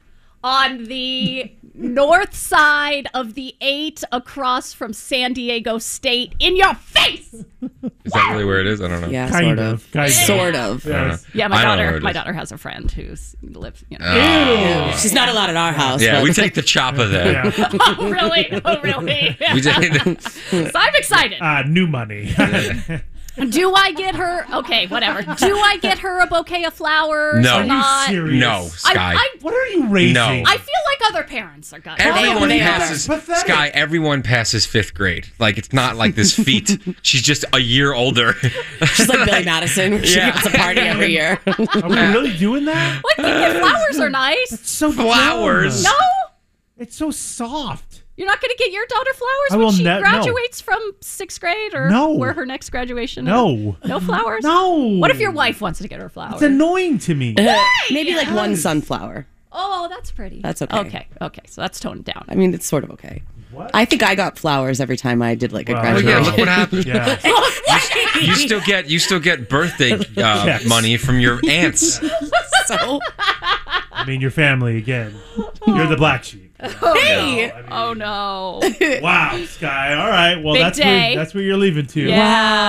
on the north side of the eight, across from San Diego State. In your face.
Is that really where it is? I don't know.
Yeah,
Kind sort of, of. kind of.
Sort of.
I don't know.
Yeah, my
I don't know where
daughter.
it
My
is.
daughter has a friend who's lives. You know.
Oh. Ew.
She's not allowed at our house.
Yeah,
but-
we take the chopper there.
oh really? Oh really?
We take
So I'm excited.
Uh, new money.
Do I get her? Okay, whatever. Do I get her a bouquet of flowers?
No.
Or not?
Are you serious? No, Sky.
what are you raising?
No.
I feel like other parents are guys.
Everyone passes Sky. Everyone passes fifth grade. Like it's not like this feat. She's just a year older.
She's like Billy Madison. Where she
Yeah.
gives a party every year.
Are we really doing that?
I think if flowers are nice.
so
Flowers.
No,
It's so soft.
you're not going to get your daughter flowers
I
when
will
she
ne- no.
graduates from sixth grade or
No.
where her next graduation.
No.
is. no flowers.
No.
What if your wife wants to get her flowers?
It's annoying to me.
Uh, Maybe like one sunflower.
oh, that's pretty.
That's okay.
Okay, okay. So that's toned down.
I mean, it's sort of okay. I think I got flowers every time I did like a
Oh,
graduation.
yeah, look what happened.
What?
You still get you still get birthday uh,
Yes.
money from your aunts.
so
I mean, your family again. You're the black sheep.
Oh, hey. oh no.
Wow, Sky. All right. Well,
Big
that's
day.
where, that's where you're leaving to.
Yeah,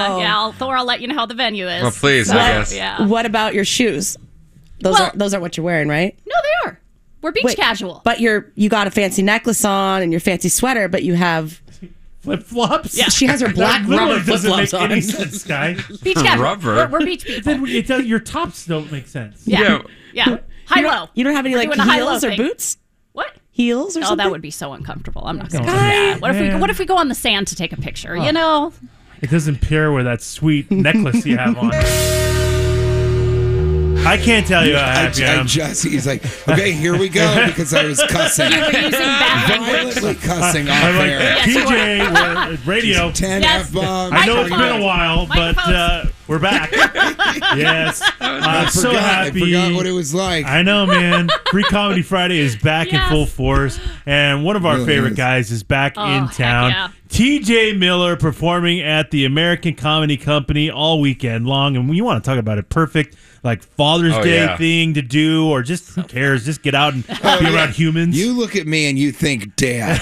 Wow.
yeah. I'll, Thor, I'll let you know how the venue is.
Well, please, I guess.
Yeah.
What about your shoes? Those
Well-
aren't those aren't what you're wearing, right?
No, they are. We're beach
Wait,
casual.
But you're you got a fancy necklace on and your fancy sweater, but you have
Flip flops.
Yeah. She has her black
that literally
rubber
doesn't make
flip-flops on.
any sense, Sky.
Beach casual.
Rubber.
We're, we're beach people.
then it does, your tops don't make sense.
Yeah. Yeah. High low.
you don't have any
We're
like
doing a high-low
heels or
thing.
boots,
What?
heels or
Oh,
something.
that would be so uncomfortable. I'm not
No.
going to do that. What if we
Man.
what if we go on the sand to take a picture? You know?
It doesn't pair with that sweet necklace you have on. I can't tell you how
I,
happy I,
I
am.
just, he's like, okay, here we go, because I was cussing.
You were using bad language.
Violently cussing off
I'm like,
air.
PJ, we're- radio.
10
Yes.
F bombs.
I know it's been a while, but
Microphones.
uh, we're back. yes.
I
I'm
forgot,
so happy.
I forgot what it was like.
I know, man. Free Comedy Friday is back
Yes.
in full force, and one of our
Really
favorite
is.
guys is back
Oh,
in
heck
town.
yeah.
TJ Miller performing at the American Comedy Company all weekend long, and you want to talk about a perfect like Father's
Oh,
Day
yeah.
thing to do, or just who cares? Just get out and be
Oh, yeah.
around humans,
You look at me and you think dad.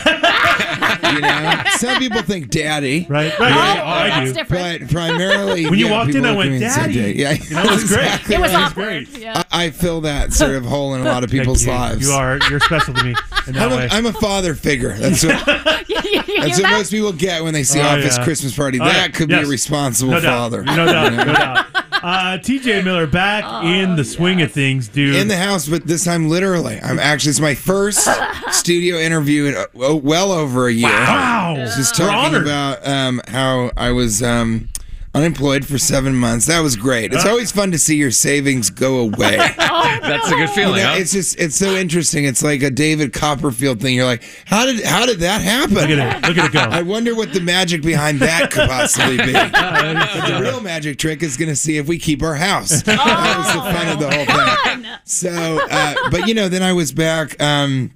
you know, some people think daddy,
right? Right.
oh,
I
that's
do.
different.
but primarily
When you
yeah,
walked in,
people
I
look
went,
at me and say
"Daddy."
dad. Yeah,
You know, it was great.
It was
It was
awkward.
great.
Yeah.
I, I fill that sort of hole in a lot of
Thank
people's
you.
lives.
You are you're special to me in that
I'm
way.
a, I'm a father figure. That's what,
you you hear
that's what
that?
most people get when they see
Oh,
Office
yeah.
Christmas Party.
Oh,
that
yeah.
could be
Yes.
a responsible
no
father.
Doubt. No doubt. No doubt. Uh, TJ Miller back
Oh,
in the swing of things, dude.
in the house, but this time literally. I'm actually it's my first studio interview in uh, oh, well over a year.
Wow.
I was Just
We're
talking
honored.
about um, how I was um, unemployed for seven months. That was great.
Uh.
It's always fun to see your savings go away.
That's a good
You know,
feeling. huh?
it's just it's so interesting. It's like a David Copperfield thing. You're like, how did how did that happen?
Look at it. Look at it
I
go.
wonder what the magic behind that could possibly be. But the real magic trick is going to see if we keep our house. that was the fun of the whole thing. So, uh, but you know, then I was back um,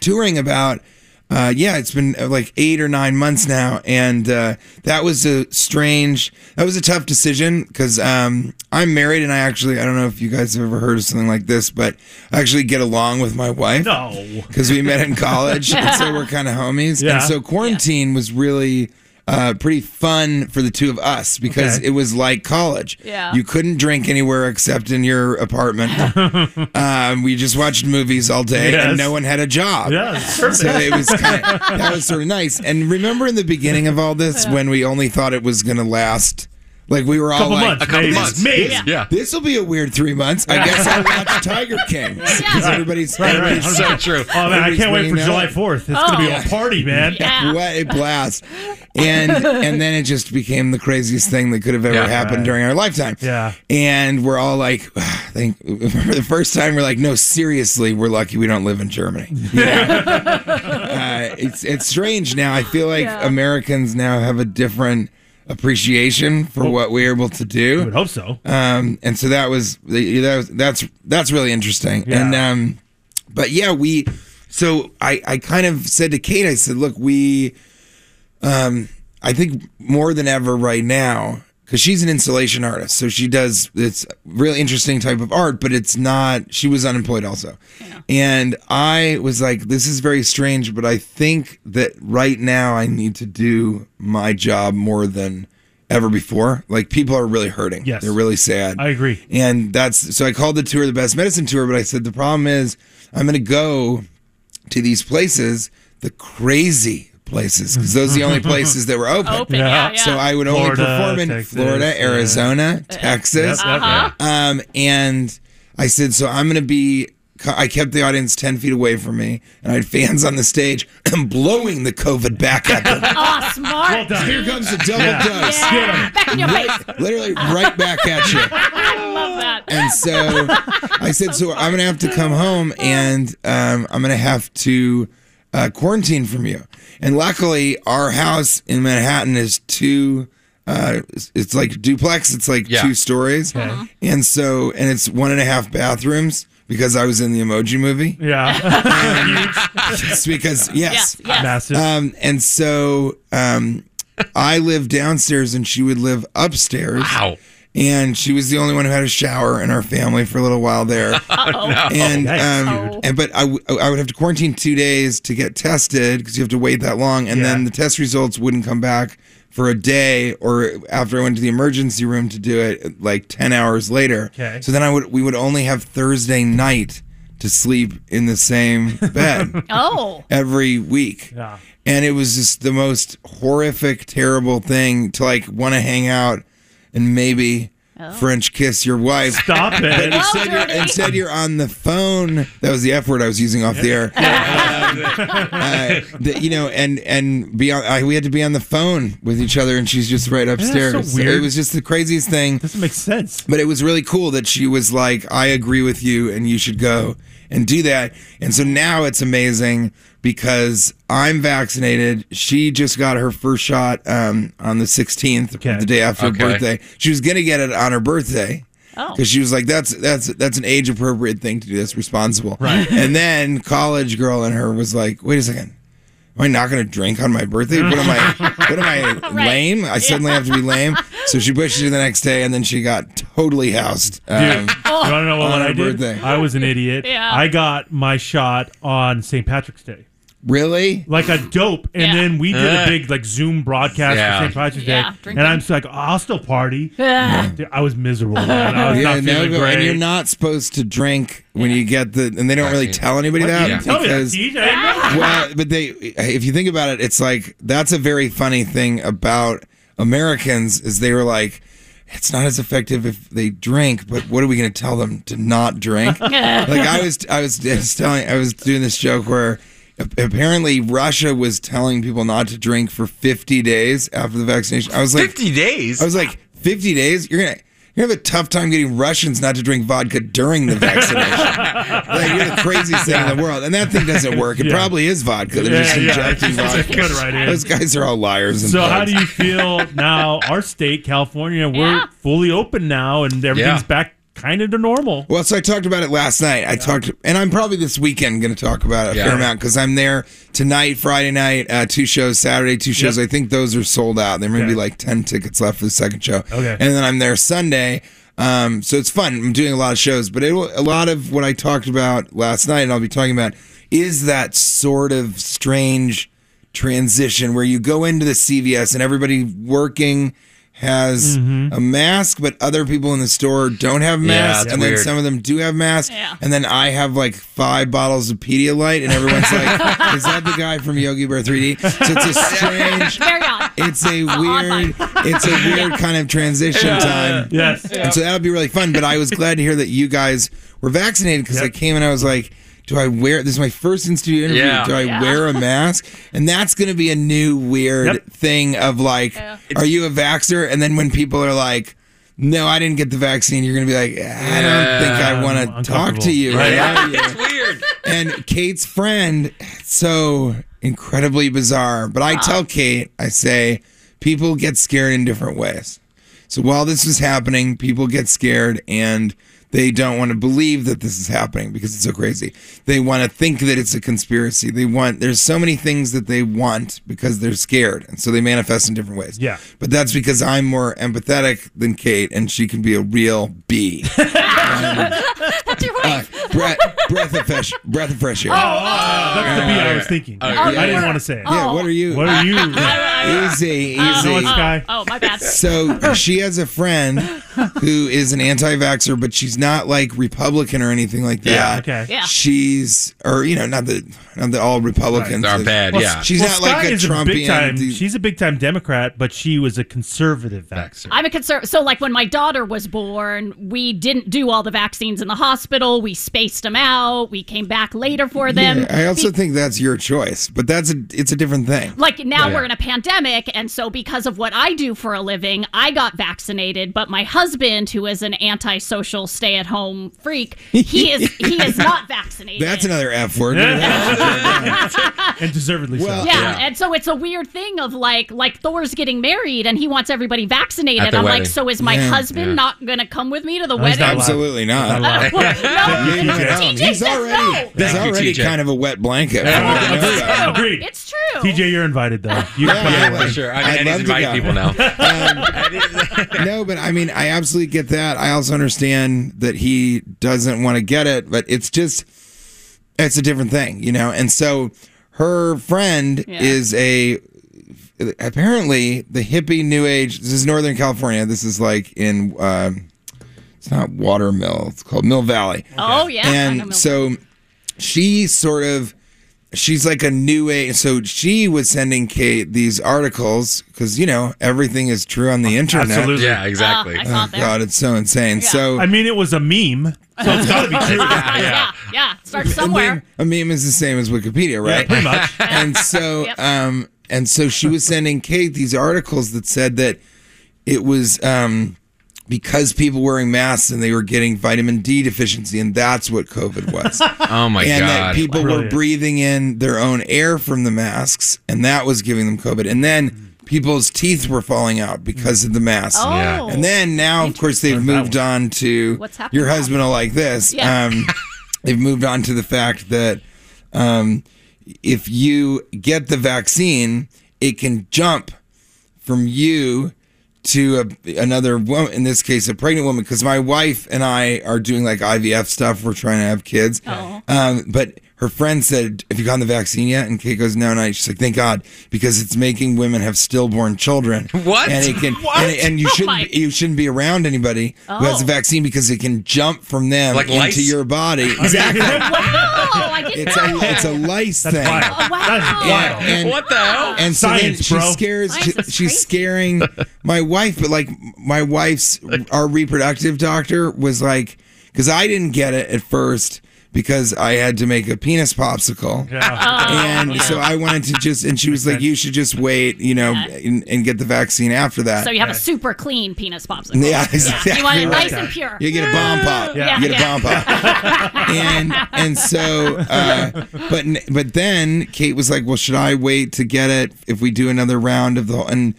touring about. Uh, yeah, it's been uh, like eight or nine months now, and uh, that was a strange. That was a tough decision because um, I'm married, and I actually I don't know if you guys have ever heard of something like this, but I actually get along with my wife
No.
because we met in college, and so we're kind of homies.
Yeah.
And so quarantine was really uh, pretty fun for the two of us because
Okay.
it was like college.
Yeah.
You couldn't drink anywhere except in your apartment. um, we just watched movies all day,
Yes.
and no one had a job.
Yeah, it's
So
perfect.
it was kind of, that was sort of nice. And remember in the beginning of all this when we only thought it was going to last Like we were all
Couple
like,
months, A couple
this-
months.
this-
Yeah. Yeah.
This will be a weird three months. I guess I'll watch Tiger King because
Right.
everybody's,
Right, right.
everybody's-
So true.
Oh man, I
everybody's
can't wait
bringing
for
that
July
up.
Fourth. It's gonna be
Yeah.
a party, man.
What a blast. And and then it just became the craziest thing that could have ever
Yeah.
happened
Right.
during our lifetime.
Yeah.
And we're all like, I think for the first time we're like, no, seriously, we're lucky we don't live in Germany. You know? uh, it's it's strange now. I feel like
Yeah.
Americans now have a different appreciation for what we're able to do. I would
hope so.
Um, and so that was that was that's that's really interesting.
Yeah.
And um, but yeah, we. So I I kind of said to Kate, I said, look, we, um, I think more than ever right now. Because she's an installation artist, so she does it's really interesting type of art, but it's not. She was unemployed also, and I was like, this is very strange, but I think that right now I need to do my job more than ever before. Like people are really hurting.
Yes.
They're really sad.
I agree.
And that's so I called the tour the best medicine tour, but I said the problem is I'm going to go to these places, the crazy places, because those are the only places that were open.
Open, yeah, yeah.
So I would only
Florida,
perform in
Texas,
Florida,
yeah.
Arizona,
Uh, yep,
Texas.
yep, Uh-huh.
Um, and I said, so I'm going to be. I kept the audience ten feet away from me, and I had fans on the stage and blowing the COVID back at them.
oh, smart.
Well done. Here comes the double
Yeah.
dose.
Yeah.
Get 'em.
Back in your
Right-
face.
Literally right back at you.
I love that.
And so I said, so I'm going to have to come home and um, I'm going to have to uh, quarantine from you. And luckily, our house in Manhattan is two. Uh, it's- it's like duplex. It's like two stories, and so and it's one and a half bathrooms because I was in the Emoji movie.
Yeah.
it's because yes,
Yes, yes. Massive.
Um, and so um, I lived downstairs, and she would live upstairs. Wow. And she was the only one who had a shower in our family for a little while there.
Uh-oh. no.
And
Oh, Yikes.
um, and but I, w- I would have to quarantine two days to get tested because you have to wait that long, and then the test results wouldn't come back for a day or after I went to the emergency room to do it like ten hours later.
Okay.
So then I would we would only have Thursday night to sleep in the same bed
Oh.
every week.
Yeah.
And it was just the most horrific, terrible thing to like want to hang out and maybe French kiss your wife.
Stop it.
But
Oh,
instead, you're,
Jordy.
instead, you're on the phone. That was the F word I was using off the air. Um, Uh, that, you know, and and be on, I, we had to be on the phone with each other, and she's just right upstairs.
so weird.
It was just the craziest thing.
Doesn't make sense.
But it was really cool that she was like, "I agree with you, and you should go and do that." And so now it's amazing because I'm vaccinated. She just got her first shot um, on the 16th, the day after
Okay.
her birthday. She was gonna get it on her birthday.
Oh.
Because she was like, that's that's that's an age appropriate thing to do. That's responsible.
Right.
And then college girl in her was like, wait a second, am I not going to drink on my birthday? What am I? What am I lame? I suddenly have to be lame. So she pushed it the next day, and then she got totally housed.
Dude,
um,
you want to know what
on her
I did?
birthday.
I was an idiot.
Yeah.
I got my shot on St. Patrick's Day.
Really?
Like a dope. And then we did a
Ugh.
big like Zoom broadcast
Yeah.
for St. Patrick's
Yeah,
Day.
drinking.
And I'm just like, "Oh, I'll still party.
Yeah.
Dude, I was miserable. Man. I was not
no
feeling
go-
great.
and you're not supposed to drink when you get the, and they don't really tell anybody
What?
that
You didn't tell me that,
because
Siege. I didn't know.
well, but they, if you think about it, it's like that's a very funny thing about Americans is they were like, it's not as effective if they drink, but what are we going to tell them to not drink? like I was, I was just telling, I was doing this joke where a- apparently Russia was telling people not to drink for 50 days after the vaccination. I was like, 50
days.
I was like, 50 days. You're gonna. You are gonna have a tough time getting Russians not to drink vodka during the vaccination. like, you're the craziest thing in the world, and that thing doesn't work. It
Yeah.
probably is vodka. They're
Yeah,
just
yeah.
injecting
It's
vodka.
just good right in.
Those guys are all liars. And
So
thugs.
how do you feel now? Our state, California, we're fully open now, and everything's
Yeah.
back kind of to normal.
Well, so I talked about it last night. I talked, and I'm probably this weekend going to talk about it a
Yeah.
fair amount because I'm there tonight, Friday night, uh, two shows, Saturday, two shows. I think those are sold out. There may be like 10 tickets left for the second show.
Okay.
And then I'm there Sunday. Um, so it's fun. I'm doing a lot of shows, but it, will- a lot of what I talked about last night and I'll be talking about is that sort of strange transition where you go into the CVS and everybody working has a mask, but other people in the store don't have
Yeah,
masks,
that's
and then
weird.
some of them do have masks, and then I have like five bottles of Pedialyte, and everyone's like, "Is that the guy from Yogi Bear 3D?" So it's a strange.
Very odd.
It's a weird, it's a weird kind of transition
Yeah.
time.
Yes.
And so that would be really fun. But I was glad to hear that you guys were vaccinated because I came and I was like, do I wear this is my first in studio interview?
Yeah.
Do I
Yeah.
wear a mask? And that's gonna be a new weird thing of like, are you a vaxxer? And then when people are like no, I didn't get the vaccine. You're gonna be like, I don't think I want to talk to you.
Right.
I love you.
It's
weird.
And Kate's friend, so incredibly bizarre. But I tell Kate, I say, people get scared in different ways. So while this is happening, people get scared and they don't want to believe that this is happening because it's so crazy. They want to think that it's a conspiracy. They want there's so many things that they want because they're scared. And so they manifest in different ways.
Yeah.
But that's because I'm more empathetic than Kate and she can be a real bee.
That's your
Uh, breath, breath of fresh breath of fresh air.
Oh, that's the beat I was thinking. I didn't want to say it.
Yeah, what are you?
What are you?
easy, easy.
Oh, no, it's Sky.
Oh, my bad.
So she has a friend who is an anti-vaxxer, but she's not like Republican or anything like
Yeah,
that.
okay. Yeah.
She's or you know not that not that all Republicans
Right, they're bad,
Well,
She's
well,
not like
Sky
a
is
Trumpian.
big time, she's a big time Democrat, but she was a conservative vaxxer.
I'm a conservative. So, like when my daughter was born, we didn't do all the vaccines in the hospital. We spaced them out. We came back later for them.
Yeah, I also
Be-
think that's your choice, but that's a it's a different thing.
like now
Yeah.
we're in a pandemic, and so because of what I do for a living, I got vaccinated. But my husband, who is an antisocial stay-at-home freak, he is he is not vaccinated.
That's another F word.
and deservedly
so.
yeah. and so it's a weird thing of like, like Thor's getting married and he wants everybody vaccinated.
At the
I'm
wedding.
like, so is my
Yeah.
husband
Yeah.
not gonna come with me to the
No, he's
wedding?
not allowed. Absolutely not.
Uh, well, no,
Yeah, you
TJ
don't. He's
says
already,
no.
he's
Thank you,
already
TJ.
kind of a wet blanket.
Agreed.
It's true.
TJ, you're invited though. You
Yeah,
can come
yeah,
over.
like, I'd love to go. Um, no, but I mean, I absolutely get that. I also understand that he doesn't want to get it, but it's just, it's a different thing, you know? And so her friend
Yeah.
is a, apparently the hippie new age, this is Northern California. This is like in, um, it's not Watermill, it's called Mill Valley.
Oh, yeah, I know Mill
And so she sort of she's like a new age. So she was sending Kate these articles because you know everything is true on the internet.
Absolutely. Yeah, exactly. Oh, I saw
Oh,
that.
God, it's so insane. So
I mean, it was a meme, so it's got to be true.
yeah, start
a meme,
somewhere.
a meme is the same as Wikipedia, right?
pretty much.
and so,
Yep.
um, and so she was sending Kate these articles that said that it was um, because people wearing masks and they were getting vitamin D deficiency, and that's what COVID was.
Oh my
and
God.
that people were
Brilliant.
breathing in their own air from the masks, and that was giving them COVID. And then people's teeth were falling out because of the mask.
Oh. Yeah.
And then now, of course, they've moved on to
What's happening
your husband will like this.
Yeah.
Um, they've moved on to the fact that um, if you get the vaccine, it can jump from you to a, another woman, in this case, a pregnant woman, because my wife and I are doing like IVF stuff. We're trying to have kids.
Oh.
Um, but her friend said, Have you gotten the vaccine yet? And Kate goes, No, no. She's like, Thank God, because it's making women have stillborn children.
What?
And it can,
What?
And, and you
Oh
shouldn't,
my-
you shouldn't be around anybody who
Oh.
has the vaccine because it can jump from them
Like
into
lice?
your body. Exactly.
Oh, I didn't
It's
know.
a, it's a lice thing.
Oh, wow.
what the hell?
And so then
Science,
she
bro.
scares. she- she's scaring my wife, but like my wife's our reproductive doctor was like, because I didn't get it at first because I had to make a penis popsicle,
Oh.
and so I wanted to just. And she was like, "You should just wait, you know, and, and get the vaccine after that."
So you have a super clean penis popsicle.
Yeah, exactly.
You want it nice
right.
and pure.
You get a bomb pop.
Yeah.
You get a
Yeah.
bomb pop. and and so, uh, but but then Kate was like, "Well, should I wait to get it if we do another round of the?" And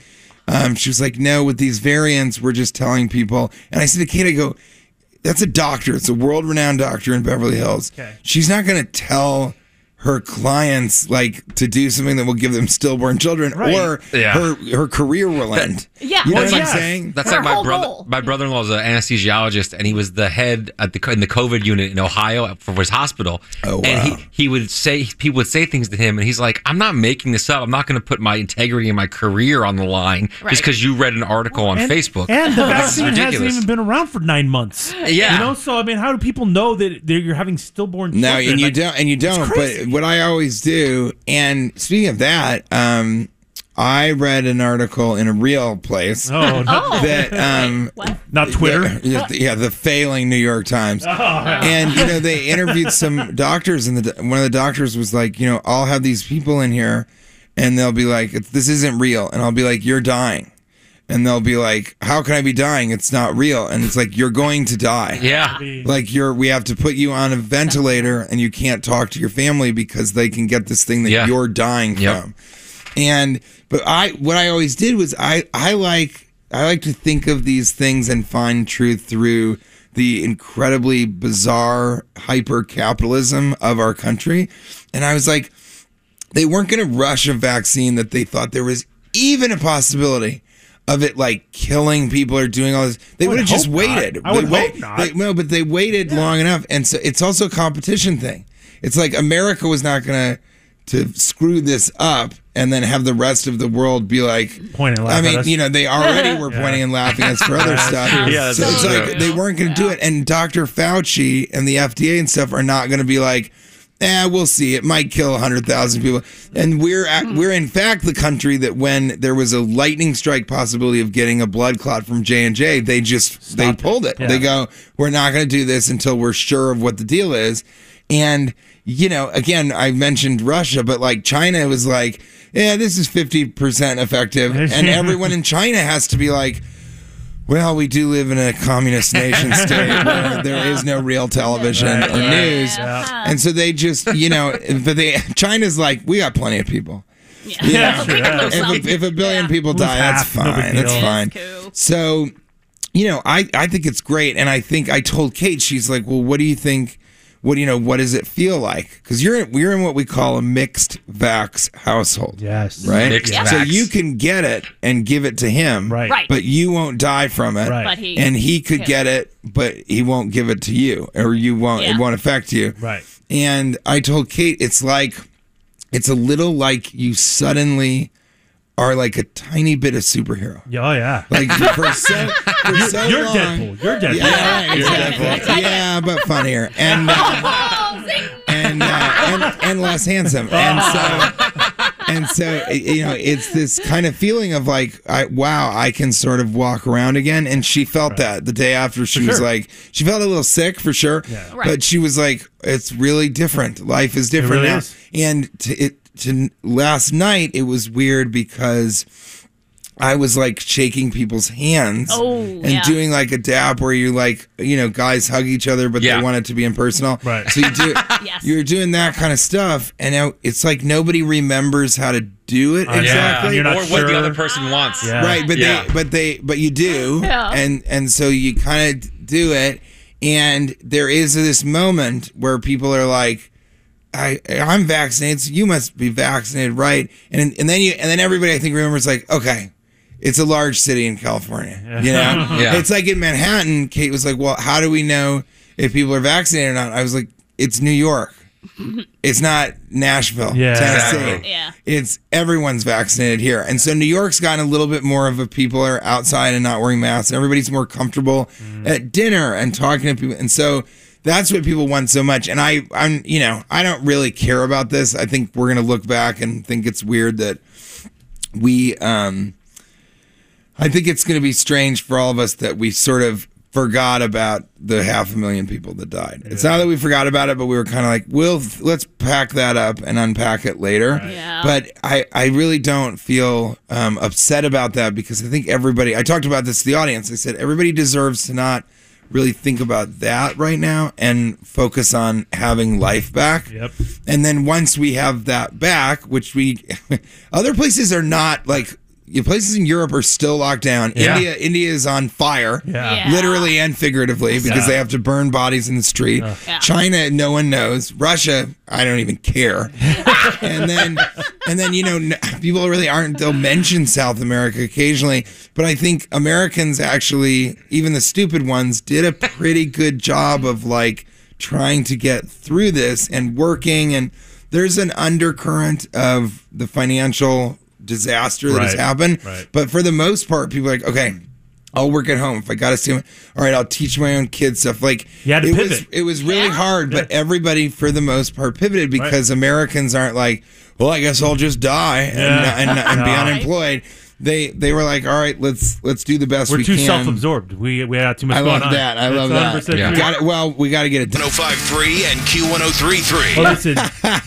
um, she was like, "No, with these variants, we're just telling people." And I said to Kate, "I go, that's a doctor. It's a world-renowned doctor in Beverly Hills.
Okay.
She's not going to tell." her clients like to do something that will give them stillborn children, or
Yeah.
her her career will end.
Yeah,
you know
well,
what
yes.
I'm saying?
That's like my brother. My brother-in-law is an anesthesiologist, and he was the head at the in the COVID unit in Ohio for his hospital. Oh, And he, he would say people would say things to him, and he's like, "I'm not making this up. I'm not going to put my integrity and my career on the line
Right.
just because you read an article on
and,
Facebook."
And the
This is
vaccine hasn't
ridiculous.
even been around for nine months.
Yeah.
You know, so I mean, how do people know that they're- you're having stillborn
No,
children?
and you
Like,
don't, and you don't. But what I always do, and speaking of that, um, I read an article in a real place
Oh, not- Oh.
that um,
not Twitter.
yeah, the, yeah, the failing New York Times,
Oh.
and you know they interviewed some doctors, and the, one of the doctors was like, you know, I'll have these people in here, and they'll be like, this isn't real, and I'll be like, you're dying. And they'll be like, "How can I be dying? It's not real." And it's like, "You're going to die."
Yeah.
like you're we have to put you on a ventilator and you can't talk to your family because they can get this thing that you're dying
Yep.
from and but i what i always did was i i like i like to think of these things and find truth through the incredibly bizarre hyper capitalism of our country and i was like they weren't going to rush a vaccine that they thought there was even a possibility of it like killing people or doing all this. They
I would
would have just
hope not.
waited.
I would
They wait-
hope not.
they- no, but they waited long enough, and so it's also a competition thing. It's like America was not going to to screw this up and then have the rest of the world be like
Point and laugh
I
at
mean,
us.
you know, they already were
Yeah.
pointing and laughing at us for other
Yeah,
stuff.
that's true. Yeah, that's
so it's
true.
like they weren't going to do it, and Dr. Fauci and the FDA and stuff are not going to be like. Eh, we'll see. It might kill 100,000 people. And we're at, we're in fact the country that when there was a lightning strike possibility of getting a blood clot from J&J, they just they pulled it.
Yeah.
They go, "We're not going to do this until we're sure of what the deal is." And you know, again, I mentioned Russia, but like China was like, "Yeah, this is 50% effective." And everyone in China has to be like, well, we do live in a communist nation state where there is no real television
Right,
or
right.
news. And so they just, you know, but they China's like, we got plenty of people. Yeah.
Yeah, sure, yeah.
If, a, if a billion people
Lose
die, that's
half, no big
fine. that's
deal.
fine. So, you know, I, I think it's great. And I think I told Kate, she's like, well, what do you think? What do you know? What does it feel like? Because you're we're in what we call a mixed vax household.
Yes.
Right.
Mixed
so
vax.
you can get it and give it to him.
Right. Right.
But you won't die from it.
Right. But he
and he could
could.
get it, but he won't give it to you, or you won't.
Yeah.
It won't affect you.
Right.
And I told Kate, it's like, it's a little like you suddenly are like a tiny bit of superhero.
Yeah, Oh yeah.
Like for so, for
You're-
so
you're
long-
Deadpool. You're Deadpool.
Yeah, right,
You're
exactly.
Deadpool. That's
Yeah, but funnier and
Oh,
uh, and, uh, and and less handsome. And so and so i- you know, it's this kind of feeling of like, I, wow, I can sort of walk around again. And she felt that the day after she
For
was
sure.
like, she felt a little sick for sure,
Right.
but she was like, it's really different. Life is different
really
now.
is.
And to, it to last night, it was weird because. I was like shaking people's hands
Oh,
and
yeah.
doing like a dab where you like, you know, guys hug each other, but they want it to be impersonal. Right. So you do, you're doing that kind of stuff. And now it's like nobody remembers how to do it exactly.
or what the other person wants.
Right. But
Yeah.
they, but they, but you do.
Yeah.
And, and so you kind of do it. And there is this moment where people are like, I, I'm vaccinated, so you must be vaccinated, right? And and then you and then everybody I think remembers like, okay, it's a large city in California. You know?
Yeah.
It's like in Manhattan, Kate was like, Well, how do we know if people are vaccinated or not? I was like, It's New York. It's not Nashville,
Yeah.
Tennessee.
Exactly. Yeah.
It's everyone's vaccinated here. And so New York's gotten a little bit more of a people are outside and not wearing masks. Everybody's more comfortable at dinner and talking to people. And so that's what people want so much. And I I'm you know, I don't really care about this. I think we're gonna look back and think it's weird that we um I think it's going to be strange for all of us that we sort of forgot about the half a million people that died. It's not that we forgot about it, but we were kind of like, "We'll let's pack that up and unpack it later."
Yeah.
But I I really don't feel um, upset about that because I think everybody. I talked about this to the audience. I said everybody deserves to not really think about that right now and focus on having life back.
Yep.
And then once we have that back, which we other places are not like you- places in Europe are still locked down.
Yeah.
India India is on fire,
Yeah. Yeah.
literally and figuratively, because
Yeah. Uh.
they have to burn bodies in the street.
Ugh. Yeah.
China, no one knows. Russia, I don't even care. and then and then you know n- people really aren't. They'll mention South America occasionally, but I think Americans actually, even the stupid ones, did a pretty good job of like trying to get through this and working and there's an undercurrent of the financial disaster that has
Right,
happened.
right.
But for the most part, people are like, okay, I'll work at home if I got to see my, all right, I'll teach my own kids stuff. Like,
had to
it was
pivot.
it was really hard, but everybody for the most part pivoted because Americans aren't like, well, I guess I'll just die and
Yeah.
and, and, be
Right.
unemployed. They they were like, all right, let's let's do the best
We're
we
too
can.
self-absorbed. We we had too much
I
going
love
on.
that. I
That's
love that.
100% true.
Got it. Well, we got to get it done.
1053 and Q1033.
Oh, listen,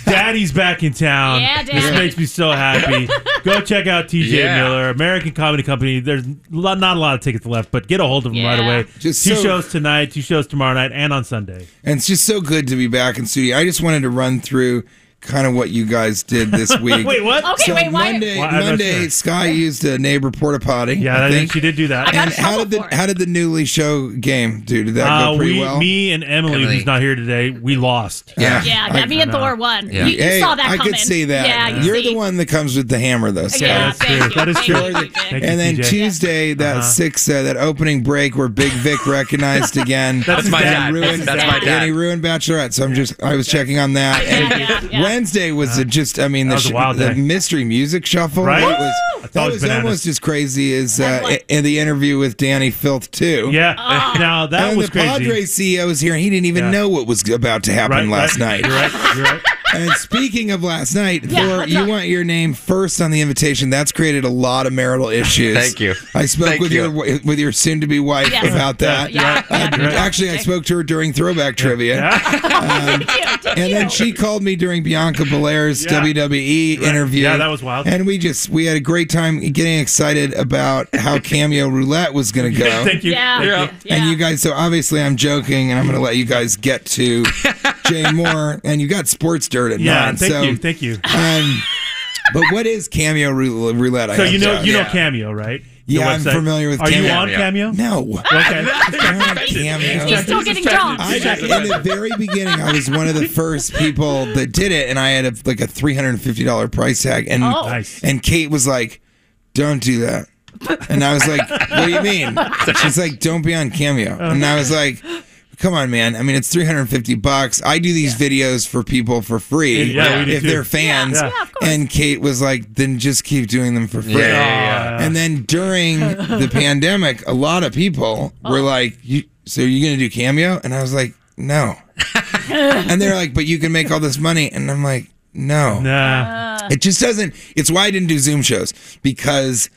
Daddy's back in town.
Yeah,
this
Daddy.
makes me so happy. Go check out TJ
Yeah.
Miller, American Comedy Company. There's lo- not a lot of tickets left, but get a hold of them right
Yeah.
away.
Just
two
so-
shows tonight, two shows tomorrow night, and on Sunday.
And it's just so good to be back in studio. I just wanted to run through kind of what you guys did this week.
Wait, what?
Okay,
so
wait, why-
Monday,
Why- I'm not
Monday
sure.
Sky used a neighbor porta potty.
Yeah, I
I
think
think
she did do that. I got
And how did the how did the newly show game do? Did that
Uh,
go pretty
we,
well?
me and Emily,
Emily.
who's not here today, we lost.
Yeah.
Yeah,
I-
me and
I know.
Thor won. You, you
Hey,
saw that
I
coming.
could see that.
Yeah, you
You're
see.
the one that comes with the hammer, though. Scott.
Yeah, that's
true. That is true. Thank you,
and then
TJ.
Tuesday, that
Uh-huh.
six, uh, that opening break where Big Vic recognized again.
That's my
and
dad.
Ruined,
That's my dad.
And he ruined Bachelorette. So I'm just, I was checking on that. And Wednesday was the just, I mean,
Uh-huh. That
the,
was a
sh-
wild
the
day.
mystery music shuffle.
Right?
That was,
Woo! That's
that
always
was
bananas.
almost as crazy as uh, in the interview with Danny Filth too.
Yeah.
Oh.
Oh.
Now that
and
was
the
crazy.
Padres CEO was here. and He didn't even know what was about to happen
Right,
last
right.
night.
You're right. You're right.
And speaking of last night,
Yeah,
Thor,
what's
you
up?
want your name first on the invitation. That's created a lot of marital issues.
Thank you.
I spoke
Thank
with
you.
your with your soon-to-be wife
Yes.
about that.
Yeah, yeah,
Uh,
yeah.
Actually, I spoke to her during Throwback Trivia. Um, and then she called me during Bianca Belair's
Yeah.
WWE
Right.
interview.
Yeah, that was wild.
And we just we had a great time getting excited about how Cameo Roulette was going to go.
Thank you. Yeah. Thank you. Yeah.
And you guys, so obviously I'm joking, and I'm going to let you guys get to Jay Moore, and you got sports dirt at
Yeah,
nine.
thank
so,
you, thank you.
Um, but what is Cameo Roul- Roulette? I
So
have
you
to
know
ask.
you know Cameo, right? The
Yeah, I'm
website?
familiar with
Are you
Cameo.
on Cameo?
No.
Okay.
Cameo.
He's still getting jobs.
I, in the very beginning, I was one of the first people that did it, and I had a, like a three hundred and fifty dollar price tag, and
Oh. Nice.
and Kate was like, "Don't do that," and I was like, "What do you mean?" She's like, "Don't be on Cameo,"
Oh.
and I was like. Come on, man. I mean, it's 350 bucks. I do these videos for people for free
Yeah, we do
if
too.
they're fans.
Yeah. Yeah, of
and Kate was like, then just keep doing them for free.
Yeah, Oh, yeah, yeah.
And then during the pandemic, a lot of people were
Oh.
like, you, so are you going to do Cameo? And I was like, no. and they're like, but you can make all this money. And I'm like, no.
Nah.
It just doesn't. It's why I didn't do Zoom shows because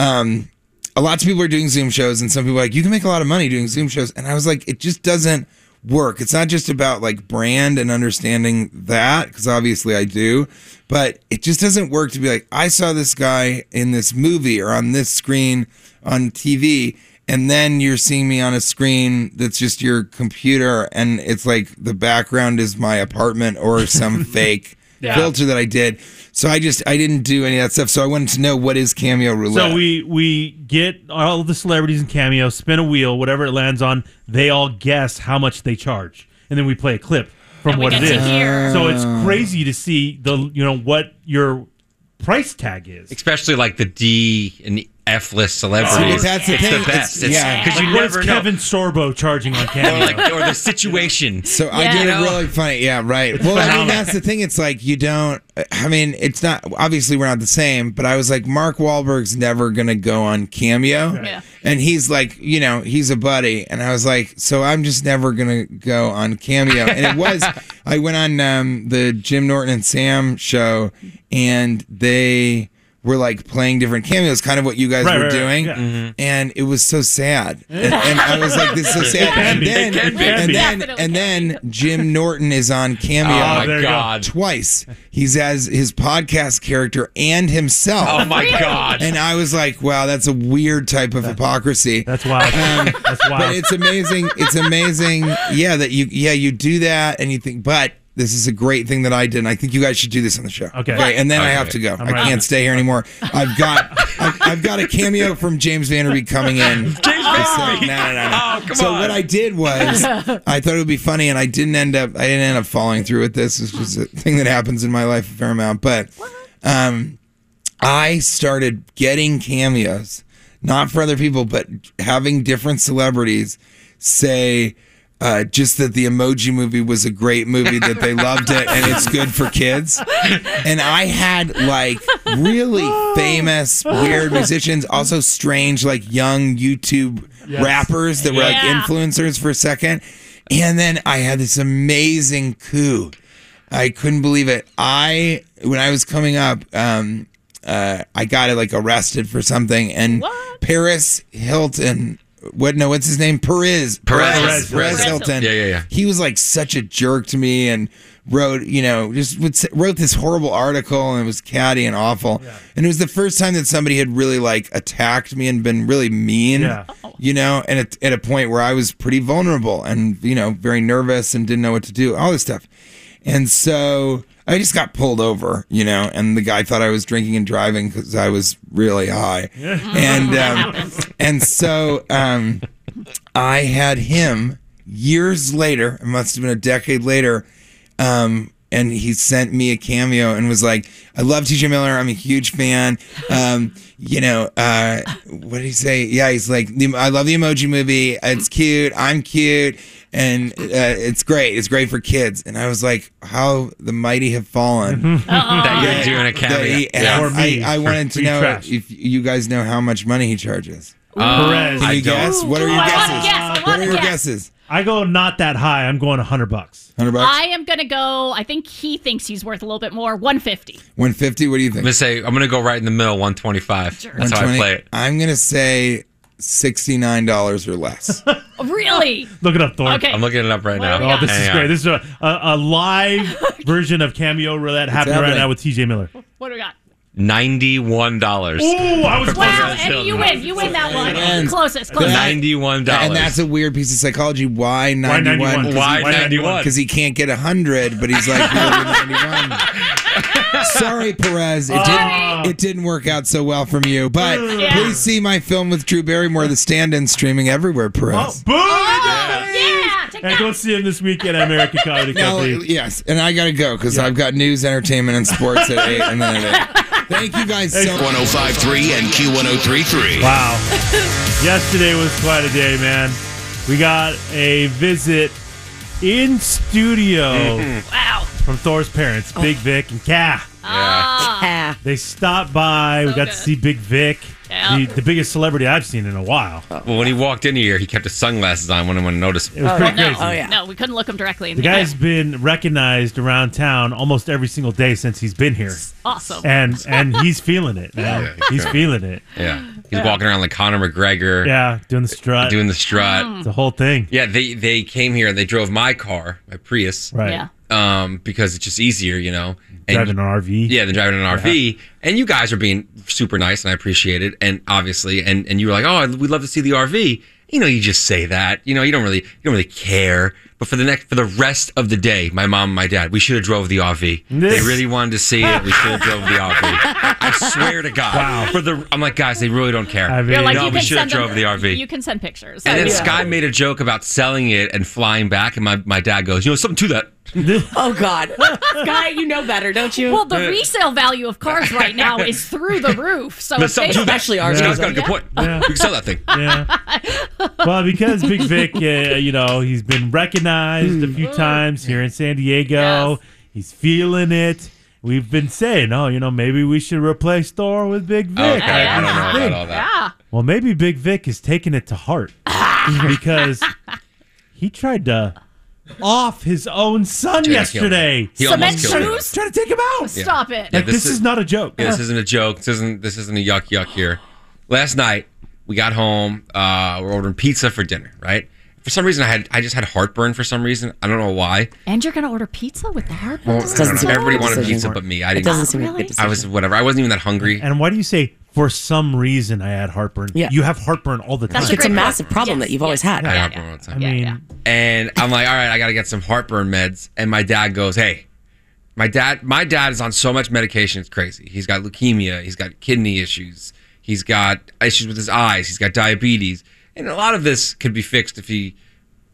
um, a lot of people are doing Zoom shows, and some people are like, you can make a lot of money doing Zoom shows. And I was like, it just doesn't work. It's not just about like brand and understanding that, because obviously I do, but it just doesn't work to be like, I saw this guy in this movie or on this screen on TV. And then you're seeing me on a screen that's just your computer, and it's like the background is my apartment or some fake
Yeah.
filter that I did. So I just I didn't do any of that stuff. So I wanted to know what is cameo roulette.
So we we get all the celebrities in cameo, spin a wheel, whatever it lands on, they all guess how much they charge, and then we play a clip from
And we
what
get
it
to
is.
hear.
So it's crazy to see the you know what your price tag is.
Especially like the D and F list celebrities. it's the best. It's, Because you
What is
never know.
Kevin Sorbo charging on
Or,
cameo.
like, or the situation.
So I did it really funny. Yeah, right. Well, I mean
um,
phenomenal.
that's the thing. It's like you don't. I mean, it's not. Obviously, we're not the same. But I was like, Mark Wahlberg's never gonna go on cameo.
Yeah.
And he's like, you know, he's a buddy. And I was like, so I'm just never gonna go on cameo. And it was. I went on um, the Jim Norton and Sam show, and they were like playing different cameos, kind of what you guys
Right,
were
right, right.
doing.
Yeah. Mhm.
And it was so sad. And, and I was like, this is so
It
sad.
can
and
be. It
then,
can be.
and
It
then,
can
and then Jim Norton is on Cameo.
Oh, my Oh, there you go. God.
Twice. He's as his podcast character and himself.
Oh, my Really? God.
And I was like, wow, that's a weird type of hypocrisy. Um, That's
wild.
that's
wild.
But it's amazing. It's amazing. Yeah, that you yeah, you do that and you think but This is a great thing that I did, and I think you guys should do this on the show.
Okay.
and then I
Okay.
have to go.
I'm
I
right.
can't stay here anymore. I've got I've, I've got a cameo from James Vanderbeek coming in.
James
no, no, no, no.
Oh, come
so
on.
what I did
Oh,
was I thought it would be funny, and I didn't end up. I didn't end up following through with this. It's just a thing that happens in my life a fair amount. But um, I started getting cameos, not for other people, but having different celebrities say. Uh, just that the emoji movie was a great movie that they loved it and it's good for kids and i had like really famous weird musicians also strange like young youtube
Yes.
rappers that were like
Yeah.
influencers for a second. And then I had this amazing coup. I couldn't believe it. I when I was coming up, um, uh, I got like arrested for something, and Paris Hilton. What no? What's his name? Perez.
Perez. Perez.
Perez Hilton.
Yeah, yeah, yeah.
He was like such a jerk to me, and wrote you know just would, s- wrote this horrible article, and it was catty and awful. And it was the first time that somebody had really like attacked me and been really mean
Yeah.
you know, and at, at a point where I was pretty vulnerable and, you know, very nervous and didn't know what to do, all this stuff. And so I just got pulled over, you know, and the guy thought I was drinking and driving because I was really high.
Yeah.
And, um, and so um, I had him years later, it must have been a decade later, um, and he sent me a cameo and was like, "I love TJ Miller. I'm a huge fan. Um, you know, uh, what did he say? Yeah, he's like, "The- I love the Emoji Movie. It's cute. I'm cute, and uh, it's great. It's great for kids." And I was like, "how the mighty have fallen
That you're doing a cameo.
That he- and
Yeah.
I-
Or me.
I, I wanted to
Be
know
trash.
if you guys know how much money he charges.
Um,
Uh, Perez.
Can
I
you
don't.
guess? What are
Ooh, I
your
wanna
guesses?
guess. I
What
wanna
are your
guess.
guesses?
I go not that high. I'm going 100 bucks.
100
I am gonna go. I think he thinks he's worth a little bit more. One fifty.
150. What do you think?
I'm gonna say I'm gonna go right in the middle, 125. That's how I
120.
play it.
I'm gonna say sixty-nine dollars or less.
Really?
Look it up, Thorne.
Okay.
I'm looking it up right now.
Oh, this
Hang
is
on.
great. This is a, a, a live version of Cameo that happening right
happening.
now with TJ Miller.
What do we got?
Ninety-one dollars.
Ooh, I was
Wow, Eddie, you win. You win that one.
And-
Closest, closest.
Ninety-one
And
dollars.
that's a weird piece of psychology. Why
Why 91?
ninety-one?
Why 91?
Because he can't get hundred, but he's like "Well, we're 91." Sorry, Perez. It
Sorry.
didn't. It didn't work out so well from you. But
Yeah.
please see my film with Drew Barrymore, The Stand-In, streaming everywhere. Perez.
Boom! yeah, and go see him this weekend at American Comedy
Now,
Company.
yes, and I gotta go because I've got news, entertainment, and sports at eight, and then at eight. Thank you guys so much.
1053 and Q1033.
Wow. Yesterday was quite a day, man. We got a visit in studio.
Mhm.
Wow. From Thor's parents, Big Vic and Ka.
Ah.
They stopped by. we got to see Big Vic,
Yeah.
the, the biggest celebrity I've seen in a while.
Well, when he walked in here, he kept his sunglasses on. Wouldn't anyone notice?
It was pretty
Oh, no.
Oh,
crazy.
No, we couldn't look him directly in
The
the,
guy's been recognized around town almost every single day since he's been here.
Awesome.
And and he's feeling it, man.
Yeah.
He's feeling it.
Yeah, he's walking around like Conor McGregor.
Yeah, doing the strut.
doing the strut.
The whole thing.
Yeah, they they came here and they drove my car, my Prius.
Right.
Yeah.
Um, because it's just easier, you know. And
Driving an RV.
Yeah, than driving an
Yeah.
RV. And you guys are being super nice, and I appreciate it. And obviously, and and you were like, oh, we'd love to see the RV. You know, you just say that. You know, you don't really you don't really care. But for the next for the rest of the day, my mom and my dad, we should have drove the RV. They
This-
really wanted to see it. We should have drove the RV. I swear to God.
Wow.
For the I'm like, guys, they really don't care.
You're like,
no,
you
we
can
should have
send them-
drove the RV.
You can send pictures.
And then
Yeah.
Sky made a joke about selling it and flying back, and my, my dad goes, you know, something to that.
Oh God, Sky, you know better, don't you?
Well, the resale value of cars right now is through the roof. So
There's something to that. Sky's got a good point.
Yeah.
We can sell that thing.
Yeah. Well, because Big Vic, uh, you know, he's been recognized a few times here in San Diego. He's feeling it. We've been saying, oh, you know, maybe we should replace Thor with Big Vic.
Okay, I don't know
That's the
about
thing.
all that.
Well, maybe Big Vic is taking it to heart because he tried to off his own
Tried
son
to kill him.
yesterday.
He almost killed him.
Trying to take him out.
Yeah.
Stop it.
Yeah,
Like, this, is, not a joke.
Yeah, this isn't a joke. This isn't this isn't a yuck yuck here. Last night we got home. Uh, we're ordering pizza for dinner, right? For some reason, I had I just had heartburn. For some reason, I don't know why.
And you're gonna order pizza with the heart?
I don't know. Everybody wanted pizza but me. I didn't.
doesn't seem like a good
I was whatever. I wasn't even that hungry.
And why do you say For some reason, I had heartburn.
Yeah.
You have heartburn all the time.
That's a It's a great massive point. problem that Yes, you've always yes. had.
I
Yeah,
have heartburn all the time.
I mean,
and I'm like, all right, I got to get some heartburn meds. And my dad goes, hey, my dad, my dad is on so much medication, it's crazy. He's got leukemia, he's got kidney issues, he's got issues with his eyes, he's got diabetes, and a lot of this could be fixed if he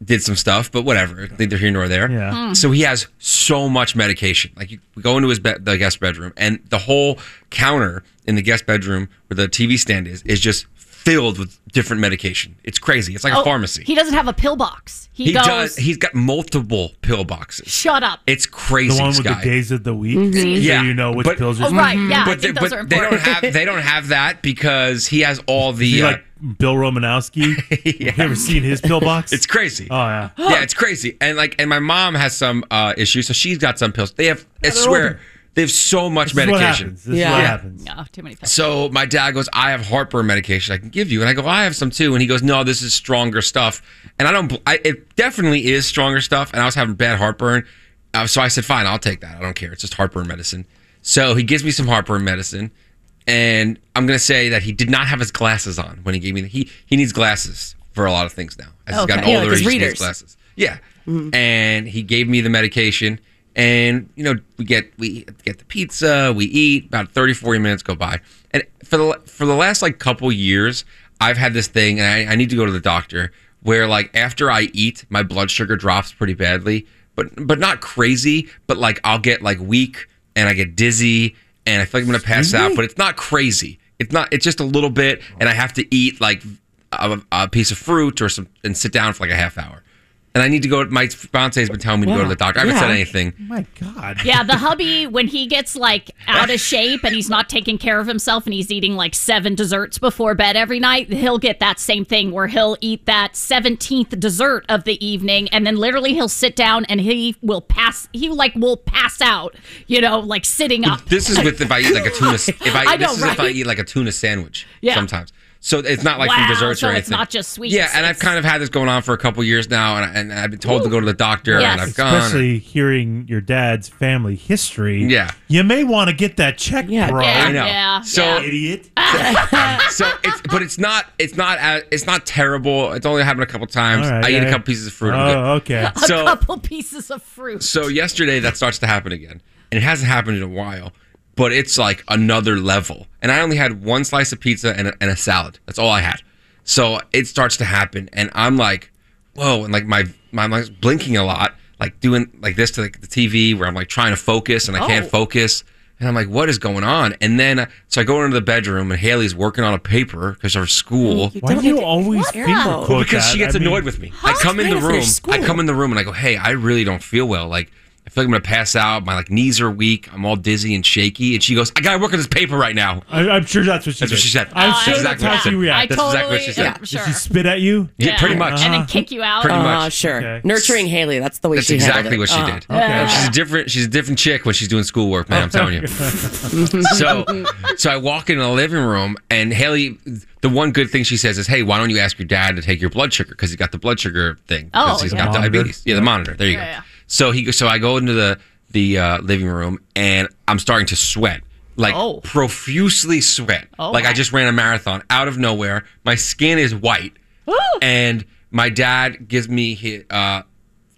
did some stuff, but whatever, neither here nor there.
Yeah. Hmm.
So he has so much medication. Like you we go into his bed, the guest bedroom, and the whole counter in the guest bedroom where the TV stand is is just filled with different medication. It's crazy. It's like
Oh,
a pharmacy.
He doesn't have a pill box. He,
He
goes.
does. He's got multiple pill boxes.
Shut up.
It's crazy.
The one with
Sky.
the days of the week,
Mhm.
so
Yeah,
you know which
but-
pills
Mm-hmm. Oh,
are.
right, yeah, I
but they,
think those
but
are
they don't
important.
have they don't have that because he has all the
Is he
uh,
like Bill Romanowski. Have you ever seen his pillbox?
It's crazy.
Oh yeah.
yeah, it's crazy. And like, and my mom has some uh, issues, so she's got some pills. They have, I
they're
swear,
older.
they have so much
This is what
medication.
happens. This is Yeah. what happens.
Yeah, too many pills.
So my dad goes, I have heartburn medication I can give you, and I go, I have some too, and he goes, No, this is stronger stuff, and I don't. bl- I, it definitely is stronger stuff, and I was having bad heartburn, uh, so I said, Fine, I'll take that. I don't care. It's just heartburn medicine. So he gives me some heartburn medicine, and I'm gonna say that he did not have his glasses on when he gave me. The, he he needs glasses for a lot of things now. As he's gotten
Okay. Yeah,
older,
like his
he just needs
readers.
glasses. Yeah, and he gave me the medication and you know we get we get the pizza we eat about 30 40 minutes go by and for the for the last like couple years i've had this thing and I, I need to go to the doctor where like after i eat my blood sugar drops pretty badly but but not crazy but like i'll get like weak and i get dizzy and i feel like i'm gonna pass out but it's not crazy it's not it's just a little bit and i have to eat like a, a piece of fruit or some and sit down for like a half hour and I need to go. My fiance has been telling me to go to the doctor. I haven't said
Yeah.
anything.
My God.
Yeah, the hubby when he gets like out of shape and he's not taking care of himself and he's eating like seven desserts before bed every night, he'll get that same thing where he'll eat that 17th dessert of the evening and then literally he'll sit down and he will pass he like will pass out, you know, like sitting up.
This is with if I eat like a tuna. If I,
I know,
this is if I
right?
eat like a tuna sandwich.
Yeah.
Sometimes. So it's not like
Wow,
from desserts
so
or
it's
anything.
not just sweets,
Yeah, and I've kind of had this going on for a couple years now, and, I, and I've been told to go to the doctor, and I've gone.
Especially hearing your dad's family history.
Yeah.
You may want to get that checked, bro.
I know. so
idiot.
so it's but it's not it's not as- it's not terrible. It's only happened a couple times.
All right,
I eat
yeah.
a couple pieces of fruit.
Oh,
I'm good.
okay.
A
So
couple pieces of fruit.
So yesterday that starts to happen again. And it hasn't happened in a while, but it's like another level. And I only had one slice of pizza and a, and a salad. That's all I had. So it starts to happen and I'm like, whoa, and like my my mind's blinking a lot, like doing like this to like the TV where I'm like trying to focus and I can't
Oh.
focus. And I'm like, what is going on? And then uh, so I go into the bedroom and Haley's working on a paper because her school.
Why do you always finger
Well,
quote
because she
that?
gets
I mean-
annoyed with me. I come in the
Trying to finish
room. I
school.
come in the room and I go, "Hey, I really don't feel well. Like, I feel like I'm gonna pass out. My like knees are weak. I'm all dizzy and shaky." And she goes, "I gotta work on this paper right now."
I, I'm sure that's what she
That's
did.
what she said.
I'm
That's
sure
exactly what
that's
Oh, I
how
said.
she
I
reacted.
That's exactly what she
Yeah,
said.
Did she spit at you?
Yeah, pretty much.
And then kick you out.
Pretty
Uh-huh,
much.
sure.
Okay.
Nurturing Haley, that's the way
That's
she handled
exactly
it.
what she
Uh,
did. And She's a different. She's a different chick when she's doing schoolwork, man. I'm telling you. so, so I walk into the living room, and Haley, the one good thing she says is, "Hey, why don't you ask your dad to take your blood sugar because he got the blood sugar thing
Oh,
because he's
yeah.
got
Monitor.
diabetes." Yeah, the monitor. There you
Yeah, yeah.
go. So he, so I go into the the uh, living room, and I'm starting to sweat, like
Oh.
profusely sweat,
Oh,
like
my.
I just ran a marathon out of nowhere. My skin is white, and my dad gives me his. Uh,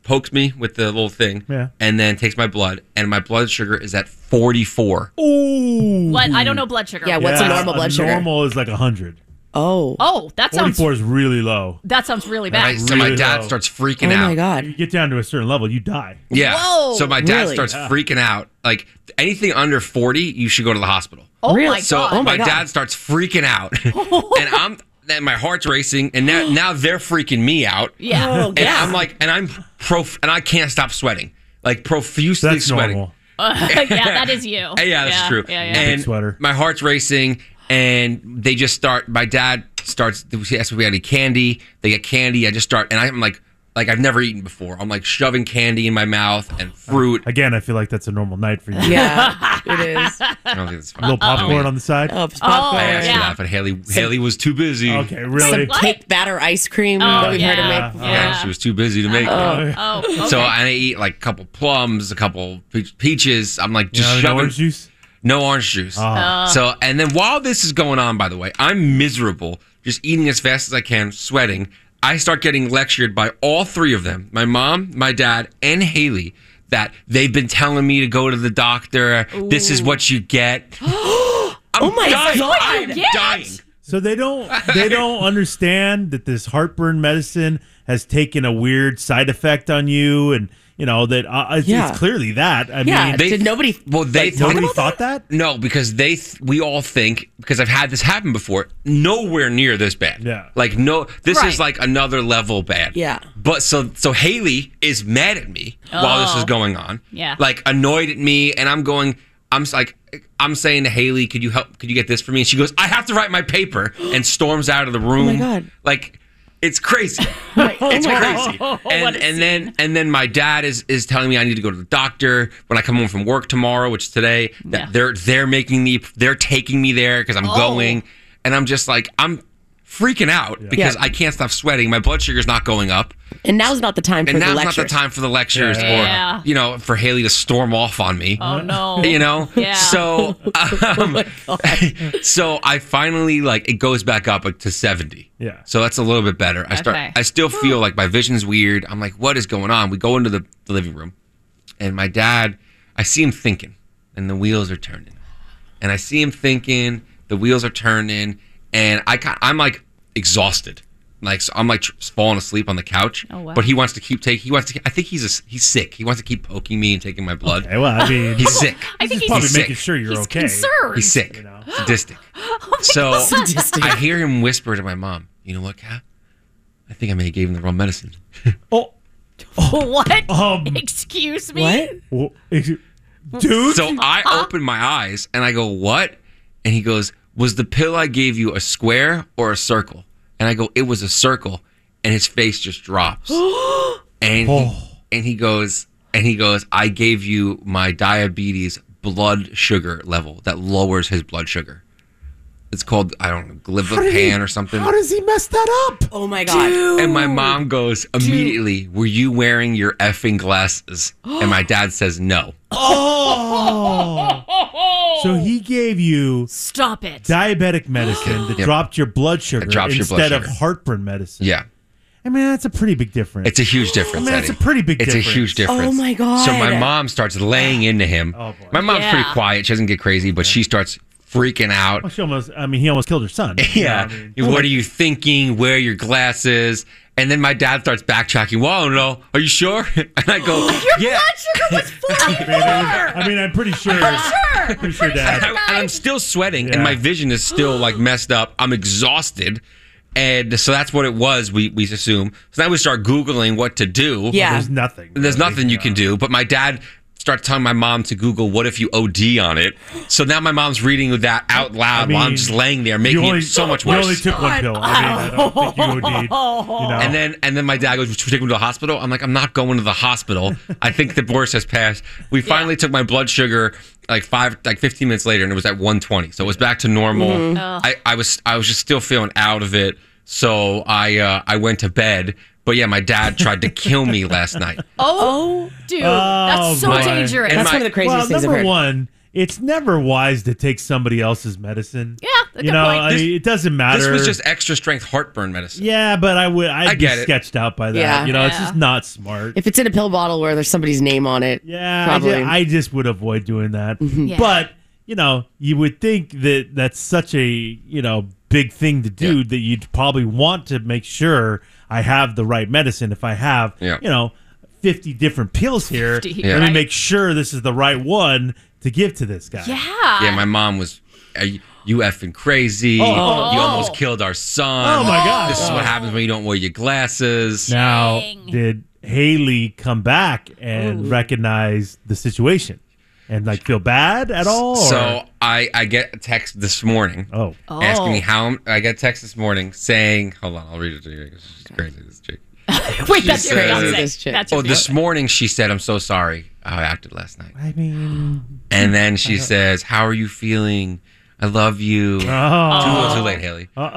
pokes me with the little thing
Yeah.
and then takes my blood and my blood sugar is at 44
Ooh.
What I don't know blood sugar.
Normal is like 100.
Oh.
Oh, that sounds
44 is really low.
that sounds really bad.
so my dad starts freaking out.
God.
You get down to a certain level, you die.
yeah
Whoa,
so my dad
really?
starts
Yeah.
freaking out like anything under 40 you should go to the hospital
Oh Really? my
so
God. Oh my
my
God.
dad starts freaking out and i'm and my heart's racing and now now they're freaking me out
Yeah. Oh,
and
yeah.
i'm like and i'm prof and i can't stop sweating like profusely sweating
Uh, yeah, that is you.
Uh, yeah, that's true.
Yeah, yeah.
And my heart's racing, and they just start. My dad starts. He asks if we had any candy. They get candy. I just start, and I'm like, like I've never eaten before. I'm like shoving candy in my mouth and fruit.
Uh, Again, I feel like that's a normal night for you.
Yeah, it is.
I don't think that's
A
fine.
little popcorn on the side.
Uh,
Oh,
I asked for that, but Haley, Haley was too busy.
Okay,
Some cake batter ice cream that we've heard
yeah.
her make.
she was too busy to make
Oh.
it.
Oh, okay.
So I ate like a couple plums, a couple peach- peaches. I'm like
You
just
know,
shoving
orange juice.
No orange juice.
Ah. Oh.
So, and then while this is going on, by the way, I'm miserable, just eating as fast as I can, sweating. I start getting lectured by all three of them my mom, my dad, and Haley that they've been telling me to go to the doctor. This is what you get.
oh
my dying. God. I'm dying.
So they don't they don't understand that this heartburn medicine has taken a weird side effect on you, and you know that uh, it's,
Yeah.
it's clearly that. I mean,
nobody? Well, they
like, nobody thought that.
No, because they th- we all think because I've had this happen before. Nowhere near this bad.
Yeah.
Like no, this
Right.
is like another level bad.
Yeah.
But so so Haley is mad at me while this
Oh.
is going on.
Yeah.
Like annoyed at me, and I'm going. I'm s- like I'm saying to Haley, could you help? Could you get this for me? And she goes, I have to write my paper, and storms out of the room.
God.
Like. It's crazy. it's
Oh
my
crazy.
God.
Oh,
What
And,
a
and then and then my dad is is telling me I need to go to the doctor when I come home from work tomorrow, which is today. That they're they're making me they're taking me there because I'm
Oh.
going, and I'm just like I'm freaking out because
Yeah.
I can't stop sweating. My blood sugar's not going up,
And now's not the time for
and
the
now's not
lecture.
the time for the lectures
Yeah.
or you know for Haley to storm off on me.
Oh, no.
You know.
Yeah.
So
Oh,
um, so I finally like it goes back up to seventy.
Yeah.
So that's a little bit better. I start.
Okay.
I still feel like my vision's weird. I'm like, what is going on? We go into the, the living room, and my dad. I see him thinking, and the wheels are turning, and I see him thinking. The wheels are turning, and I ca- I'm like exhausted. Like so I'm like tr- falling asleep on the couch,
Oh, wow.
but he wants to keep taking. He wants to. I think he's a, he's sick. He wants to keep poking me and taking my blood.
Okay, well, I mean,
he's sick.
I think he's probably
sick.
making sure you're
He's
okay.
concerned. He's sick. Sadistic. so
God. Sadistic.
I hear him whisper to my mom, "You know what, Kat? I think I may have gave him the wrong medicine."
What? Excuse me.
What? Dude.
So I open my eyes and I go, "What?" And he goes, "Was the pill I gave you a square or a circle?" And I go, "It was a circle." And his face just drops. and he, and he goes and he goes i gave you my diabetes blood sugar level that lowers his blood sugar it's called i don't know glybopan or something
he mess that up?
Oh my god!
and my mom goes immediately were you wearing your effing glasses and my dad says no
Oh. so he gave you
stop it
diabetic medicine that dropped your blood sugar
drops your blood
instead of
sugar.
heartburn medicine.
yeah
I mean, that's a pretty big difference.
it's a huge difference
I mean, that's
Eddie.
a pretty big
Oh, it's
difference.
a huge difference
Oh my God.
so my mom starts laying into him oh boy. my mom's
Yeah.
pretty quiet she doesn't get crazy but she starts freaking out
Well, she almost. I mean, he almost killed her son.
Oh, Yeah. What are you thinking? Wear your glasses. And then my dad starts backtracking. Whoa, no. Are you sure? And I go, yeah.
blood sugar was
I mean, I'm pretty sure.
Sure.
Pretty sure, Dad.
And, I, am still sweating, and my vision is still like messed up. I'm exhausted. And so that's what it was, we, we assume. So now we start Googling what to do.
Yeah. Well, there's nothing,
There's nothing you can do. But my dad starts telling my mom to Google, what if you OD on it? So now my mom's reading that out loud while I'm
mean,
just laying there,
you
making
only,
it so much
you
worse.
only took one pill. I mean, I
Oh.
don't think you OD'd. You know?
And then and then my dad goes, "Should we take him to the hospital?" I'm like, "I'm not going to the hospital. I think the worst has passed." We finally took my blood sugar like five, like 15 minutes later, and it was at 120, so it was back to normal.
Mm-hmm.
Mhm. Oh.
I, I was I was just still feeling out of it, so I uh, I went to bed. But yeah, my dad tried to kill me last night.
Oh, dude,
Oh,
that's so
my-
dangerous.
well, number one, it's never wise to take somebody else's medicine. Yeah,
a
you
good
know,
point.
I,
This-
it doesn't matter.
This was just extra strength heartburn medicine.
Yeah, but I would. I'd
I get
be
it.
sketched out by that.
Yeah.
You know, it's
Yeah.
just not smart.
If it's in a pill bottle where there's somebody's name on it,
Yeah, I ju-
probably.
I just, would avoid doing that.
Yeah.
But you know, you would think that that's such a you know big thing to do that you'd probably want to make sure I have the right medicine. If I have,
Yeah.
you know, fifty different pills here,
50,
let
Yeah.
me
right.
make sure this is the right one to give to this guy.
Yeah.
Yeah, my mom was. Are you, you effing crazy.
Oh.
You almost killed our son.
Oh, my God.
This is what happens when you don't wear your glasses.
Now, did Haley come back and recognize the situation and like feel bad at all?
So I, I get a text this morning.
Oh.
Asking me
Oh.
how I'm- I got a text this morning saying, hold on, I'll read it to you. It's crazy, this chick.
Wait,
She
that's your
said-
fiance. That's your
Oh, this
fiance.
morning she said, I'm so sorry how I acted last night.
I mean,
And then she says, how are you feeling? I love you.
Oh.
Too little, too late, Haley.
Uh,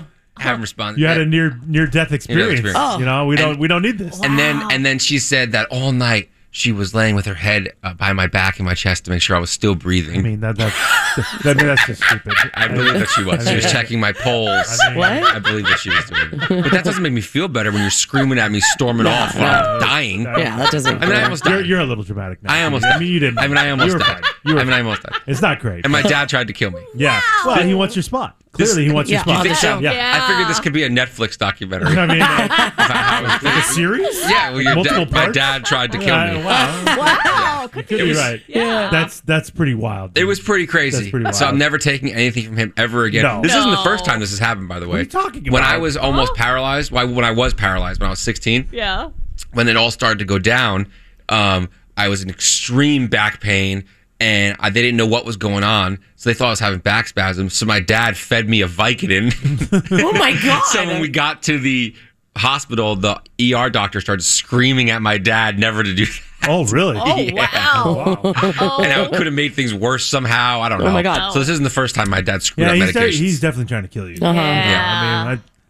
oh,
Haven't responded.
you had a near near death experience.
Oh.
experience.
You know, we
And-
don't we don't need this.
And then and then she said that all night she was laying with her head uh, by my back and my chest to make sure I was still breathing. I mean,
that, that's, that, that's just stupid.
I believe that she was.
I
she was
mean-
checking my polls.
I mean- What?
I believe that she was doing that. But that doesn't make me feel better when you're screaming at me, storming
No,
off while
no.
I'm dying. I mean, I almost
You're,
died.
you're a little dramatic now.
I almost
I mean, you didn't.
I mean, I almost
you were
died.
fine. You were
I mean, I almost died.
It's not great.
And my dad tried to kill me.
Yeah. Well, he wants your spot. Clearly, he wants your
You
spot.
think so?
yeah.
I figured this could be a Netflix documentary.
I mean,
like
a series?
Yeah, well, your
Multiple
dad, my
parts?
dad tried to kill
Yeah,
me.
wow.
Wow. Could
Could
It
be
was-
right.
Yeah.
That's that's pretty wild.
It was pretty
That's
crazy.
pretty
so
wild.
I'm never taking anything from him ever again.
No.
This isn't the
No.
first time this has happened, by the way.
are you talking
When
about?
I was almost paralyzed, why- when I was paralyzed when I was 16,
Yeah.
when it all started to go down, um, I was in extreme back pain and I, they didn't know what was going on. So they thought I was having back spasms. So my dad fed me a Vicodin.
oh my god!
so when we got to the hospital, the ER doctor started screaming at my dad never to do that.
Oh, really?
Oh, wow. and I could have made things worse somehow. I don't
Oh
know.
my God.
So this isn't the first time my dad screwed
Yeah,
up
he's, de-
medication.
he's definitely trying to kill you.
Uh-huh.
Yeah.
Yeah.
I mean, I,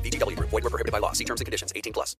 VGW Group. Void were prohibited by law. See terms and conditions. 18 plus.